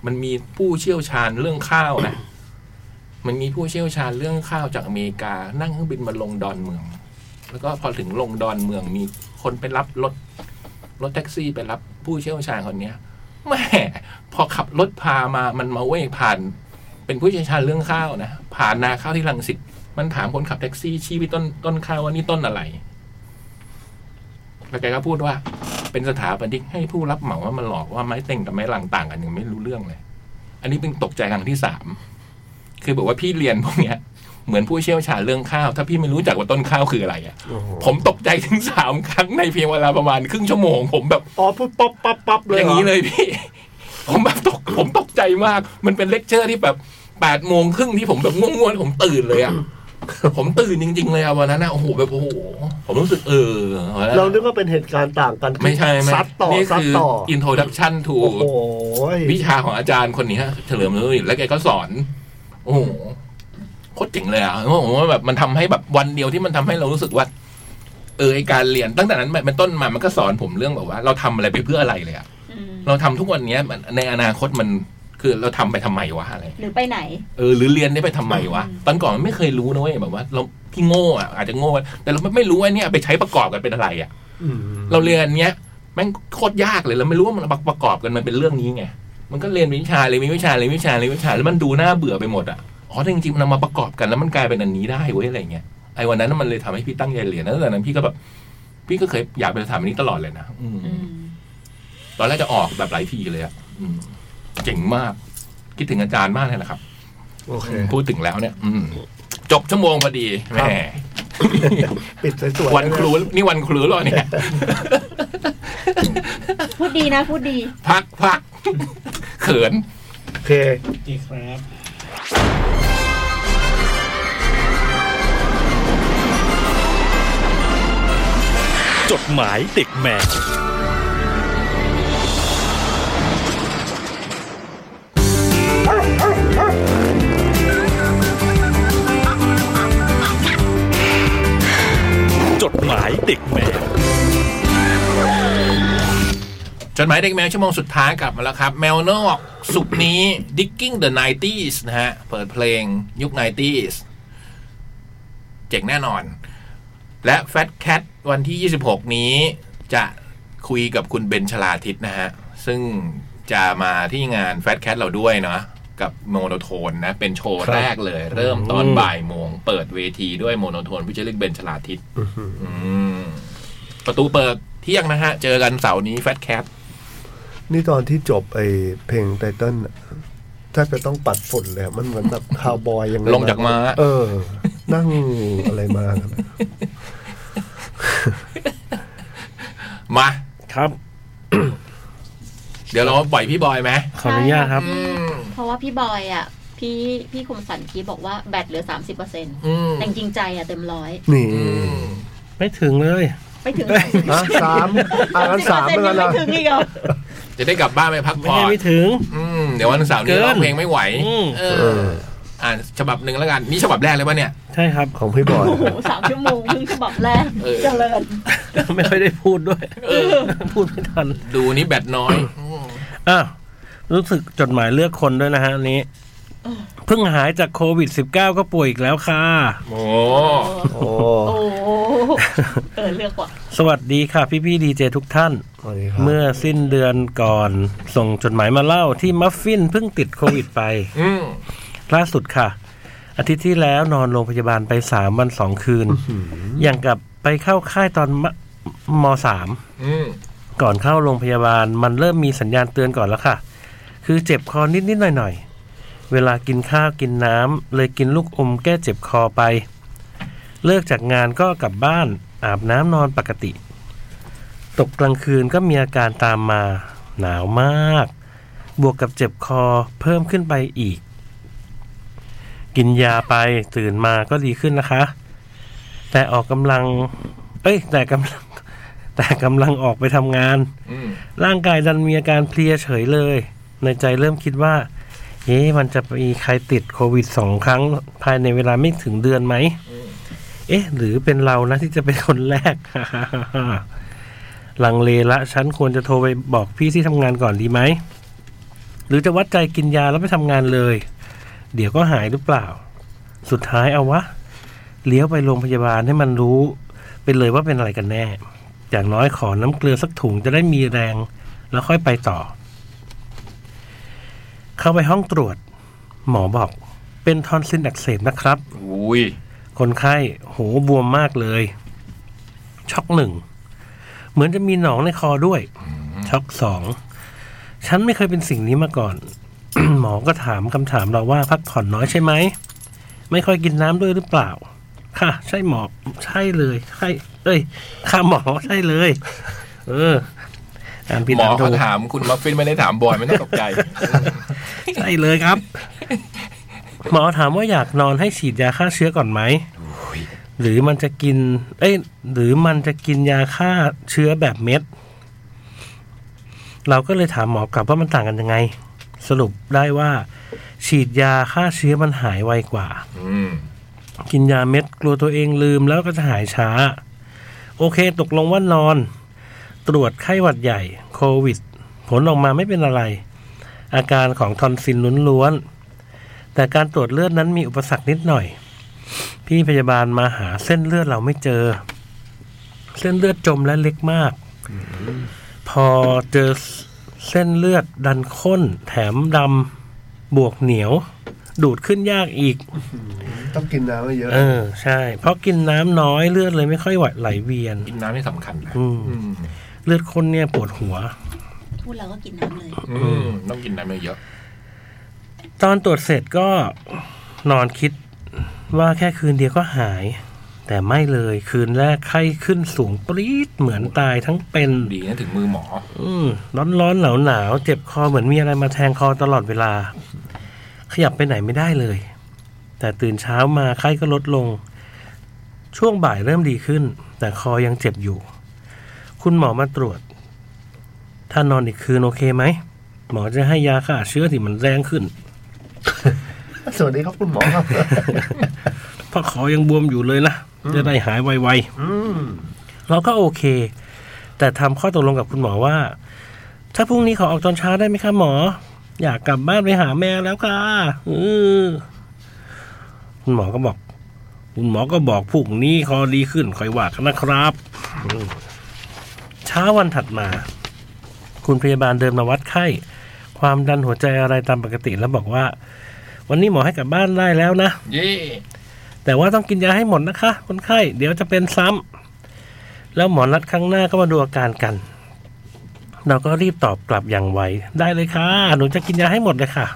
มันมีผู้เชี่ยวชาญเรื่องข้าวนะ มันมีผู้เชี่ยวชาญเรื่องข้าวจากอเมริกา นั่งเครื่องบินมาลงดอนเมือง แล้วก็พอถึงลงดอนเมืองมีคนไปรับรถ รถแท็กซี่ไปรับผู้เชี่ยวชาญคนเนี้ยแม่พอขับรถพามามันมาเว้ยผ่าน เป็นผู้เชี่ยวชาญเรื่องข้าวนะผ่านนาข้าวที่ลังสิตมันถามคนขับแท็กซี่ชี้ไปต้นต้นข้าวว่านี่ต้นอะไร แล้วแกก็พูดว่า เป็นสถาปนิกให้ผู้รับเหมาว่ามันหลอกว่าไม้เต็งกับไม้ลังต่างกันยังไม่รู้เรื่องเลย อันนี้เป็นตกใจครั้งที่สามคือบอกว่าพี่เรียนพวกเนี้ย เหมือนผู้เชี่ยวชาญเรื่องข้าว ถ้าพี่ไม่รู้จักว่าต้นข้าวคืออะไรอ่ะ โอ้โห ผมตกใจถึงสามครั้งในเพียงเวลาประมาณครึ่งชั่วโมง ผมแบบ อ๋อปุ๊บปั๊บปั๊บปั๊บเลย อ หร ย่างนี้เลยพี่ ผมแบบตกผมตกใจมาก มันเป็นเลคเชอร์ที่แบบแปดโมงครึ่งที่ผมแบบง่วงๆผมตื่นเลยอ่ะ ผมตื่นจริง ๆ เลยอะวันนั้นอะโอ้โหแบบโอ้โหผมรู้สึกเอออแล้ว เรานึกว่าเป็นเหตุการณ์ต่างกัน ไม่ใช่ไม่ ซัดต่อ นี่ ซัด คือ ต่อ อินโทรดักชันทู โอ้โห วิชาของอาจารย์คนนี้ฮะเฉลิมฤทธิ์แล้วแกก็สอน โอ้โหโคตรเจ๋งเลยอ่ะผมว่าแบบมันทำให้แบบวันเดียวที่มันทำให้เรารู้สึกว่า เออไอการเรียนตั้งแต่นั้นเป็นต้นมามันก็สอนผมเรื่องแบบว่า เราทำอะไรไปเพื่ออะไรเลยอ่ะ อืม เราทำทุกวันเนี้ยมันในอนาคตมันคือเราทำไปทำไมวะอะไร หรือไปไหน เออหรือเรียนได้ไปทำไมวะตอนก่อนมันไม่เคยรู้นะเว้ยแบบว่า เราที่โง่อ่ะอาจจะโง่แต่เราไม่รู้ว่าเนี่ยไปใช้ประกอบกันเป็นอะไรอ่ะ อืม เราเรียนเนี้ยแม่งโคตรยากเลยเราไม่รู้ว่ามันประกอบกันมันเป็นเรื่องนี้ไงมันก็เรียนวิชาเลยนวิชาเลยนวิชาเลยนวิชาแล้วมันดูน่าเบื่อไปหมดอ่ะอ๋อแต่จริงๆมันเอามาประกอบกันแล้วมันกลายเป็นอันนี้ได้เว้ยอะไรเงี้ยไอ้วันนั้นนะมันเลยทำให้พี่ตั้งใจเรียนแล้วตอนนั้นพี่ก็แบบ พี่ก็เคยอยากเป็นสถาปนิกตลอดเลยนะอืม อืม ตอนแรกจะออกแบบหลายทีเลยอ่ะอืมเจ๋งมากคิดถึงอาจารย์มากเลยนะครับ โอเค พูดถึงแล้วเนี่ย อืมจบชั่วโมงพอดีแหม ครับ ปิดสวยๆ วันครูนี่วันครูเหรอ เนี่ย พูดดีนะพูดดี พักพักเขิน โอเค ดีครับ จดหมายเด็กแมว จดหมายเด็กแมว จดหมายเด็กแมวชั่วโมงสุดท้ายกลับมาแล้วครับ แมวนอกสุกร์นี้ Digging the 90s นะฮะ เปิดเพลงยุค 90s เจ๋งแน่นอน และ Fat Cat วันที่ 26 นี้จะคุยกับคุณเบนชลาทิศนะฮะ ซึ่งจะมาที่งาน Fat Cat เราด้วยเนาะกับโมโนโทนนะ เป็นโชว์ ครับ แรกเลย เริ่มตอนบ่ายโมง เปิดเวทีด้วยโมโนโทนพิจิตรเบนชลาทิศอืมประตูเปิดเที่ยงนะฮะ เจอกันเสาร์นี้ Fat Cat นี่ตอนที่จบไอ้เพลงไตเติ้ลน่ะถ้าจะต้องปัดฝุ่นเลยอะมันเหมือนแบบคาวบอยยังไง ลงจากม้า เออ นั่งอะไรมากันอะ มา ครับ เดี๋ยวเราปล่อยพี่บอยไหม ขออนุญาตครับ อืม เพราะว่าพี่บอยอ่ะ พี่พี่คมสันคีบอกว่าแบตเหลือสามสิบเปอร์เซ็นต์ อืม แต่จริงๆใจอ่ะเต็มร้อย นี่ ไม่ถึงเลย ไปถึง อ่ะสามอ่านสาม 30% แล้วกั ยั นนะงไม่ถึงอีกเหรอ จะได้กลับบ้านไปพัก ไม่ ผ่อ ให้ น ไม่ถึง อืมเดี๋ยววันเสาร์นี้ เกิน ร้องเพลงไม่ไหว อืม เอ เอ อ อ อ่านฉบับหนึ่งแล้วกัน นี่ฉบับแรกเลยปะเนี่ย ใช่ครับ ของพี่บอย โอ้โหสามชั่วโมงเพิ่งฉบับแรก เออ เจริญ ไม่ค่อยได้พูดด้วย พูดไม่ทัน ดูนี่แบตน้อย อ่ะรู้สึกจดหมายเลือกคนด้วยนะฮะอันนี้ เพิ่งหายจากโควิด -19 ก็ป่วยอีกแล้วค่ะ โอ้ โอ้ โอ้ โหเออเลือกว่ะ สวัสดีค่ะพี่พี่ดีเจทุกท่าน สวัสดีครับ เมื่อสิ้นเดือนก่อน ส่งจดหมายมาเล่าที่มัฟฟินเพิ่งติดโควิดไป อืม ล่าสุดค่ะ อาทิตย์ที่แล้วนอนโรงพยาบาลไปสามวันสองคืน อย่างกับไปเข้าค่ายตอนมมสาม อืม ก่อนเข้าโรงพยาบาลมันเริ่มมีสัญญาณเตือนก่อนแล้วค่ะ คือเจ็บคอนิด ๆ หน่อย ๆ เวลากินข้าวกินน้ำเลยกินลูกอมแก้เจ็บคอไป เลิกจากงานก็กลับบ้านอาบน้ำนอนปกติ ตกกลางคืนก็มีอาการตามมา หนาวมาก บวกกับเจ็บคอเพิ่มขึ้นไปอีก กินยาไปตื่นมาก็ดีขึ้นนะคะ แต่ออกกำลัง เอ้ย แต่กำลัง แต่กำลังออกไปทำงาน อืม ร่างกายดันมีอาการเพลียเฉยเลย ในใจเริ่มคิดว่า เอ๊ะมันจะมีใครติดโควิดสองครั้งภายในเวลาไม่ถึงเดือนไหม เอ๊ะ หรือเป็นเรานะที่จะเป็นคนแรก ลังเลละ ฉันควรจะโทรไปบอกพี่ที่ทำงานก่อนดีไหม หรือจะวัดใจกินยาแล้วไปทำงานเลย เดี๋ยวก็หายหรือเปล่า สุดท้ายเอาวะ เลี้ยวไปโรงพยาบาลให้มันรู้ เป็นเลยว่าเป็นอะไรกันแน่ อย่างน้อยขอน้ำเกลือสักถุงจะได้มีแรง แล้วค่อยไปต่อ เข้าไปห้องตรวจ หมอบอก เป็นทอนซิลอักเสบนะครับ อุ้ย คนไข้โหบวมมากเลย ช็อกหนึ่ง เหมือนจะมีหนองในคอด้วย ช็อกสอง ฉันไม่เคยเป็นสิ่งนี้มาก่อน หมอก็ถามคำถามเราว่าพักผ่อนน้อยใช่ไหม ไม่ค่อยกินน้ำด้วยหรือเปล่า ค่ะ ใช่หมอ ใช่เลยใช่เอ้ย ค่ะหมอใช่เลย เอออ่านผิด หมอ อ่านถู เขา ก ถามคุณมัฟฟินไม่ได้ถามบอยไม่ต้องตกใจ ใช่เลยครับ หมอถามว่าอยากนอนให้ฉีดยาฆ่าเชื้อก่อนไหม หรือมันจะกิน เอ้ย หรือมันจะกินยาฆ่าเชื้อแบบเม็ด เราก็เลยถามหมอกลับว่ามันต่างกันยังไง สรุปได้ว่า ฉีดยาฆ่าเชื้อมันหายไวกว่า อืม กินยาเม็ดกลัวตัวเองลืมแล้วก็จะหายช้า โอเคตกลงว่านอน ตรวจไข้หวัดใหญ่โควิด ผลออกมาไม่เป็นอะไร อาการของทอนซิลล้วนๆแต่การตรวจเลือดนั้นมีอุปสรรคนิดหน่อย พี่พยาบาลมาหาเส้นเลือดเราไม่เจอ เส้นเลือดจมและเล็กมาก พอเจอเส้นเลือดดันข้น แถมดำบวกเหนียว ดูดขึ้นยากอีก ต้องกินน้ำเยอะ เออใช่ เพราะกินน้ำน้อยเลือดเลยไม่ค่อยไหวไหลเวียน กินน้ำนี่สำคัญนะ อืม อืม เลือดข้นเนี่ยปวดหัว พูดแล้วก็กินน้ำเลย อืมต้องกินน้ำเยอะ ตอนตรวจเสร็จก็นอนคิดว่าแค่คืนเดียวก็หาย แต่ไม่เลยคืนแรกไข้ขึ้นสูงปรี๊ดเหมือนตายทั้งเป็น ๆดีนะถึงมือหมอ อืมร้อนร้อนหนาวหนาวๆเจ็บคอเหมือนมีอะไรมาแทงคอตลอดเวลา ขยับไปไหนไม่ได้เลย แต่ตื่นเช้ามาไข้ก็ลดลง ช่วงบ่ายเริ่มดีขึ้น แต่คอยังเจ็บอยู่ คุณหมอมาตรวจ ถ้านอนอีกคืนโอเคไหม หมอจะให้ยาฆ่าเชื้อที่มันแรงขึ้น สวัสดีครับคุณหมอครับ เพราะคอยังบวมอยู่เลยนะ จะได้หายไว อืม ๆเราก็โอเค แต่ทำข้อตกลงกับคุณหมอว่า ถ้าพรุ่งนี้ขอออกตอนเช้าได้ไหมคะหมอ อยากกลับบ้านไปหาแม่แล้วค่ะอือคุณหมอก็บอก คุณหมอก็บอกพรุ่งนี้คอดีขึ้นคอยว่ากันนะครับอืมเช้าวันถัดมา คุณพยาบาลเดินมาวัดไข้ ความดันหัวใจอะไรตามปกติแล้วบอกว่า วันนี้หมอให้กลับบ้านได้แล้วนะ เย่ แต่ว่าต้องกินยาให้หมดนะคะ คนไข้ เดี๋ยวจะเป็นซ้ำแล้วหมอนัดครั้งหน้าก็มาดูอาการกัน เราก็รีบตอบกลับอย่างไว ได้เลยค่ะ หนูจะกินยาให้หมดเลยค่ะ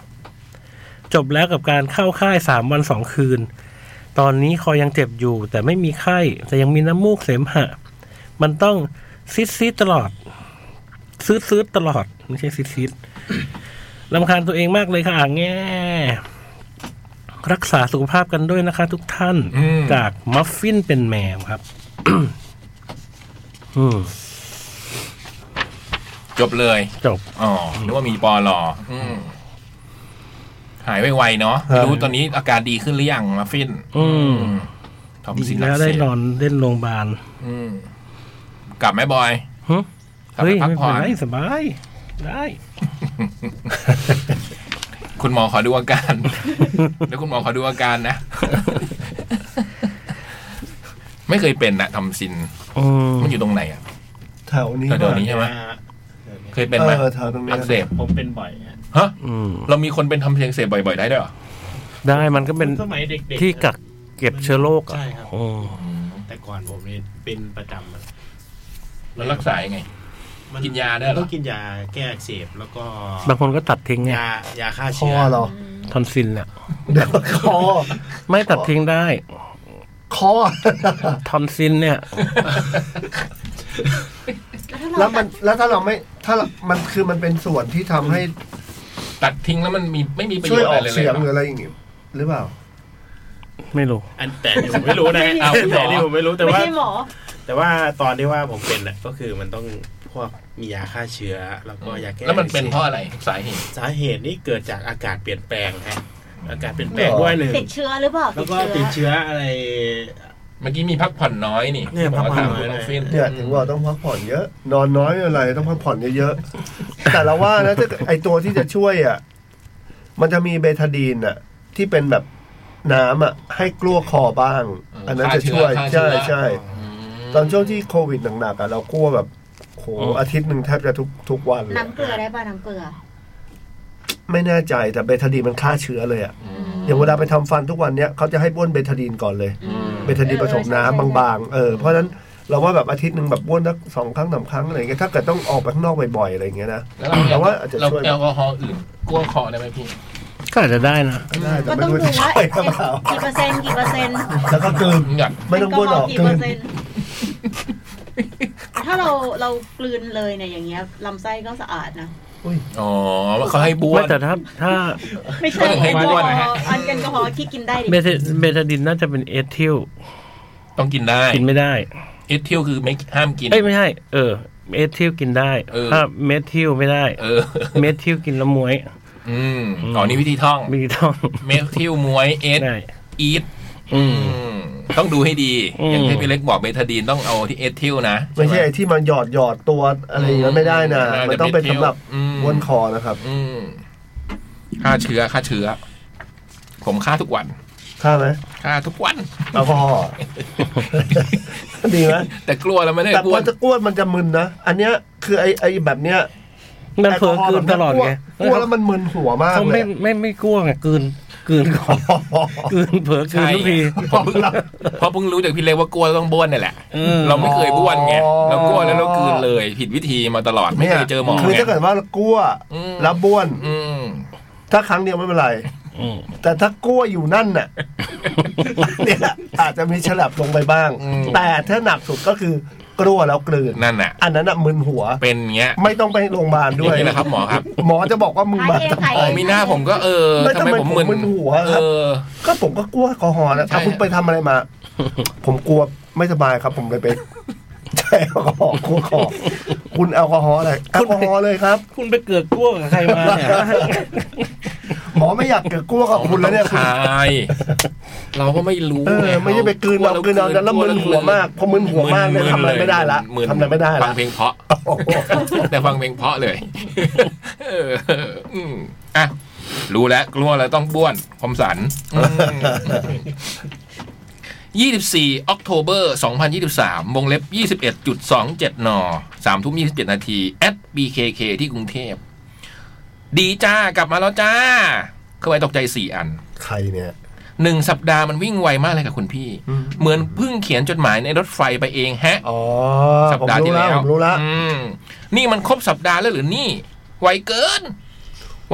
จบแล้วกับการเข้าค่ายสามวันสองคืน ตอนนี้คอยังเจ็บอยู่ แต่ไม่มีไข้ แต่ยังมีน้ำมูกเสมหะ มันต้องซิดซิดๆตลอด ซื้อซื้อตลอด ไม่ใช่ซิดซิด ลำคาญตัวเองมากเลยค่ะแง่ รักษาสุขภาพกันด้วยนะคะ ทุกท่าน อืม จากมัฟฟินเป็นแมวครับ อืม จบเลย จบ อ๋อนึกว่ามีปอหลออืมหายไวๆเนาะ ครับ รู้ตอนนี้อาการดีขึ้นหรือยังมาฟิน อืม ทอม ดี ซินอั แล้ ก ว เส ได้นบอนเล่นโรงพยาบาล อืมกลับไหมบอย หึ กลับไป เฮ้ย พัก ไม่ ผ่ เป็ อน น ไรสบาย ได้ คุณหมอขอดูอาการ แล้วคุณหมอขอดูอาการนะ ไม่เคยเป็นนะทอมซิน อืม มันอยู่ตรงไหนอ่ะ แถวนี้ แถวนี้ ใช่ไหม เคยเป็นไหม เออแถวตรงนี้ อักเสบ ผมเป็นบ่อยฮะ ฮะ อืม เรามีคนเป็นทอมซินอักเสบบ่อยๆได้ด้วยเหรอ ได้มันก็เป็น สมัยเด็กๆ ที่กักเก็บเชื้อโรคอ่ะ ใช่ครับ อืม แต่ก่อนผมเนี่ยเป็นประจำอะ แล้วรักษายังไง มั กินยาด้วยเหรอ ต้องกินยาแก้อักเสบแล้วก็ บางคนก็ตัดทิ้งไง ยายาฆ่า คอ เชื้อ เหรอ ทอนซิลเนี่ย เดี๋ยวคอ ไม่ตัดทิ้งได้ คอ ทอนซิลเนี่ย แล้วมันแล้วถ้าเราไม่ถ้าเรามันคือมันเป็นส่วนที่ทำให้ ตัดทิ้งแล้วมันมีไม่มีประโย ช่วชยน์ อ อะ อ ไร ก เลย เสียง เหรอ หรืออะไรอย่างงี้หรือเปล่า ไม่รู้ อันแต่เดี๋ยวผมไม่รู้นะฮะ อ้าวคุณหมอ แต่นี่ผมไม่รู้แต่ ไม่ ว่า ใช่หมอ แต่ว่าตอนที่ว่าผมเป็นน่ะก็คือมันต้องพวกมียาฆ่าเชื้อ แล้วก็ยาแก้ แล้วมันเป็นเพ อักสบ ราะอะไรสาเหตุ สาเหตุนี่เกิดจากอากาศเปลี่ยนแปลงฮะอากาศเปลี่ยนแปลง หรอ ด้วยหนึ่ง ติดเชื้อหรือเปล่า แล้วก็ติดเชื้ออะไร เมื่อกี้มีพักผ่อนน้อยนี่ เนี่ยพักผ่อนน้อย บกว่าถามเรื่องฟิน เนี่ยถึงว่าต้องพักผ่อนเยอะ นอนน้อยอะไรต้องพักผ่อนเยอะๆ แต่เราว่านะถ้าไอตัวที่จะช่วยอ่ะมันจะมีเบทาดีนอ่ะ ที่เป็นแบบน้ำอ่ะ ให้กลัวคอบ้าง อันนั้นจะช่วย ใช่ใช่ตอนช่วงที่โควิดหนักๆอ่ะเรากลัวแบบโห อืม อาทิตย์หนึ่งแทบจะทุกทุกวันเลย น้ำเกลือได้ป่ะน้ำเกลือ ไม่แน่ใจแต่เบทาดีนมันฆ่าเชื้อเลยอ่ะ อืม อย่างเวลาไปทำฟันทุกวันเนี้ยเขาจะให้บ้วนเบทาดีนก่อนเลย เบทาดีนผสมน้ำบางๆ เออ เพราะฉะนั้น เราว่าแบบอาทิตย์หนึ่งแบบบ้วนสักสองครั้งสามครั้งอะไรเงี้ยถ้าเกิดต้องออกไปข้างนอกบ่อยๆอะไรเงี้ยนะ แล้วเรา แต่ว่าอาจจะ เรา ช่วย แอลกอฮอล์อื่นก้วงคอได้ไหมพี่ ก็อาจจะได้นะ ได้แต่ไม่ก็ต้อง รู้ ดู จะ ว่า ช่วย เอ๊ะ หรือเปล่า กี่เปอร์เซ็นต์กี่เปอร์เซ็นต์ แล้วก็กลืน อยาก ไม่ต้องบ้วนออก แลก กลื เปอน ร์เซ็นต์ถ้าเราเรากลืนเลยเนี่ยอย่างเงี้ยลำไส้ก็สะอาดนะ อ๋อเขาให้บ้ว ไม่ น แต่ถ้าถ้า ไม่ใช่ ต้องให้ แอลกอ บ้ ฮ วน อ นะฮะ ล์อันแอลกอฮอล์ที่กินได้ดิ เมทเมทาดินน่าจะเป็นเอทิล ต้องกินได้ กินไม่ได้ เอทิลคือไม่ห้ามกิน เอ้ยไม่ใช่เออเอทิลกินได้ เออ ถ้าเมทิลไม่ได้ เออ เมทิลกินละมวย อืมอ๋อนี่วิธีท่อง มีท้อง เมทิลมวยเอท ได้ อีท อืม ต้องดูให้ดี อืม อย่างที่พี่เล็กบอกเบทาดีนต้องเอาที่เอทิลนะ ไม่ใช่ไอ้ที่มันหยอดหยอดตัวอะไรอย่างเงี้ยไม่ได้นะ มันต้องเป็นสำหรับ อืม บ้วนคอนะครับ อืมฆ่าเชื้อฆ่าเชื้อ ผมฆ่าทุกวัน ฆ่าไหม ฆ่าทุกวัน แอลกอฮอล์ ดีไหม แต่กลัวแล้วไม่ได้ แต่ บ้ พ ว อนจะกวนมันจะมึนนะอันเนี้ยคือไอ้ไอ้แบบเนี้ย มันเผลอกลืนตลอดไง แอลกอฮอล์แบบเนี้ยกวนกวนแล้วมันมึนหัวมาก เขา เล ไม่ ย ไม่ไม่กลัวไงกลืนกลืนก่อนกลืนเผลอกลืน ใช่ ทุกที ผมเพิ่งเพราะเพิ่งรู้จากพี่เล็กว่ากลัวต้องบ้วนนี่แหละ เออ เราไม่เคยบ้วนไงเรากลัวแล้วเรากลืนเลย ผิดวิธีมาตลอดไม่เคยเจอหมอ คือ ไง ถ้าเกิดว่าเรากลัว อืม แล้วบ้วน อืม ถ้าครั้งเดียวไม่เป็นไร อืม แต่ถ้ากลัวอยู่นั่นน่ะ เนี่ยอาจจะมีฉลับลงไปบ้าง อืม แต่ถ้าหนักสุดก็คือกลัวแล้วกลืน นั่นน่ะ อันนั้นน่ะมึนหัว เป็นเงี้ย ไม่ต้องไปโรงพยาบาลด้วย นี่แหละครับหมอครับ หมอจะบอกว่ามึง ขาย มา เอง ทำ ขาย ไม เอง มีหน้าผมก็เออ แล้ว ทำ ทำ ไม ไม ผ ผม ม มึน มึนหัว เอ ครับ อ ก็ผมก็กลัวแอลกอฮอล์นะ ใช่ เอาคุณไปทำอะไรมา ผมกลัวไม่สบายครับ ผมเลยไป ใช่แอลกอฮอล์กลัวคอคุณแอลกอฮอล์อะไรแอลกอฮอล์เลยครับ คุณไปเกิดกลัวกับใครมาเนี่ย หมอไม่อยากเกิดกลัวกับคุณแล้วเนี่ย ทายเราก็ไม่รู้ เออ ง ไม่ใช่ไปกลืนเอากลืนเอาแล้วมึนหัวมากพอมึนหัวมากเนี่ยทำอะไรไม่ได้ละ น ทำอะไรไม่ได้ ฟั ละ งเพลง เพราะ แต่ฟังเพลงเพราะเลยเอออืมอ่ะรู้แล้วกลัวแล้วต้องบ้วนคมสันยี่สิบสี่ออกโทเบอร์สองพันยี่สิบสามวงเล็บยี่สิบเอ็ดจุดสองเจ็ดนสามทุ่มยี่สิบเจ็ดนาทีแอดบีเคเคที่กรุงเทพ ดีจ้ากลับมาแล้วจ้าเข้าไปตกใจสี่อัน ใครเนี่ย หนึ่งสัปดาห์มันวิ่งไวมากเลยค่ะคุณพี่ อืม เหมือนเพิ่งเขียนจดหมายในรถไฟไปเองแฮะ อ๋อ สัป ผม ดาห์ รู้ ที่ แล้ แล้ว ว ผมรู้แล้ว อืมนี่มันครบสัปดาห์แล้วหรือนี่ ไวเกิน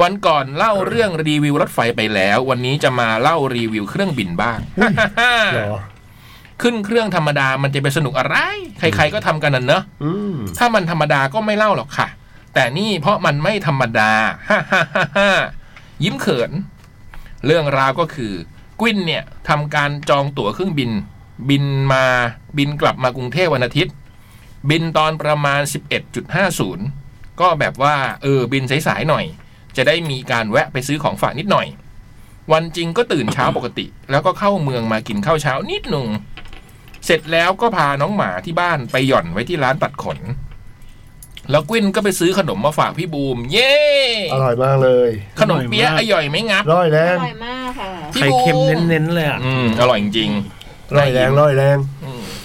วันก่อนเล่าเรื่องรีวิวรถไฟไปแล้ว วันนี้จะมาเล่ารีวิวเครื่องบินบ้าง เหรอ ขึ้นเครื่องธรรมดามันจะไปสนุกอะไร ใครๆก็ทำกันน่ะเนอะ อืม ถ้ามันธรรมดาก็ไม่เล่าหรอกค่ะ แต่นี่เพราะมันไม่ธรรมดา ฮ่าฮ่าฮ่าฮ่ายิ้มเขิน เรื่องราวก็คือ กวินเนี่ยทำการจองตั๋วเครื่องบิน บินมาบินกลับมากรุงเทพวันอาทิตย์ บินตอนประมาณ 11.50 ก็แบบว่า เออ บินสายๆหน่อย จะได้มีการแวะไปซื้อของฝากนิดหน่อย วันจริงก็ตื่นเช้าปกติ แล้วก็เข้าเมืองมากินข้าวเช้านิดหนึ่งเสร็จแล้วก็พาน้องหมาที่บ้านไปหย่อนไว้ที่ร้านตัดขน แล้วกวินก็ไปซื้อขนมมาฝากพี่บูม เย้ อร่อยมากเลย ขนมเปี๊ยะ อร่อยมาก อร่อยไหมงับ อร่อยแร อง ร่อยมากค่ะ พี่ ไข่ บู เค็มเน้นๆเลยอ่ะ อืมอร่อยจริง อร่อยแรงอร่อยแรง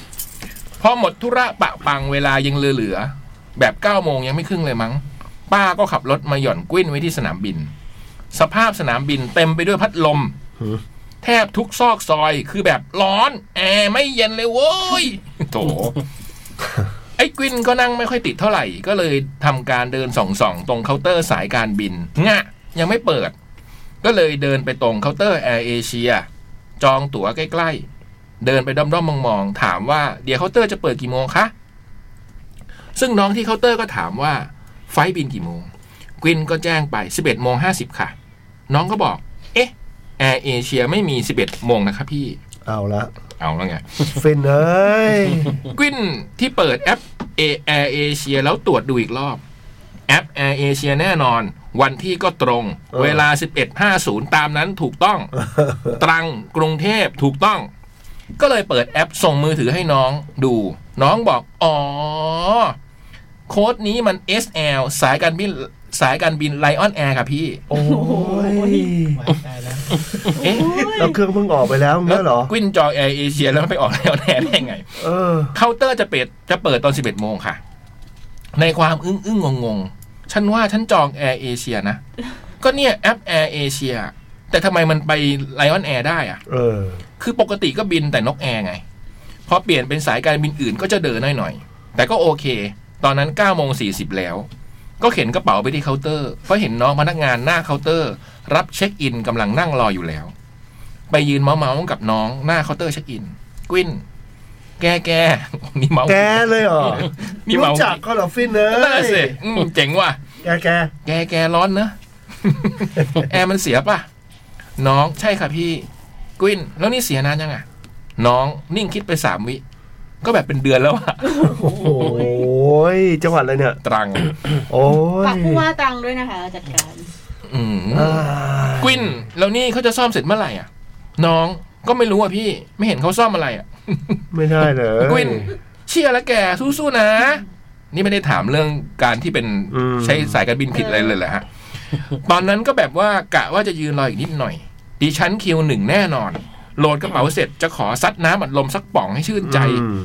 ๆพอหมดธุระปะปังเวลายังเหลือๆแบบเก้าโมงยังไม่ครึ่งเลยมั้ง ป้าก็ขับรถมาหย่อนกวินไว้ที่สนามบิน สภาพสนามบินเต็มไปด้วยพัดลม หือ แทบทุกซอกซอยคือแบบร้อน แอร์ไม่เย็นเลยโว้ยโถ ไอ้กวินก็นั่งไม่ค่อยติดเท่าไหร่ ก็เลยทำการเดินส่องๆ ตรงเคาน์เตอร์สายการบินงะยังไม่เปิด ก็เลยเดินไปตรงเคาน์เตอร์แอร์เอเชียจองตั๋วใกล้ๆ เดินไปด้อมๆมองๆ ถามว่าเดี๋ยวเคาน์เตอร์จะเปิดกี่โมงคะ ซึ่งน้องที่เคาน์เตอร์ก็ถามว่า ไฟล์บินกี่โมง กวินก็แจ้งไป 11โมง50 ค่ะ น้องก็บอก เอ๊ะแอร์เอเชียไม่มี 11โมงนะครับพี่ เอาละ เอาแล้วไง ฟินเอ้ ย กวินที่เปิดแอป Air Asia แล้วตรวจดูอีกรอบ แอป Air Asia แน่นอน วันที่ก็ตรง เวลา 11.50 ตามนั้นถูกต้อง ตรังกรุงเทพถูกต้อง ก็เลยเปิดแอปส่งมือถือให้น้องดู น้องบอก อ๋อ โค้ดนี้มัน SL สายการบินสายการบินไลออนแอร์ค่ะพี่ โอ้ย ไหวได้แล้ว เอ๊ะ แล้วเครื่องเพิ่งออกไปแล้วเงี้ยเหรอ กวินจอยแอร์เอเชียแล้วมันไปออกไลออนแอร์ได้ไง เออ เคาน์เตอร์จะเปิดจะเปิดตอน 11 โมงค่ะ ในความอึ้งอึ้งงงๆ ฉันว่าฉันจองแอร์เอเชียนะ ก็เนี่ยแอปแอร์เอเชียแต่ทำไมมันไปไลออนแอร์ได้อะ เออ คือปกติก็บินแต่นกแอร์ไง พอเปลี่ยนเป็นสายการบินอื่นก็จะเดินหน่อยๆแต่ก็โอเค ตอนนั้น9ก้าโมงสีแล้ว ก็เข็นกระเป๋าไปที่เคาน์เตอร์เพราะเห็นน้องพนักงานหน้าเคาน์เตอร์ รับเช็คอินกำลังนั่งรออยู่แล้ว ไปยืนเมาส์ๆกับน้องหน้าเคาน์เตอร์เช็คอินกวินแกแกๆ นี่เมาส์ แกเลยเหรอ นี่ รู้ เมาส์ จักก็เหรอฟินเอ้ นั่นน่ะสิ ย อืมเจ๋งว่ะ แกแก แกแกร้อนเน อะ แอร์มันเสียป่ะ น้องใช่ค่ะพี่กวินแล้วนี่เสียนานยังอ่ะ น้องนิ่งคิดไปสามวิ ก็แบบเป็นเดือนแล้ว อะ โอ้โหยจังหวัดอะไรเนี่ย ตรัง โอ้ย ฝากผู้ว่าตรังด้วยนะคะจัดการ อืม อ่าก วินแล้วนี่เขาจะซ่อมเสร็จเมื่อไหร่อ่ะ น้องก็ไม่รู้อ่ะพี่ ไม่เห็นเขาซ่อมอะไรอ่ะ ไม่ได้เลย กวิน เชียร์ละแกสู้ๆนะ นี่ไม่ได้ถามเรื่องการที่เป็นใช้สายการบินผิดอะไรเลยเหรอฮะ ตอนนั้นก็แบบว่ากะว่าจะยืนรออีกนิดหน่อย ดิฉันคิวหนึ่งแน่นอน โหลดกระเป๋าเสร็จจะขอซัดน้ำอัดลมสักป๋องให้ชื่นใจ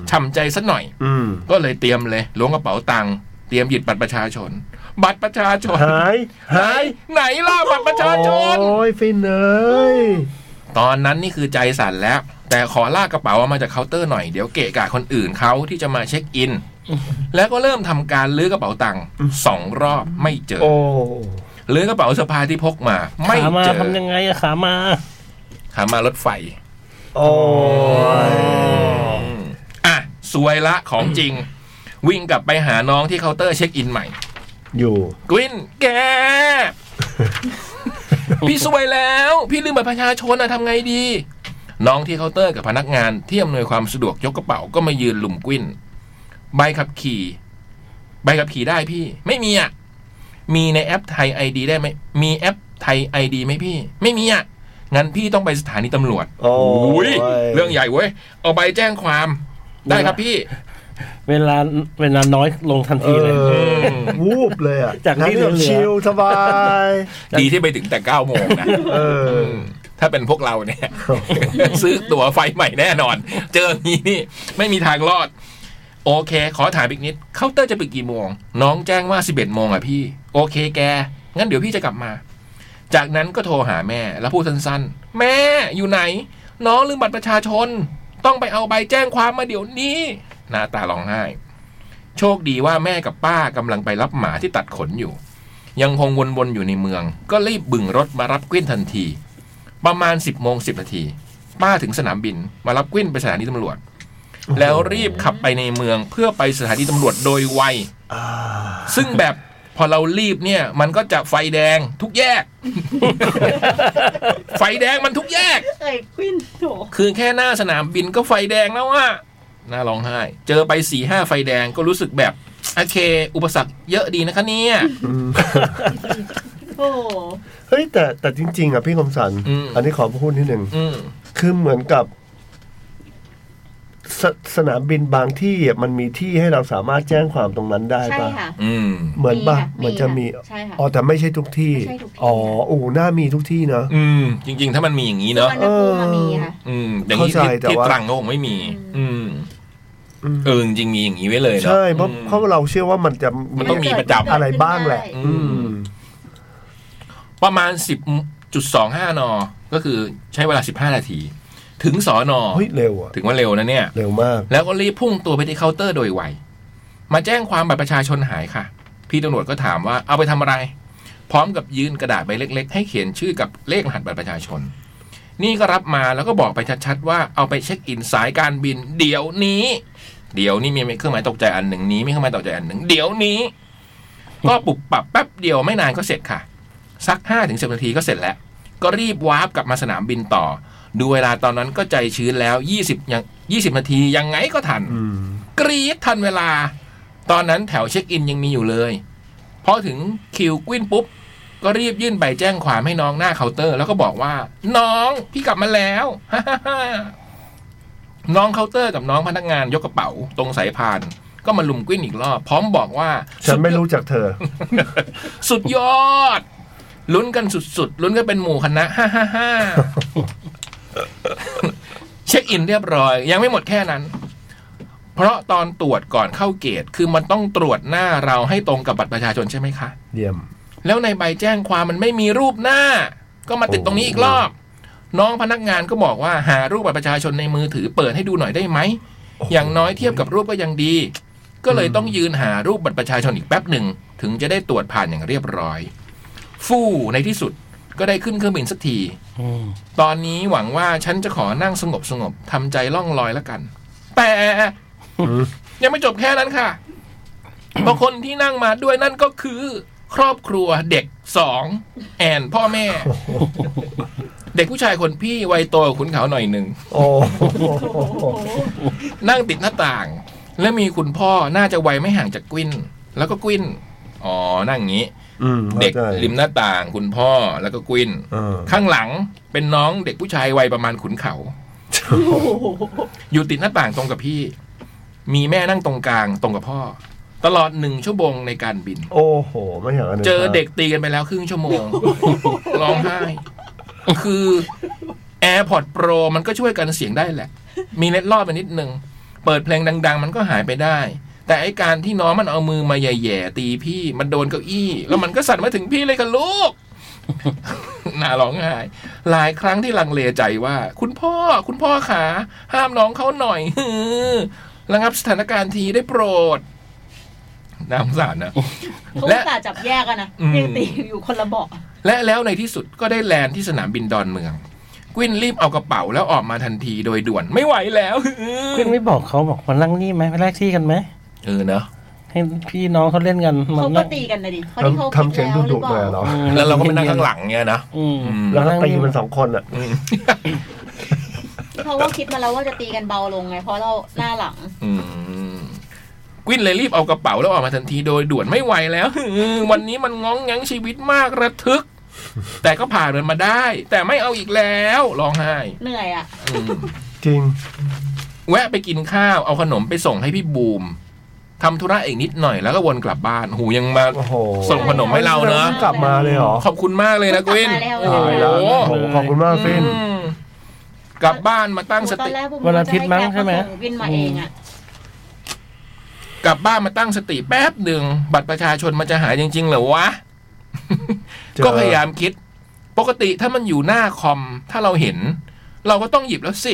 ช่ำใจสักหน่อย อืม ก็เลยเตรียมเลยล้วงกระเป๋าตังค์เตรียมหยิบบัตรประชาชน บัตรประชาชน หาย ไหนไหนล่ะบัตรประชาชน โอ้ยฟินเอ้ย ตอนนั้นนี่คือใจสั่นแล้ว แต่ขอลากกระเป๋ามาจากเคาน์เตอร์หน่อยเดี๋ยวเกะกะคนอื่นเขาที่จะมาเช็คอิน แล้วก็เริ่มทำการลื้อกระเป๋าตังค์สองรอบไม่เจอ โอ้ ลื้อกระเป๋าสะพายที่พกมา ไม่ ขามา เจอ ทำยังไงอะขามา ขามารถไฟ โอ้ย อ่ะสวยละของจริง วิ่งกลับไปหาน้องที่เคาน์เตอร์เช็คอินใหม่ อยู่ กวินแก พี่สวยแล้ว พี่ลืมบัตรประชาชนอะทำไงดี น้องที่เคาน์เตอร์กับพนักงานที่อำนวยความสะดวกยกกระเป๋าก็มายืนหลุมกวินใบขับขี่ ใบขับขี่ได้พี่ ไม่มีอ่ะ มีในแอปไทยไอดีได้ไหมมีแอปไทยไอดีไหมพี่ ไม่มีอ่ะ งั้นพี่ต้องไปสถานีตำรวจ โอ้ อุ้ ย ยเรื่องใหญ่เว้ย เอาใบแจ้งความ ได้ครับพี่ เวลาเวลาน้อยลงทัน เอ ทีเลย อวูบเลยอ่ะ จากที่ นั้น เหลือ ชิลสบาย ดีที่ไปถึงแต่9ก้าโมงนะ เออ ถ้าเป็นพวกเราเนี่ย ซื้อตั๋วไฟใหม่แน่นอน เจอนี้นี่ ไม่มีทางรอด โอเค ขอถามอีกนิดเคาน์เตอร์จะปิดกี่โมง น้องแจ้งว่า 11โมงอ่ะพี่ โอเคแก งั้นเดี๋ยวพี่จะกลับมา จากนั้นก็โทรหาแม่แล้วพูดสั้นๆ แม่อยู่ไหน น้องลืมบัตรประชาชน ต้องไปเอาใบแจ้งความมาเดี๋ยวนี้หน้าตาร้องไห้ โชคดีว่าแม่กับป้ากำลังไปรับหมาที่ตัดขนอยู่ ยังคงวนๆอยู่ในเมือง ก็รีบบึงรถมารับกวิ้นทันที ประมาณ 10บโมงสินาที ป้าถึงสนามบิน มารับกวิ้นไปสถานีตำรวจ แล้วรีบขับไปในเมืองเพื่อไปสถานีตำรวจโดยไว ซึ่งแบบพอเรารีบเนี่ย มันก็จะไฟแดงทุกแย ก ไฟแดงมันทุกแยก เอ้ยควินโถ คือแค่หน้าสนามบินก็ไฟแดงแล้วอะน่าร้องไห้ เจอไปสี่ห้าไฟแดงก็รู้สึกแบบโอเค อุปสรรคเยอะดีนะคะเนี่ย โอ้ เฮ้ยแต่แต่จริง ๆ อ่ะพี่คมสัน อันนี้ขอพูดนิดหนึ่ง อืม คือเหมือนกับสสนามบินบางที่อ่ะมันมีที่ให้เราสามารถแจ้งความตรงนั้นได้ ใช่ ปะ ค่ะ อืม เหมือนปะ มีค่ะ เหมือนจะมีมีค่ะใช่ค่ะ อ๋อแต่ไม่ใช่ทุกที่ ไม่ใช่ทุกที่ อ๋อโอ้น่ามีทุกที่เนอะ อืม จริง ๆ ถ้ามันมีอย่างนี้ สุ เนาะ วรรณภูมิมามีค่ะ อืมอย่างนี้ เข้า ที่ ใจแต่ ที่ ว่า ตรังก็คงไม่มี อื อื ม มเออจริงๆมีอย่างนี้ไว้เลยเนาะ ใช่เพราะ อืม เพราะเราเชื่อว่ามันจะ มันต้องมีประจำ อะไรบ้างแหละ เกิดขึ้นได้ อืม ประมาณสิบจุดสองห้านอ ก็คือใช้เวลาสิบห้านาที ถึงสอนอ เฮ้ย เร็วอ่ะ ถึงว่าเร็วนะเนี่ย เร็วมาก แล้วก็รีบพุ่งตัวไปที่เคาน์เตอร์โดยไว มาแจ้งความบัตรประชาชนหายค่ะ พี่ตำรวจก็ถามว่าเอาไปทำอะไร พร้อมกับยื่นกระดาษใบเล็ก ๆ ให้เขียนชื่อกับเลขรหัสบัตรประชาชน นี่ก็รับมาแล้วก็บอกไปชัดๆว่าเอาไปเช็คอินสายการบิน เดี๋ยวนี้ เดี๋ยวนี้มีเครื่องหมายตกใจอันหนึ่งนี้มีเครื่องหมายตกใจอันหนึ่งเดี๋ยวนี้ ก็ปุบปับแป๊บเดียวไม่นานก็เสร็จค่ะ สักห้าถึงสิบนาทีก็เสร็จแล้ว ก็รีบวาร์ปกลับมาสนามบินต่อ ดูเวลาตอนนั้นก็ใจชื้นแล้ว 20ยัง20 นาทียังไงก็ทัน อืม กรีดทันเวลา ตอนนั้นแถวเช็คอินยังมีอยู่เลยพอถึงคิวกวินปุ๊บ ก็รีบยื่นใบแจ้งความให้น้องหน้าเคาน์เตอร์ แล้วก็บอกว่า น้องพี่กลับมาแล้ว น้องเคาน์เตอร์กับน้องพนักงานยกกระเป๋าตรงสายพาน ก็มาลุมกวินอีกรอบ พร้อมบอกว่า ฉันไม่รู้จักเธอ สุดยอด ลุ้นกันสุดๆ ลุ้นกันเป็นหมู่คณะฮ่าฮ่าฮ่าเช็คอินเรียบร้อย ยังไม่หมดแค่นั้น เพราะตอนตรวจก่อนเข้าเกตคือมันต้องตรวจหน้าเราให้ตรงกับบัตรประชาชนใช่ไหมคะ เยี่ยม แล้วในใบแจ้งความมันไม่มีรูปหน้า ก็มาติดตรงนี้อีกรอบ น้องพนักงานก็บอกว่าหารูปบัตรประชาชนในมือถือเปิดให้ดูหน่อยได้ไหม อย่างน้อยเทียบกับรูปก็ยังดี ก็เลยต้องยืนหารูปบัตรประชาชนอีกแป๊บหนึ่ง ถึงจะได้ตรวจผ่านอย่างเรียบร้อย ฟู่ในที่สุดก็ได้ขึ้นเครื่องบินสักที อืม ตอนนี้หวังว่าฉันจะขอนั่งสงบสงบๆทำใจล่องลอยแล้วกัน แต่ ยังไม่จบแค่นั้นค่ะ เพราะคนที่นั่งมาด้วยนั่นก็คือ ครอบครัวเด็กสองแอนพ่อแม่ เด็กผู้ชายคนพี่วัยโตกว่าขุนเขาหน่อยหนึ่ง โอ้โห นั่งติดหน้าต่าง และมีคุณพ่อน่าจะวัยไม่ห่างจากกวิน แล้วก็กวินอ๋อนั่งอย่างนี้ อืม เด็ก ข้าใจ ริมหน้าต่างคุณพ่อแล้วก็กวิน เออ ข้างหลังเป็นน้องเด็กผู้ชายวัยประมาณขุนเขา อยู่ติดหน้าต่างตรงกับพี่ มีแม่นั่งตรงกลางตรงกับพ่อ ตลอดหนึ่งชั่วโมงในการบิน โอ้โห ไม่อย่างนั้นลย เจอเด็กตีกันไปแล้วครึ่งชั่วโม ง ร้องไห้ คือ AirPod Pro มันก็ช่วยกันเสียงได้แหละ มีเล็ดลอดไปนิดนึง เปิดเพลงดัง ๆ มันก็หายไปได้ แต่ไอการที่น้องมันเอามือมาแหย่ๆตีพี่ มันโดนเก้าอี้ แล้วมันก็สั่นมาถึงพี่เลยกับลูก น่าร้องไห้หลายครั้งที่ลังเลใจว่า คุณพ่อ คุณพ่อขาห้ามน้องเขาหน่อย ฮือระงับสถานการณ์ทีได้โปรดน่าสงสารนะ เขา และ อุตส่าห์จับแยกกันนะ อืม ยังตีอยู่คนละเบาะ และแล้วในที่สุดก็ได้แลนด์ที่สนามบินดอนเมือง กวินรีบเอากระเป๋าแล้วออกมาทันทีโดยด่วนไม่ไหวแล้ว คุณไม่บอกเขาบอกมานั่งนี่ไหมไปแลกที่กันไหม เออเนอะ ให้พี่น้องเขาเล่นกันมา เขาก็ นั่ง ตีกันนะดิเขา ท ที่เขา ำทำเสียงดุดุมาเหรอ อืม แล้วเราก็ไปนั่งข้างหลังเนี่ยนะ อืม อืม แล้วก็ตีมัน นั่ง สองคนอ่ะ อืม เขาก็คิดมาแล้วว่าจะตีกันเบาลงไงเพราะเราหน้าหลัง อืมกวินเลยรีบเอากระเป๋าแล้วออกมาทันทีโดยด่วนไม่ไหวแล้ว อืมวันนี้มันง้องแง้งชีวิตมากระทึก แต่ก็ผ่านมันมาได้ แต่ไม่เอาอีกแล้วร้องไห้ เหนื่อยอ่ะ อืม จริง แวะไปกินข้าวเอาขนมไปส่งให้พี่บูมทำธุระอีกนิดหน่อยแล้วก็วนกลับบ้านหูยังมา โอ้โห ส่งขนมให้เราเนอะ พิ่งกลับมาเลยเหรอ ขอบคุณมากเลยนะกวิน กลับมาโอ้ ตายแล้วแล้ว โห โอ้โหขอบคุณมากฟิน อืมกลับบ้านมาตั้งส ตอ ติ นแรกผม วันอาทิตย์มั้งใช่ไหม ก็จะแกะาส่วินมาเองอ่ะ กลับบ้านมาตั้งสติแป๊บหนึ่งบัตรประชาชนมันจะหายจริง ๆ เหรอวะ เจอ ก็พยายามคิด ปกติถ้ามันอยู่หน้าคอม ถ้าเราเห็น เราก็ต้องหยิบแล้วสิ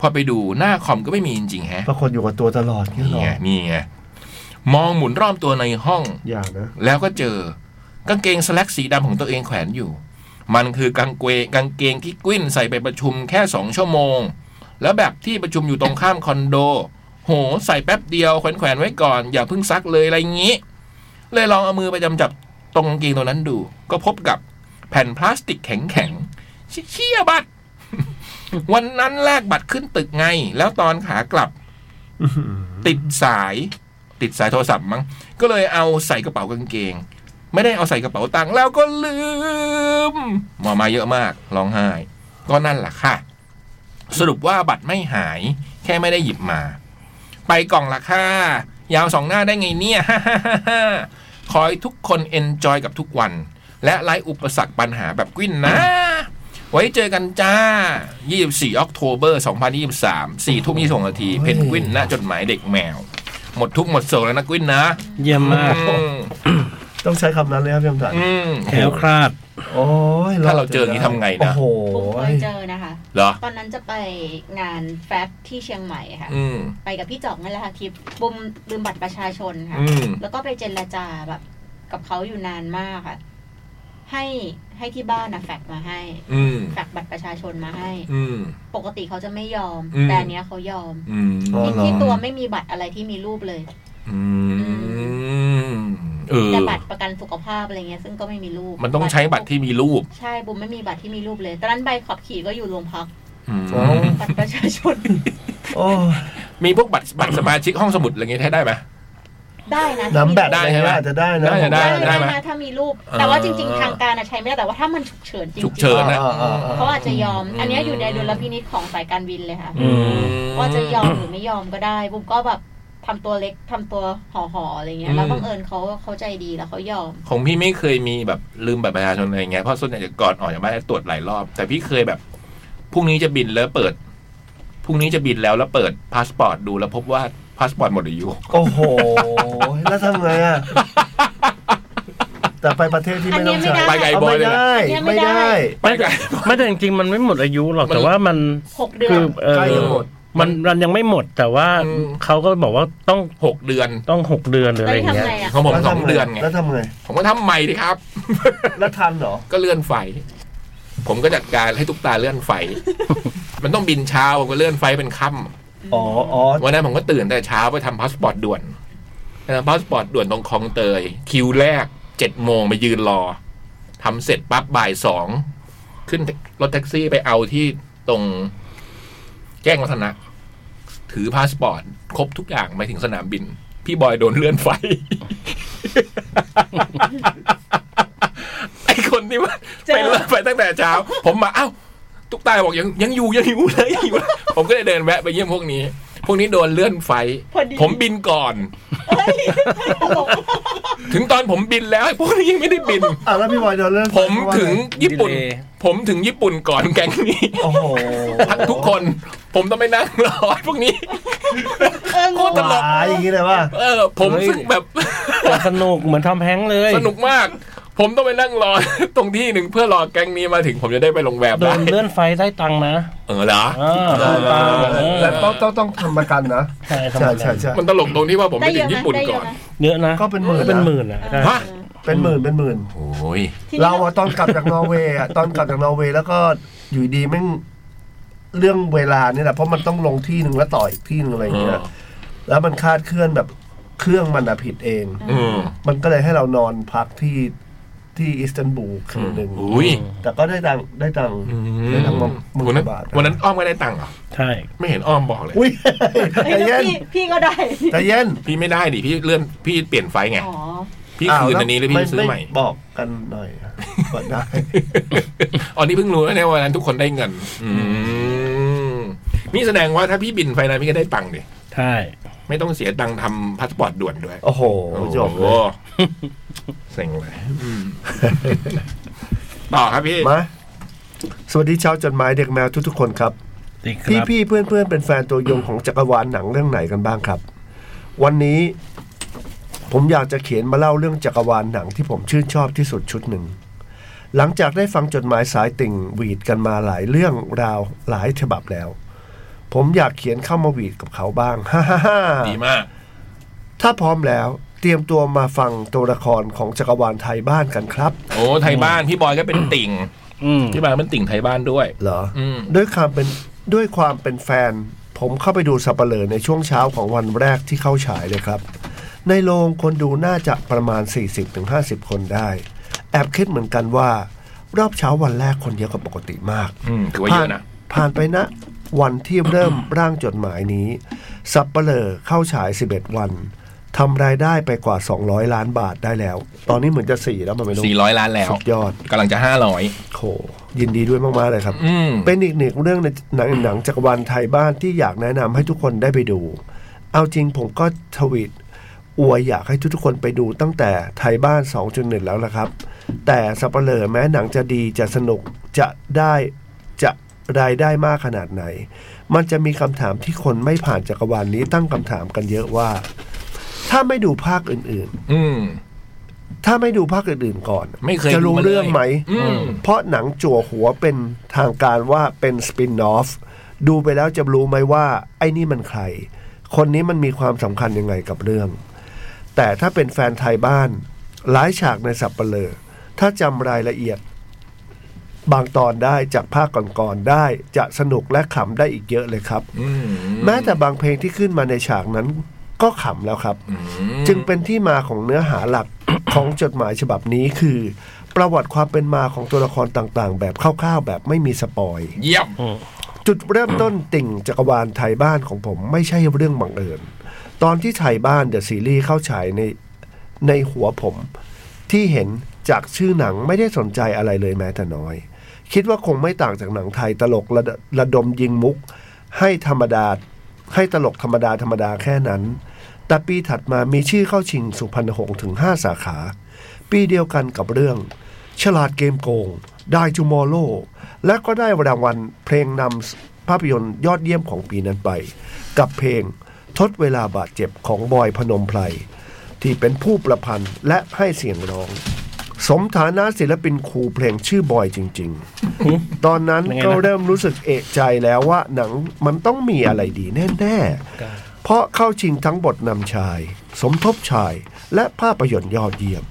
พอไปดูหน้าคอมก็ไม่มีจริงๆแฮะ ปรากฏอยู่กับตัวตลอดนี่ นี่ เหรอ ไงนี่ไงมองหมุนรอบตัวในห้อง อย่านะ แล้วก็เจอกางเกงสแลกสีดำของตัวเองแขวนอยู่ มันคือกางเกงกางเกงที่กวิ้นใส่ไปประชุมแค่สองชั่วโมง แล้วแบบที่ประชุมอยู่ตรงข้ามคอนโด โหใส่แป๊บเดียวแขวนแขวนๆไว้ก่อน อย่าเพิ่งซักเลยอะไรงี้ เลยลองเอามือไปจำจับตรงกางเกงตัวนั้นดู ก็พบกับแผ่นพลาสติกแข็งๆเชี่ยบัตร วันนั้นแลกบัตรขึ้นตึกไง แล้วตอนขากลับ ติดสาย ติดสายโทรศัพท์มั้ง ก็เลยเอาใส่กระเป๋ากางเกง ไม่ได้เอาใส่กระเป๋าตังค์แล้วก็ลืมหมอมาเยอะมากร้องไห้ ก็นั่นแหละค่ะ สรุปว่าบัตรไม่หาย แค่ไม่ได้หยิบมา ไปกล่องละค่ะ ยาวสองหน้าได้ไงเนี่ย คอยทุกคนเอนจอยกับทุกวัน และไร้อุปสรรคปัญหาแบบกวินนะ ไว้เจอกันจ้า 24 ออกโทเบอร์ 2023 4ทุ่ม20นาที เพนกวินณจดหมายเด็กแมว หมดทุกข์หมดโศกแล้วนะกวินนะ เยี่ยมมาก อืม ต้องใช้คำนั้นเลยครับพี่อมสัน อืม แถวคลาด โอ้ย ถ้าเราเจออย่างนี้ทำไงนะ โอ้โห ผมเคยเจอนะคะ เหรอ ตอนนั้นจะไปงานแฟบที่เชียงใหม่ค่ะ อืม ไปกับพี่จ่องนั่นแหละค่ะคลิปบุมลืมบัตรประชาชนค่ะ อืม แล้วก็ไปเจรจาแบบ กับเขาอยู่นานมากค่ะ ให้ให้ที่บ้านนะแฟกซ์มาให้ อืม แฟกซ์บัตรประชาชนมาให้ อืม ปกติเขาจะไม่ยอม อืม แต่อันเนี้ยเขายอม อืม อ๋อเหที่รอ ที่ตัวไม่มีบัตรอะไรที่มีรูปเลย อืมเออ แต่บัตรประกันสุขภาพอะไรเงี้ยซึ่งก็ไม่มีรูป มันต้องใช้บัตรที่มีรูป ใช่บุมไม่มีบัตรที่มีรูปเลยตอนนั้นใบขับขี่ก็อยู่โรงพัก อืม อ๋อ บัตรประชาช น โอ้ย มีพวกบัตรบัตรสมาชิกห้องสมุดอะไรเงี้ยใช้ได้ไหม ได้นะ น้ำแบบ ได้ใช่ไหม อาจจะได้นะ ได้จะ ได้ ได้ ได้ ไหม นะถ้ามีรูป เออ แต่ว่าจริง ๆ ทางการอะใช้ไม่ได้แต่ว่าถ้ามันฉุกเฉินจริงๆ ฉุกเฉิน อ่าอ่าอ่า เขาอาจจะยอม อืม อันเนี้ยอยู่ในดุลพินิจของสายการบินเลยค่ะ อืม ว่าจะยอมหรือไม่ยอมก็ได้บุมก็แบบทำตัวเล็กทำตัวห่อห่อๆอะไรเงี้ อืมยแล้วบังเอิญเขาเขาใจดีแล้วเขายอม ของพี่ไม่เคยมีแบบลืมบัตรประชาชนอะไรเงี้ยเพราะส่วนใหญ่จะก่อนออกจากบ้านจะตรวจหลายรอบ แต่พี่เคยแบบพรุ่งนี้จะบินแล้วเปิดพรุ่งนี้จะบินแล้วแล้วเปิดพาสปอร์ตดูแล้วพบว่าพาสปอร์ตหมดอายุ โอ้โห แล้วทำไงอ่ะ แต่ไปประเทศที่ไม่ต้องอัใช้นเนี้ยไม่ได้ไปไกลบอยเลยนะ เอา อันเนี้ยไม่ ไม่ ได้ ได้ ไปไกล ไม่แต่จริงๆมันไม่หมดอายุหรอกแต่ว่ามัน หกเดือ คื น อเออ ใกล้จะหมด มันมันยังไม่หมดแต่ว่า อืม เขาก็บอกว่าต้อง หกเดือน ต้องหกเดือนหรืออะไรอย่าง ทำ เงี้ย ไงอ่ะ ของผม แล้ว ส ทำ องเดือนไง แล้วทำไง ผมก็ทำใหม่ดิครับ แล้วทันเหรอ ก็เลื่อนไฟ ผมก็จัดการให้ทุกตาเลื่ อนไฟ มันต้องบินเช้าผมก็เลื่อนไฟเป็นค่ อ๋ออ๋อ ำวันนั้นผมก็ตื่นแต่เช้าไปทำพาสปอร์ตด่วนไปทำพาสปอร์ตด่วนตรงคลองเตย คิวแรกเจ็ดโมงไปยืนรอทำเสร็จปั๊บบ่ายสองขึ้นรถแท็กซี่ไปเอาที่ตรงแจ้งวัฒนะ ถือพาสปอร์ต ครบทุกอย่างไปถึงสนามบิน พี่บอยโดนเลื่อนไฟ ไอคนนี่มันเป็นเลื่อนไฟตั้งแต่เช้า ผมมาเอ้า ทุกตายบอกยังยังอยู่ยังอยู่เลยยังอยู่เลยผมก็เลยเดินแวะไปเยี่ยมพวกนี้ พวกนี้โดนเลื่อนไฟ พอดี ผมบินก่อน เอ้ยตลก ถึงตอนผมบินแล้วไอ้พวกนี้ยังไม่ได้บิน อ่ะแล้วพี่บอยโดนเรื่อง ผมถึงญี่ปุ่น ดีเลย์ ผมถึงญี่ปุ่นก่อนแก๊งนี้ โอ้โห ทุกคน ผมต้องไปนั่งรอไอ้พวกนี้ เอองง ตลก หายอย่างนี้เลยว่า เออ ผมซึ่งแบบ แต่สนุกเหมือนทอมแฮงค์เลย สนุกมาก ผมต้องไปนั่งรอ ตรงที่หนึ่งเพื่อรอแก๊งนี้มาถึง ผมจะได้ไปโรงแรม โด ได้ นเลื่อนไฟได้ตังค์นะ เออเหรอ อ่าได้ตังค์เออ แต่ต้องต้องต้องทำประกันนะ ใช่ ใช่ ทำ ใช่ใช่ มันตลกตรงที่ว่าผมไป ได้ถึเยอะ ง ไหม ญี่ปุ่น ได้เย ก่อ อะ น ไหม เยอะนะ ก็เป็นหมื่น เป็น นะ หมื่นอ่ะใช่ ฮะ เป็นหมื่นเป็นหมื่น โอ้ย ที เรา นี้ อะตอนกลับจากนอร์เวย์อะตอนกลับจากนอร์เวย์แล้วก็อยู่ดีแม่งเรื่องเวลานี่แหละเพราะมันต้องลงที่หนึ่งแล้วต่ออีกที่หนึ่งอะไรอย่างเงี้ย อ๋อ แล้วมันคาดเคลื่อนแบบเครื่องมันอะผิดเอง อืม มันก็เลยให้เรานอนพักที่ที่อิสตันบูลคืนหนึ่ง อุ้ย แต่ก็ได้ตังค์ได้ตังค์ได้ตังค์มาหมื่น วันนั้น กว่าบาท วันนั้นอ้อมก็ได้ตังค์เหรอ ใช่ ไม่เห็นอ้อมบอกเลย อุ้ย เอ้ ใจ ยแล้ เย็ วน พี่พี่ก็ ได้ ใจเย็น พี่ไม่ได้ดิพี่เลื่อนพี่เปลี่ยนไฟล์ไง อ๋อ พี่คืนอันนี้หรือ าว พี่ซื้อใหม่ ไบอกกันหน่อย ก็ได้ อ๋อนี่เพิ่งรู้นะเนี่ยวันนั้นทุกคนได้เงิน อืมนี่แสดงว่าถ้าพี่บินไฟล์นั้นพี่ก็ได้ตังค์ดิ ใช่ ไม่ต้องเสียตังค์ทำพาสปอร์ตด่วนด้วย โอ้โหจบเล โอ้โหยเซ็งเลยต่อครับพี่ มาสวัสดีชาวจดหมายเด็กแมวทุกๆคนครับ ดีค พี่ รับ พี่ๆเพื่อนเพื่อนๆเป็นแฟนตัวยงของจักรวาลหนังเรื่องไหนกันบ้างครับ วันนี้ผมอยากจะเขียนมาเล่าเรื่องจักรวาลหนังที่ผมชื่นชอบที่สุดชุดหนึ่ง หลังจากได้ฟังจดหมายสายติ่งหวีดกันมาหลายเรื่องราวหลายฉบับแล้ว ผมอยากเขียนเข้ามาหวีดกับเขาบ้าง ฮ่าฮ่าฮ่า ดีมาก ถ้าพร้อมแล้วเตรียมตัวมาฟังตัวละครของจักรวาลไทยบ้านกันครับ โอ้ ไทยบ้าน พี่บอยก็เป็นติ่ง อืม พี่บอยเป็นติ่งไทยบ้านด้วย เหรอ อืม ด้วยความเป็นด้วยความเป็นแฟน ผมเข้าไปดูสัปเหร่อในช่วงเช้าของวันแรกที่เข้าฉายเลยครับ ในโรงคนดูน่าจะประมาณ 40-50 คนได้ แอบคิดเหมือนกันว่า รอบเช้าวันแรกคนเยอะกว่าปกติมาก อืมถือว่าเยอะนะ ผ่านไปนะ วันที่เริ่ม ร่างจดหมายนี้ สับเปลอเข้าฉาย 11 วันทำรายได้ไปกว่า 200 ล้านบาทได้แล้ว ตอนนี้เหมือนจะสี่แล้วมันไม่รู้ สี่ร้อยล้านแล้ว สุดยอด กำลังจะห้าร้อย โหยินดีด้วยมากๆเลยครับ อืม เป็นอีกหนึ่งเรื่องในหนังหนังจักรวาลไทยบ้านที่อยากแนะนำให้ทุกคนได้ไปดู เอาจริงผมก็ทวีตอวยอยากให้ทุกๆคนไปดูตั้งแต่ไทยบ้าน 2.1 แล้วละครับ แต่สับเปลอแม้หนังจะดีจะสนุกจะได้จะรายได้มากขนาดไหน มันจะมีคำถามที่คนไม่ผ่านจักรวาลนี้ตั้งคำถามกันเยอะว่า ถ้าไม่ดูภาคอื่น ๆ อืม ถ้าไม่ดูภาคอื่นๆก่อน ไม่เคย จะรู้เรื่องไหม อืม เพราะหนังจั่วหัวเป็นทางการว่าเป็นสปินออฟ ดูไปแล้วจะรู้ไหมว่า ไอ้นี่มันใคร คนนี้มันมีความสำคัญยังไงกับเรื่อง แต่ถ้าเป็นแฟนไทยบ้าน หลายฉากในสับเปลอถ้าจำรายละเอียด บางตอนได้จากภาคก่อนๆได้ จะสนุกและขำได้อีกเยอะเลยครับ อืม แม้แต่บางเพลงที่ขึ้นมาในฉากนั้น ก็ขำแล้วครับ อืม จึงเป็นที่มาของเนื้อหาหลัก ของจดหมายฉบับนี้คือ ประวัติความเป็นมาของตัวละครต่างๆ แบบคร่าวๆ แบบไม่มีสปอย เยี่ยม จุดเริ่มต้นติ่งจักรวาลไทยบ้านของผมไม่ใช่เรื่องบังเอิญ ตอนที่ไทยบ้านเดอะซีรีส์เข้าฉายในในหัวผม ที่เห็นจากชื่อหนังไม่ได้สนใจอะไรเลยแม้แต่น้อย คิดว่าคงไม่ต่างจากหนังไทยตลกระดระดมยิงมุก ให้ธรรมดาให้ตลกธรรมดาธรรมดาแค่นั้น แต่ปีถัดมามีชื่อเข้าชิงสุพรรณหงส์ถึง 5 สาขา ปีเดียวกันกับเรื่อง ฉลาดเกมโกง ได้จูมอโล และก็ได้รางวัลเพลงนำภาพยนตร์ยอดเยี่ยมของปีนั้นไป กับเพลงทดเวลาบาดเจ็บของบอยพนมไพรที่เป็นผู้ประพันธ์และให้เสียงร้อง สมฐานะศิลปินครูเพลงชื่อบอยจริง ๆ ตอนนั้น ยังไงนะ ก็เริ่มรู้สึกเอะใจแล้วว่าหนังมันต้องมีอะไรดีแน่ๆ เพราะเข้าชิงทั้งบทนำชาย สมทบชายและภาพยนตร์ยอดเยี่ยม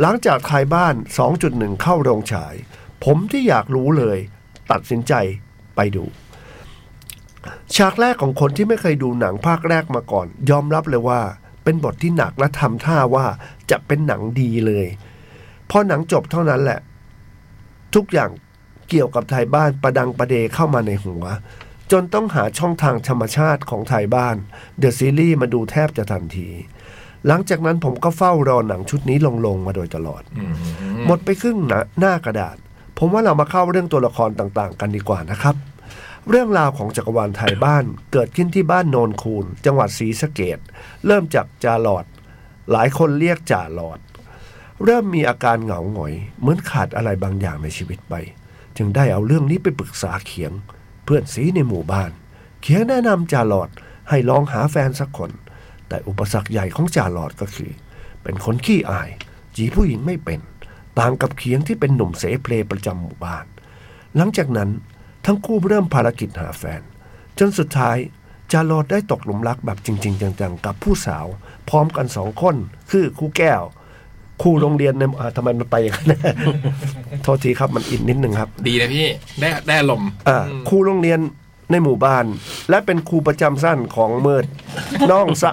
หลังจากทายบ้าน 2.1 เข้าโรงฉาย ผมที่อยากรู้เลย ตัดสินใจไปดู ฉากแรกของคนที่ไม่เคยดูหนังภาคแรกมาก่อน ยอมรับเลยว่า เป็นบทที่หนักและทำท่าว่าจะเป็นหนังดีเลย พอหนังจบเท่านั้นแหละ ทุกอย่างเกี่ยวกับไทยบ้านประดังประเดเข้ามาในหัว จนต้องหาช่องทางธรรมชาติของไทยบ้านเดอะซีรีส์มาดูแทบจะทันที หลังจากนั้นผมก็เฝ้ารอหนังชุดนี้ลงลงๆมาโดยตลอด อืม หมดไปครึ่งหนาหน้ากระดาษ ผมว่าเรามาเข้าเรื่องตัวละครต่างๆ กันดีกว่านะครับ เรื่องราวของจักรวาลไทยบ้านเกิดขึ้นที่บ้านโนนคูน จังหวัดศรีสะเกดเริ่มจากจาหลอด หลายคนเรียกจ่าหลอด เริ่มมีอาการเหงาหงอย เหมือนขาดอะไรบางอย่างในชีวิตไป จึงได้เอาเรื่องนี้ไปปรึกษาเขียง เพื่อนซีในหมู่บ้าน เขียงแนะนำจ่าหลอดให้ลองหาแฟนสักคน แต่อุปสรรคใหญ่ของจ่าหลอดก็คือ เป็นคนขี้อาย จีบผู้หญิงไม่เป็น ต่างกับเขียงที่เป็นหนุ่มเสเพลประจำหมู่บ้าน หลังจากนั้นทั้งคู่เริ่มภารกิจหาแฟน จนสุดท้ายจาโรดได้ตกหลุมรักแบบจริง ๆ จังๆ กับผู้สาว พร้อมกันสองคน คือครูแก้วครูโรงเรียนในอ่าทำไมมันไปอย่างนั้น โทษทีครับมันอินนิดนึงครับ ดีนะพี่ ได้ได้ลมณ์ อ่าครูโรงเรียนในหมู่บ้าน และเป็นครูประจำสั้นของเมิด น้องสะ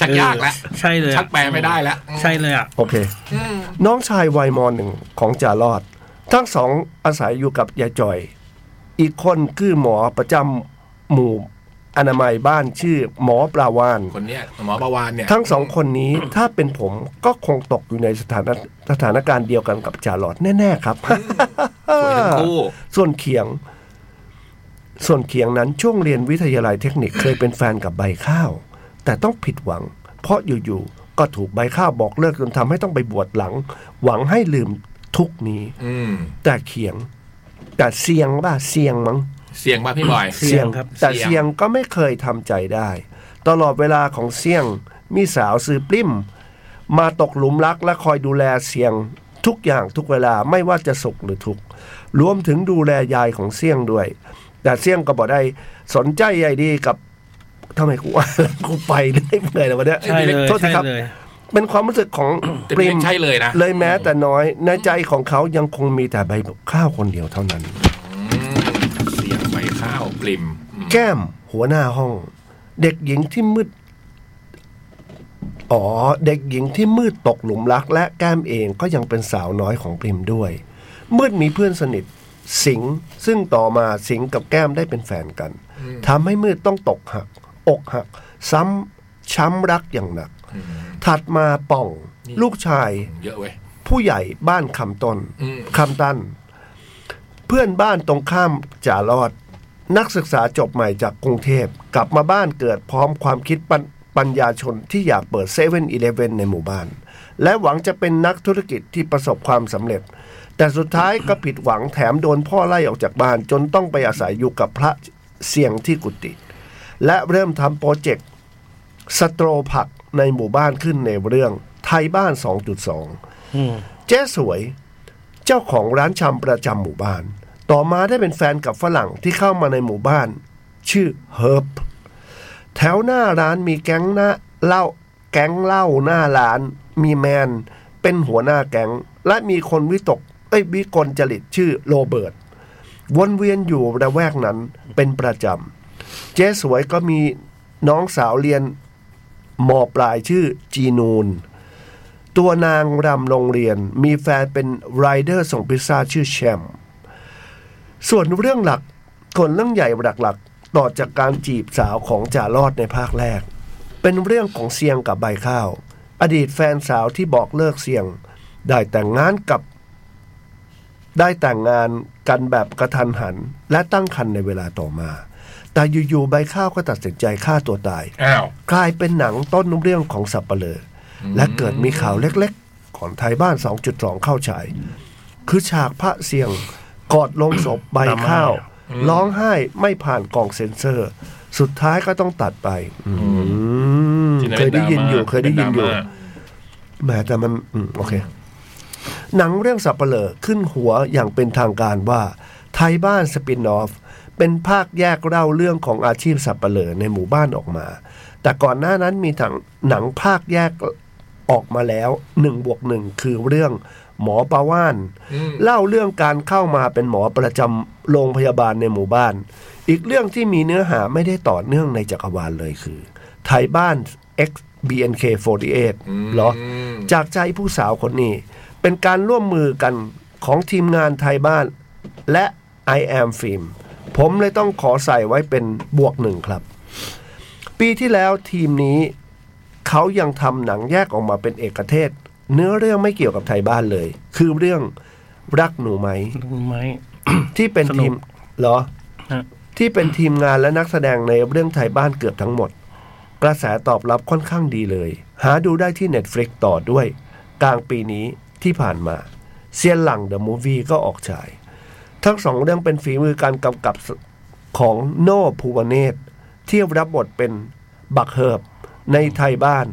ชักยากแล้ว ใช่เลยอะ ชักแปลไม่ได้แล้ว ใช่เลยอ่ะ โอเค น้องชายวัยมหนึ่งของจ่ารอด ทั้งสองอาศัยอยู่กับยายจอย อีกคนคือหมอประจำหมู่อนามัยบ้านชื่อหมอปลาวาน คนเนี้ยหมอประวานเนี่ย ทั้งสองคนนี้ ถ้าเป็นผมก็คงตกอยู่ในสถานะสถานการณ์เดียวกันกับจ่าหลอดแน่ ๆ ครับ ส วยทั้งคู่ ส่วนเขียง ส่วนเขียงนั้นช่วงเรียนวิทยาลัยเทคนิคเคยเป็นแฟนกับใบข้าว แต่ต้องผิดหวัง เพราะอยู่ ๆ ก็ถูกใบข้าวบอกเลิกจนทำให้ต้องไปบวชหลัง หวังให้ลืมทุกข์นี้ อืม แต่เขียง แต่เสียงป่ะเสียงมั้ง เสียงป่ะพี่บอย เสี่ยงครับ แต่ เสี่ยง เสียงก็ไม่เคยทำใจได้ ตลอดเวลาของเสียงมีสาวซื้อปลิ้ม มาตกหลุมรักและคอยดูแลเสียงทุกอย่างทุกเวลาไม่ว่าจะสุขหรือทุกข์รวมถึงดูแลยายของเสียงด้วย แต่เสียงก็บอกได้สนใจใยดีกับทำไมกูอ่านแล้วกูไปได้เมื่อยแล้ววันเนี้ย ใช่เลย โทษที ใช่ ครับ เลย เป็นความรู้สึกของ แต่ ป พี่ ลิ้ เล็ ม กใช่เลยนะ เลยแม้แต่น้อยในใจของเขายังคงมีแต่ใบข้าวคนเดียวเท่านั้น อืมเสียงใบข้าวปริมอืม แก้มหัวหน้าห้อง เด็กหญิงที่มืด อ๋อ เด็กหญิงที่มืดตกหลุมรัก และแก้มเองก็ยังเป็นสาวน้อยของปริมด้วย มืดมีเพื่อนสนิท สิงห์ซึ่งต่อมาสิงห์กับแก้มได้เป็นแฟนกันทำให้มืดต้องตกหัก อกหัก ซ้ำช้ำรักอย่างหนัก อืม ถัดมาป่อง นี่ ลูกชาย เยอะเว้ย ผู้ใหญ่บ้านคำตน อืม คำตัน เพื่อนบ้านตรงข้ามจ่ารอด นักศึกษาจบใหม่จากกรุงเทพ กลับมาบ้านเกิดพร้อมความคิดปญปัญญาชนที่อยากเปิดเซเว่นอีเลฟเว่นในหมู่บ้าน และหวังจะเป็นนักธุรกิจที่ประสบความสำเร็จ แต่สุดท้ายก็ผิดหวังแถมโดนพ่อไล่ออกจากบ้าน จนต้องไปอาศัยอยู่กับพระเสียงที่กุฏิและเริ่มทำโปรเจกต์ สโตรผักในหมู่บ้านขึ้นในเรื่องไทยบ้าน 2.2 อืม เจ๊สวย เจ้าของร้านชำประจำหมู่บ้าน ต่อมาได้เป็นแฟนกับฝรั่งที่เข้ามาในหมู่บ้าน ชื่อเฮิร์บแถวหน้าร้านมีแก๊งหน้าเหล้าแก๊งเหล้าหน้าร้าน มีแมน เป็นหัวหน้าแก๊ง และมีคนวิตกเอ้ยวิกลจริตชื่อโรเบิร์ตวนเวียนอยู่ระแวกนั้นเป็นประจำเจ๊สวยก็มีน้องสาวเรียนมปลายชื่อจีนูน ตัวนางรำโรงเรียนมีแฟนเป็นไรเดอร์ส่งพิซซ่าชื่อแชมป์ส่วนเรื่องหลักคนเรื่องใหญ่หลักๆ ต่อจากการจีบสาวของจ่ารอดในภาคแรก เป็นเรื่องของเซียงกับใบข้าว อดีตแฟนสาวที่บอกเลิกเซียง ได้แต่งงานกับ ได้แต่งงานกันแบบกระทันหัน และตั้งครรภ์ในเวลาต่อมา แต่อยู่ๆใบข้าวก็ตัดสินใจฆ่าตัวตาย อ้าว กลายเป็นหนังต้นเรื่องของสับเปลือและเกิดมีข่าวเล็กๆ ของไทยบ้าน 2.2 เข้าฉาย คือฉากพระเสียง กอดลงศพใบข้าว ร้องไห้ไม่ผ่านกล่องเซ็นเซอร์ สุดท้ายก็ต้องตัดไป อืมเคยได้ยินอยู่เคยได้ยินอเยู่ป็นดราม่า แหมแต่มันอืมโอเค หนังเรื่องสับเปลอขึ้นหัวอย่างเป็นทางการว่า ไทยบ้านสปินออฟ เป็นภาคแยกเล่าเรื่องของอาชีพสับเปลอในหมู่บ้านออกมา แต่ก่อนหน้านั้นมีถังหนังภาคแยกออกมาแล้ว1บวกหนึ่งคือเรื่องหมอปาว่าน อืม เล่าเรื่องการเข้ามาเป็นหมอประจำโรงพยาบาลในหมู่บ้าน อีกเรื่องที่มีเนื้อหาไม่ได้ต่อเนื่องในจักรวาลเลยคือ ไทยบ้าน X BNK48 เหรอ ม จากใจผู้สาวคนนี้ เป็นการร่วมมือกันของทีมงานไทยบ้าน และ I am film ผมเลยต้องขอใส่ไว้เป็นบวกหนึ่งครับ ปีที่แล้วทีมนี้ เขายังทำหนังแยกออกมาเป็นเอกเทศ เนื้อเรื่องไม่เกี่ยวกับไทยบ้านเลย คือเรื่องรักหนูไหม รู้ไหม ที่เป็น สนุก ทีมเหรอ ฮะ ที่เป็นทีมงานและนักแสดงในเรื่องไทยบ้านเกือบทั้งหมด กระแสตอบรับค่อนข้างดีเลย หาดูได้ที่ Netflix ต่อด้วย กลางปีนี้ที่ผ่านมา เซียนหลังเดอะมูฟวี่ก็ออกฉาย ทั้งสองเรื่องเป็นฝีมือการกำกับของโน่ภูวเนศที่รับบทเป็นบักเฮิบในไทยบ้าน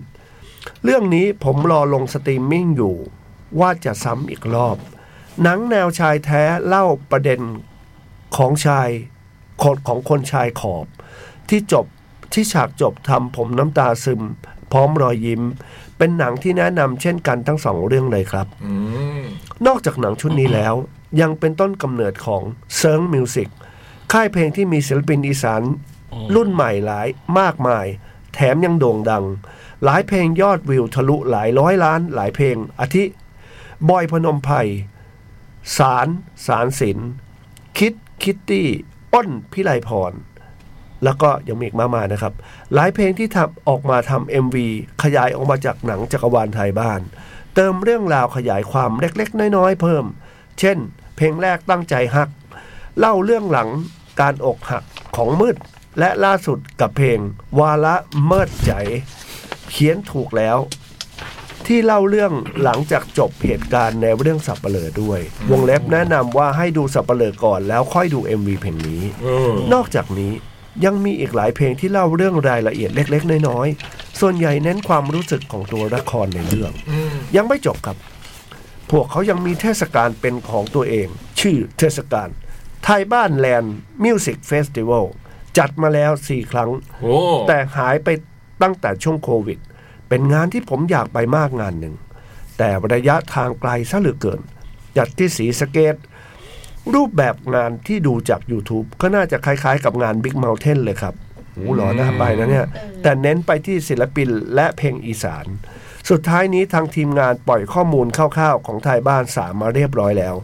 เรื่องนี้ผมรอลงสตรีมมิ่งอยู่ ว่าจะซ้ำอีกรอบ หนังแนวชายแท้เล่าประเด็นของชายคนของคนชายขอบ ที่จบที่ฉากจบทำผมน้ำตาซึม พร้อมรอยยิ้ม เป็นหนังที่แนะนำเช่นกันทั้งสองเรื่องเลยครับ อืม นอกจากหนังชุดนี้แล้ว ยังเป็นต้นกำเนิดของเซิร์งมิวสิกค่ายเพลงที่มีศิลปินอีสานรุ่นใหม่หลายมากมาย แถมยังโด่งดัง หลายเพลงยอดวิวทะลุหลายร้อยล้านหลายเพลง อาทิ บอยพนมไพรสารสารสิน คิดคิตตี้ อ้นพิไลพร แล้วก็ยังมีอีกมากมายนะครับ หลายเพลงที่ทำออกมาทำ MV ขยายออกมาจากหนังจักรวาลไทยบ้าน เติมเรื่องราวขยายความเล็กๆ น้อยๆ เพิ่ม เช่น เพลงแรกตั้งใจฮัก เล่าเรื่องหลังการอกหักของมืด และล่าสุดกับเพลง วาละเมิดใจ เขียนถูกแล้ว ที่เล่าเรื่องหลังจากจบเหตุการณ์ในเรื่องสับเปลอด้วย วงเล็บแนะนำว่าให้ดูสับเปลอก่อนแล้วค่อยดู MV เพลงนี้ เออน อกจากนี้ยังมีอีกหลายเพลงที่เล่าเรื่องรายละเอียดเล็ก ๆ น้อยๆ ส่วนใหญ่เน้นความรู้สึกของตัวละครในเรื่อง อืม ยังไม่จบครับ พวกเขายังมีเทศกาลเป็นของตัวเอง ชื่อเทศกาลไทยบ้านแลนด์มิวสิกเฟสติวัลจัดมาแล้ว 4 ครั้ง โอ้ แต่หายไปตั้งแต่ช่วงโควิด เป็นงานที่ผมอยากไปมากงานหนึ่ง แต่ระยะทางไกลซะเหลือเกิน จัดที่สีสะเกต รูปแบบงานที่ดูจาก YouTube ก็น่าจะคล้ายๆ กับงาน Big Mountain เลยครับหูหลอน่าไปนะเนี่ย แต่เน้นไปที่ศิลปินและเพลงอีสาน สุดท้ายนี้ทางทีมงานปล่อยข้อมูลคร่าวๆ ของไทยบ้านสามมาเรียบร้อยแล้ว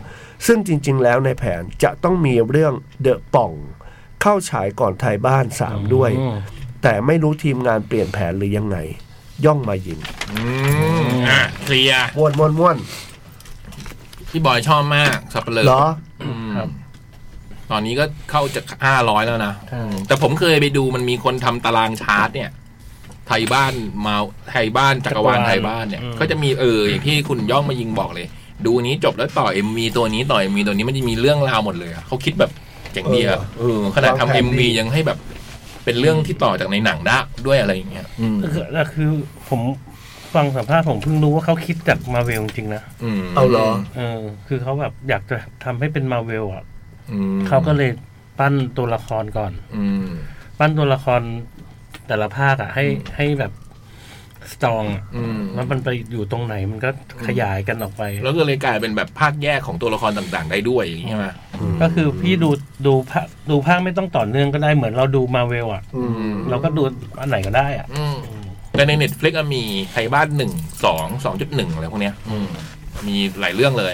ซึ่งจริงๆ แล้วในแผนจะต้องมีเรื่องเดอะป่อง เข้าฉายก่อนไทยบ้านสามด้วย อืม แต่ไม่รู้ทีมงานเปลี่ยนแผนหรือยังไง ย่องมายิง อืมอ่ะเคลียร์ ม้วนม้วนม้วน พี่บอยชอบมากสับเปลือ เหรอ อืม ครับ ตอนนี้ก็เข้าจะห้าร้อยแล้วนะ ใช่ แต่ผมเคยไปดูมันมีคนทำตารางชาร์ตเนี่ย ไทยบ้านมาไทยบ้านจักรวาลไทยบ้านเนี่ย ก็จะมีเอออย่างที่คุณย่องมายิงบอกเลย ดูอันนี้จบแล้วต่อเอ็มวีตัวนี้ต่อเอ็มวีตัวนี้มันจะมีเรื่องราวหมดเลยอะเขาคิดแบบเจ๋งดีอะเออขนาด วาง ทำ แผ เอ็ น ม ดี วียังให้แบบเป็นเรื่องที่ต่อจากในหนังได้ด้วยอะไรอย่างเงี้ย อืม คือแต่คือผมฟังสัมภาษณ์ผมเพิ่งรู้ว่าเขาคิดจากมาเวลจริงๆนะ ม เอาเหรอ เออ คือเขาแบบอยากจะทำให้เป็นมาเวลอ่ะ อืม เขาก็เลยปั้นตัวละครก่อน อืม ปั้นตัวละครแต่ละภาคอ่ะ ให้ อืม ให้แบบสตรองอะ อืม แล้วมันไปอยู่ตรงไหนมันก็ขยายกันออกไป แล้วก็เลยกลายเป็นแบบภาคแยกของตัวละครต่างๆ ได้ด้วยอย่างเงี้ยใช่ไหม ก็คือพี่ดูดูภาคดูภาคไม่ต้องต่อเนื่องก็ได้เหมือนเราดูมาเวลอ่ะ อืม เราก็ดูอันไหนก็ได้อ่ะ อืม แต่ในเน็ตฟลิกมีไทยบ้านหนึ่งสองสองจุดหนึ่งอะไรพวกเนี้ย อืม มีหลายเรื่องเลย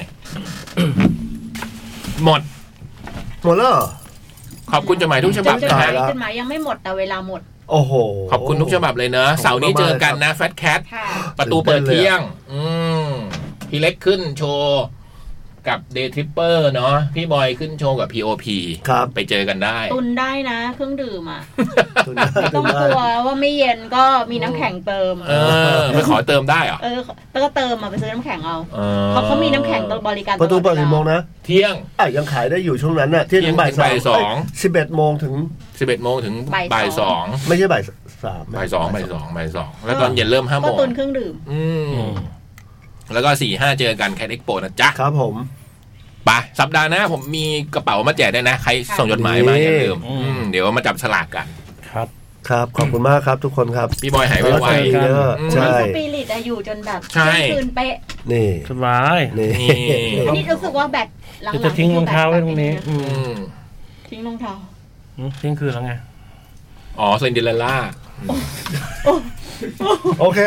หมด หมดแล้วเหรอ ขอบคุณจดหมายทุกฉ จ บับ ดจด นะ หมา ฮะ ย แล้ว จดหมายยังไม่หมดแต่เวลาหมด โอ้โห ขอบคุณทุกฉบับเลยเนอะเสาร์นี้เจอกันนะแฟตแคท ค่ะ ประตูเปิดเที่ยง อืม พี่เล็กขึ้นโชว์กับเดทริปเปอร์เนาะพี่บอยขึ้นโชว์กับ POP ครับ ไปเจอกันได้ ตุนได้นะเครื่องดื่มอ่ะ ตุนได้ ไม่ต้องก ตุน ลัว ได้ ว่าไม่เย็นก็มีน้ำแข็งเติม เออไปขอเติมได้เหรอ เออแล้วก็เติมมาไปซื้อน้ำแข็งเอา ออ เพราะเขามีน้ำแข็งตัวบริการ ประตูเปิด ลอวลา กี่โมงนะ เที่ยง อ่ะยังขายได้อยู่ช่วงนั้นน่ะเที่ยงถึงบ่าย เที่ยงถึงบ่ายสสอ อง ง สิบเอ็ดโมงถึง 11โมงถึงบ่ายสอง ไม่ใช่บ่ายสาม บ่ายสองบ่ายสองบ่ายสองแล้วตอนเย็นเริ่มห้าโม ก็ ง ตุนเครื่องดื่ม อืม แล้วก็สี่ห้าเจอกันแคทเอ็กโปนะจ๊ะ ครับผม ไปสัปดาห์หน้าผมมีกระเป๋ามาแจกด้วยนะ ใครส่งจดหมายมาอย่าลืมอืมเดี๋ยวมาจับสลากกัน ครับ ครับ ขอบคุณมากครับทุกคนครับ พี่บอยหาย เรา ไว เจอกันเยอะ อืม ใช่ สปิริตอะอยู่จนแบบ ใช่ เที่ยงคืนเป๊ะ นี่ สบาย นี่ นี่ นี่รู้สึกว่าแบตหลัง เดี๋ยวจะทิ้งรองเท้าไว้ตรงนี้อื ๆอื ม ม ทิ้งรองเท้า อืมทิ้งคืนแล้วไง อ๋อเซนเดอเรลล่า โอเค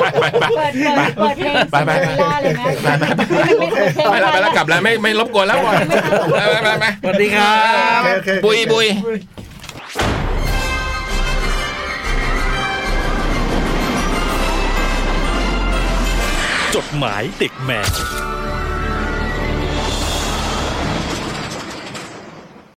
ไปไปไป เปิดเปิดเปิดเพลง ไปไปไป ซินเดอเรลล่าเลยไหม ไปแล้วไปแล้วกลับแล้วไม่ไม่รบกวนแล้วบอยไปไปไปไป สวัสดีครั โอบ เคโอเค บุยบุย จดหมายเด็กแมว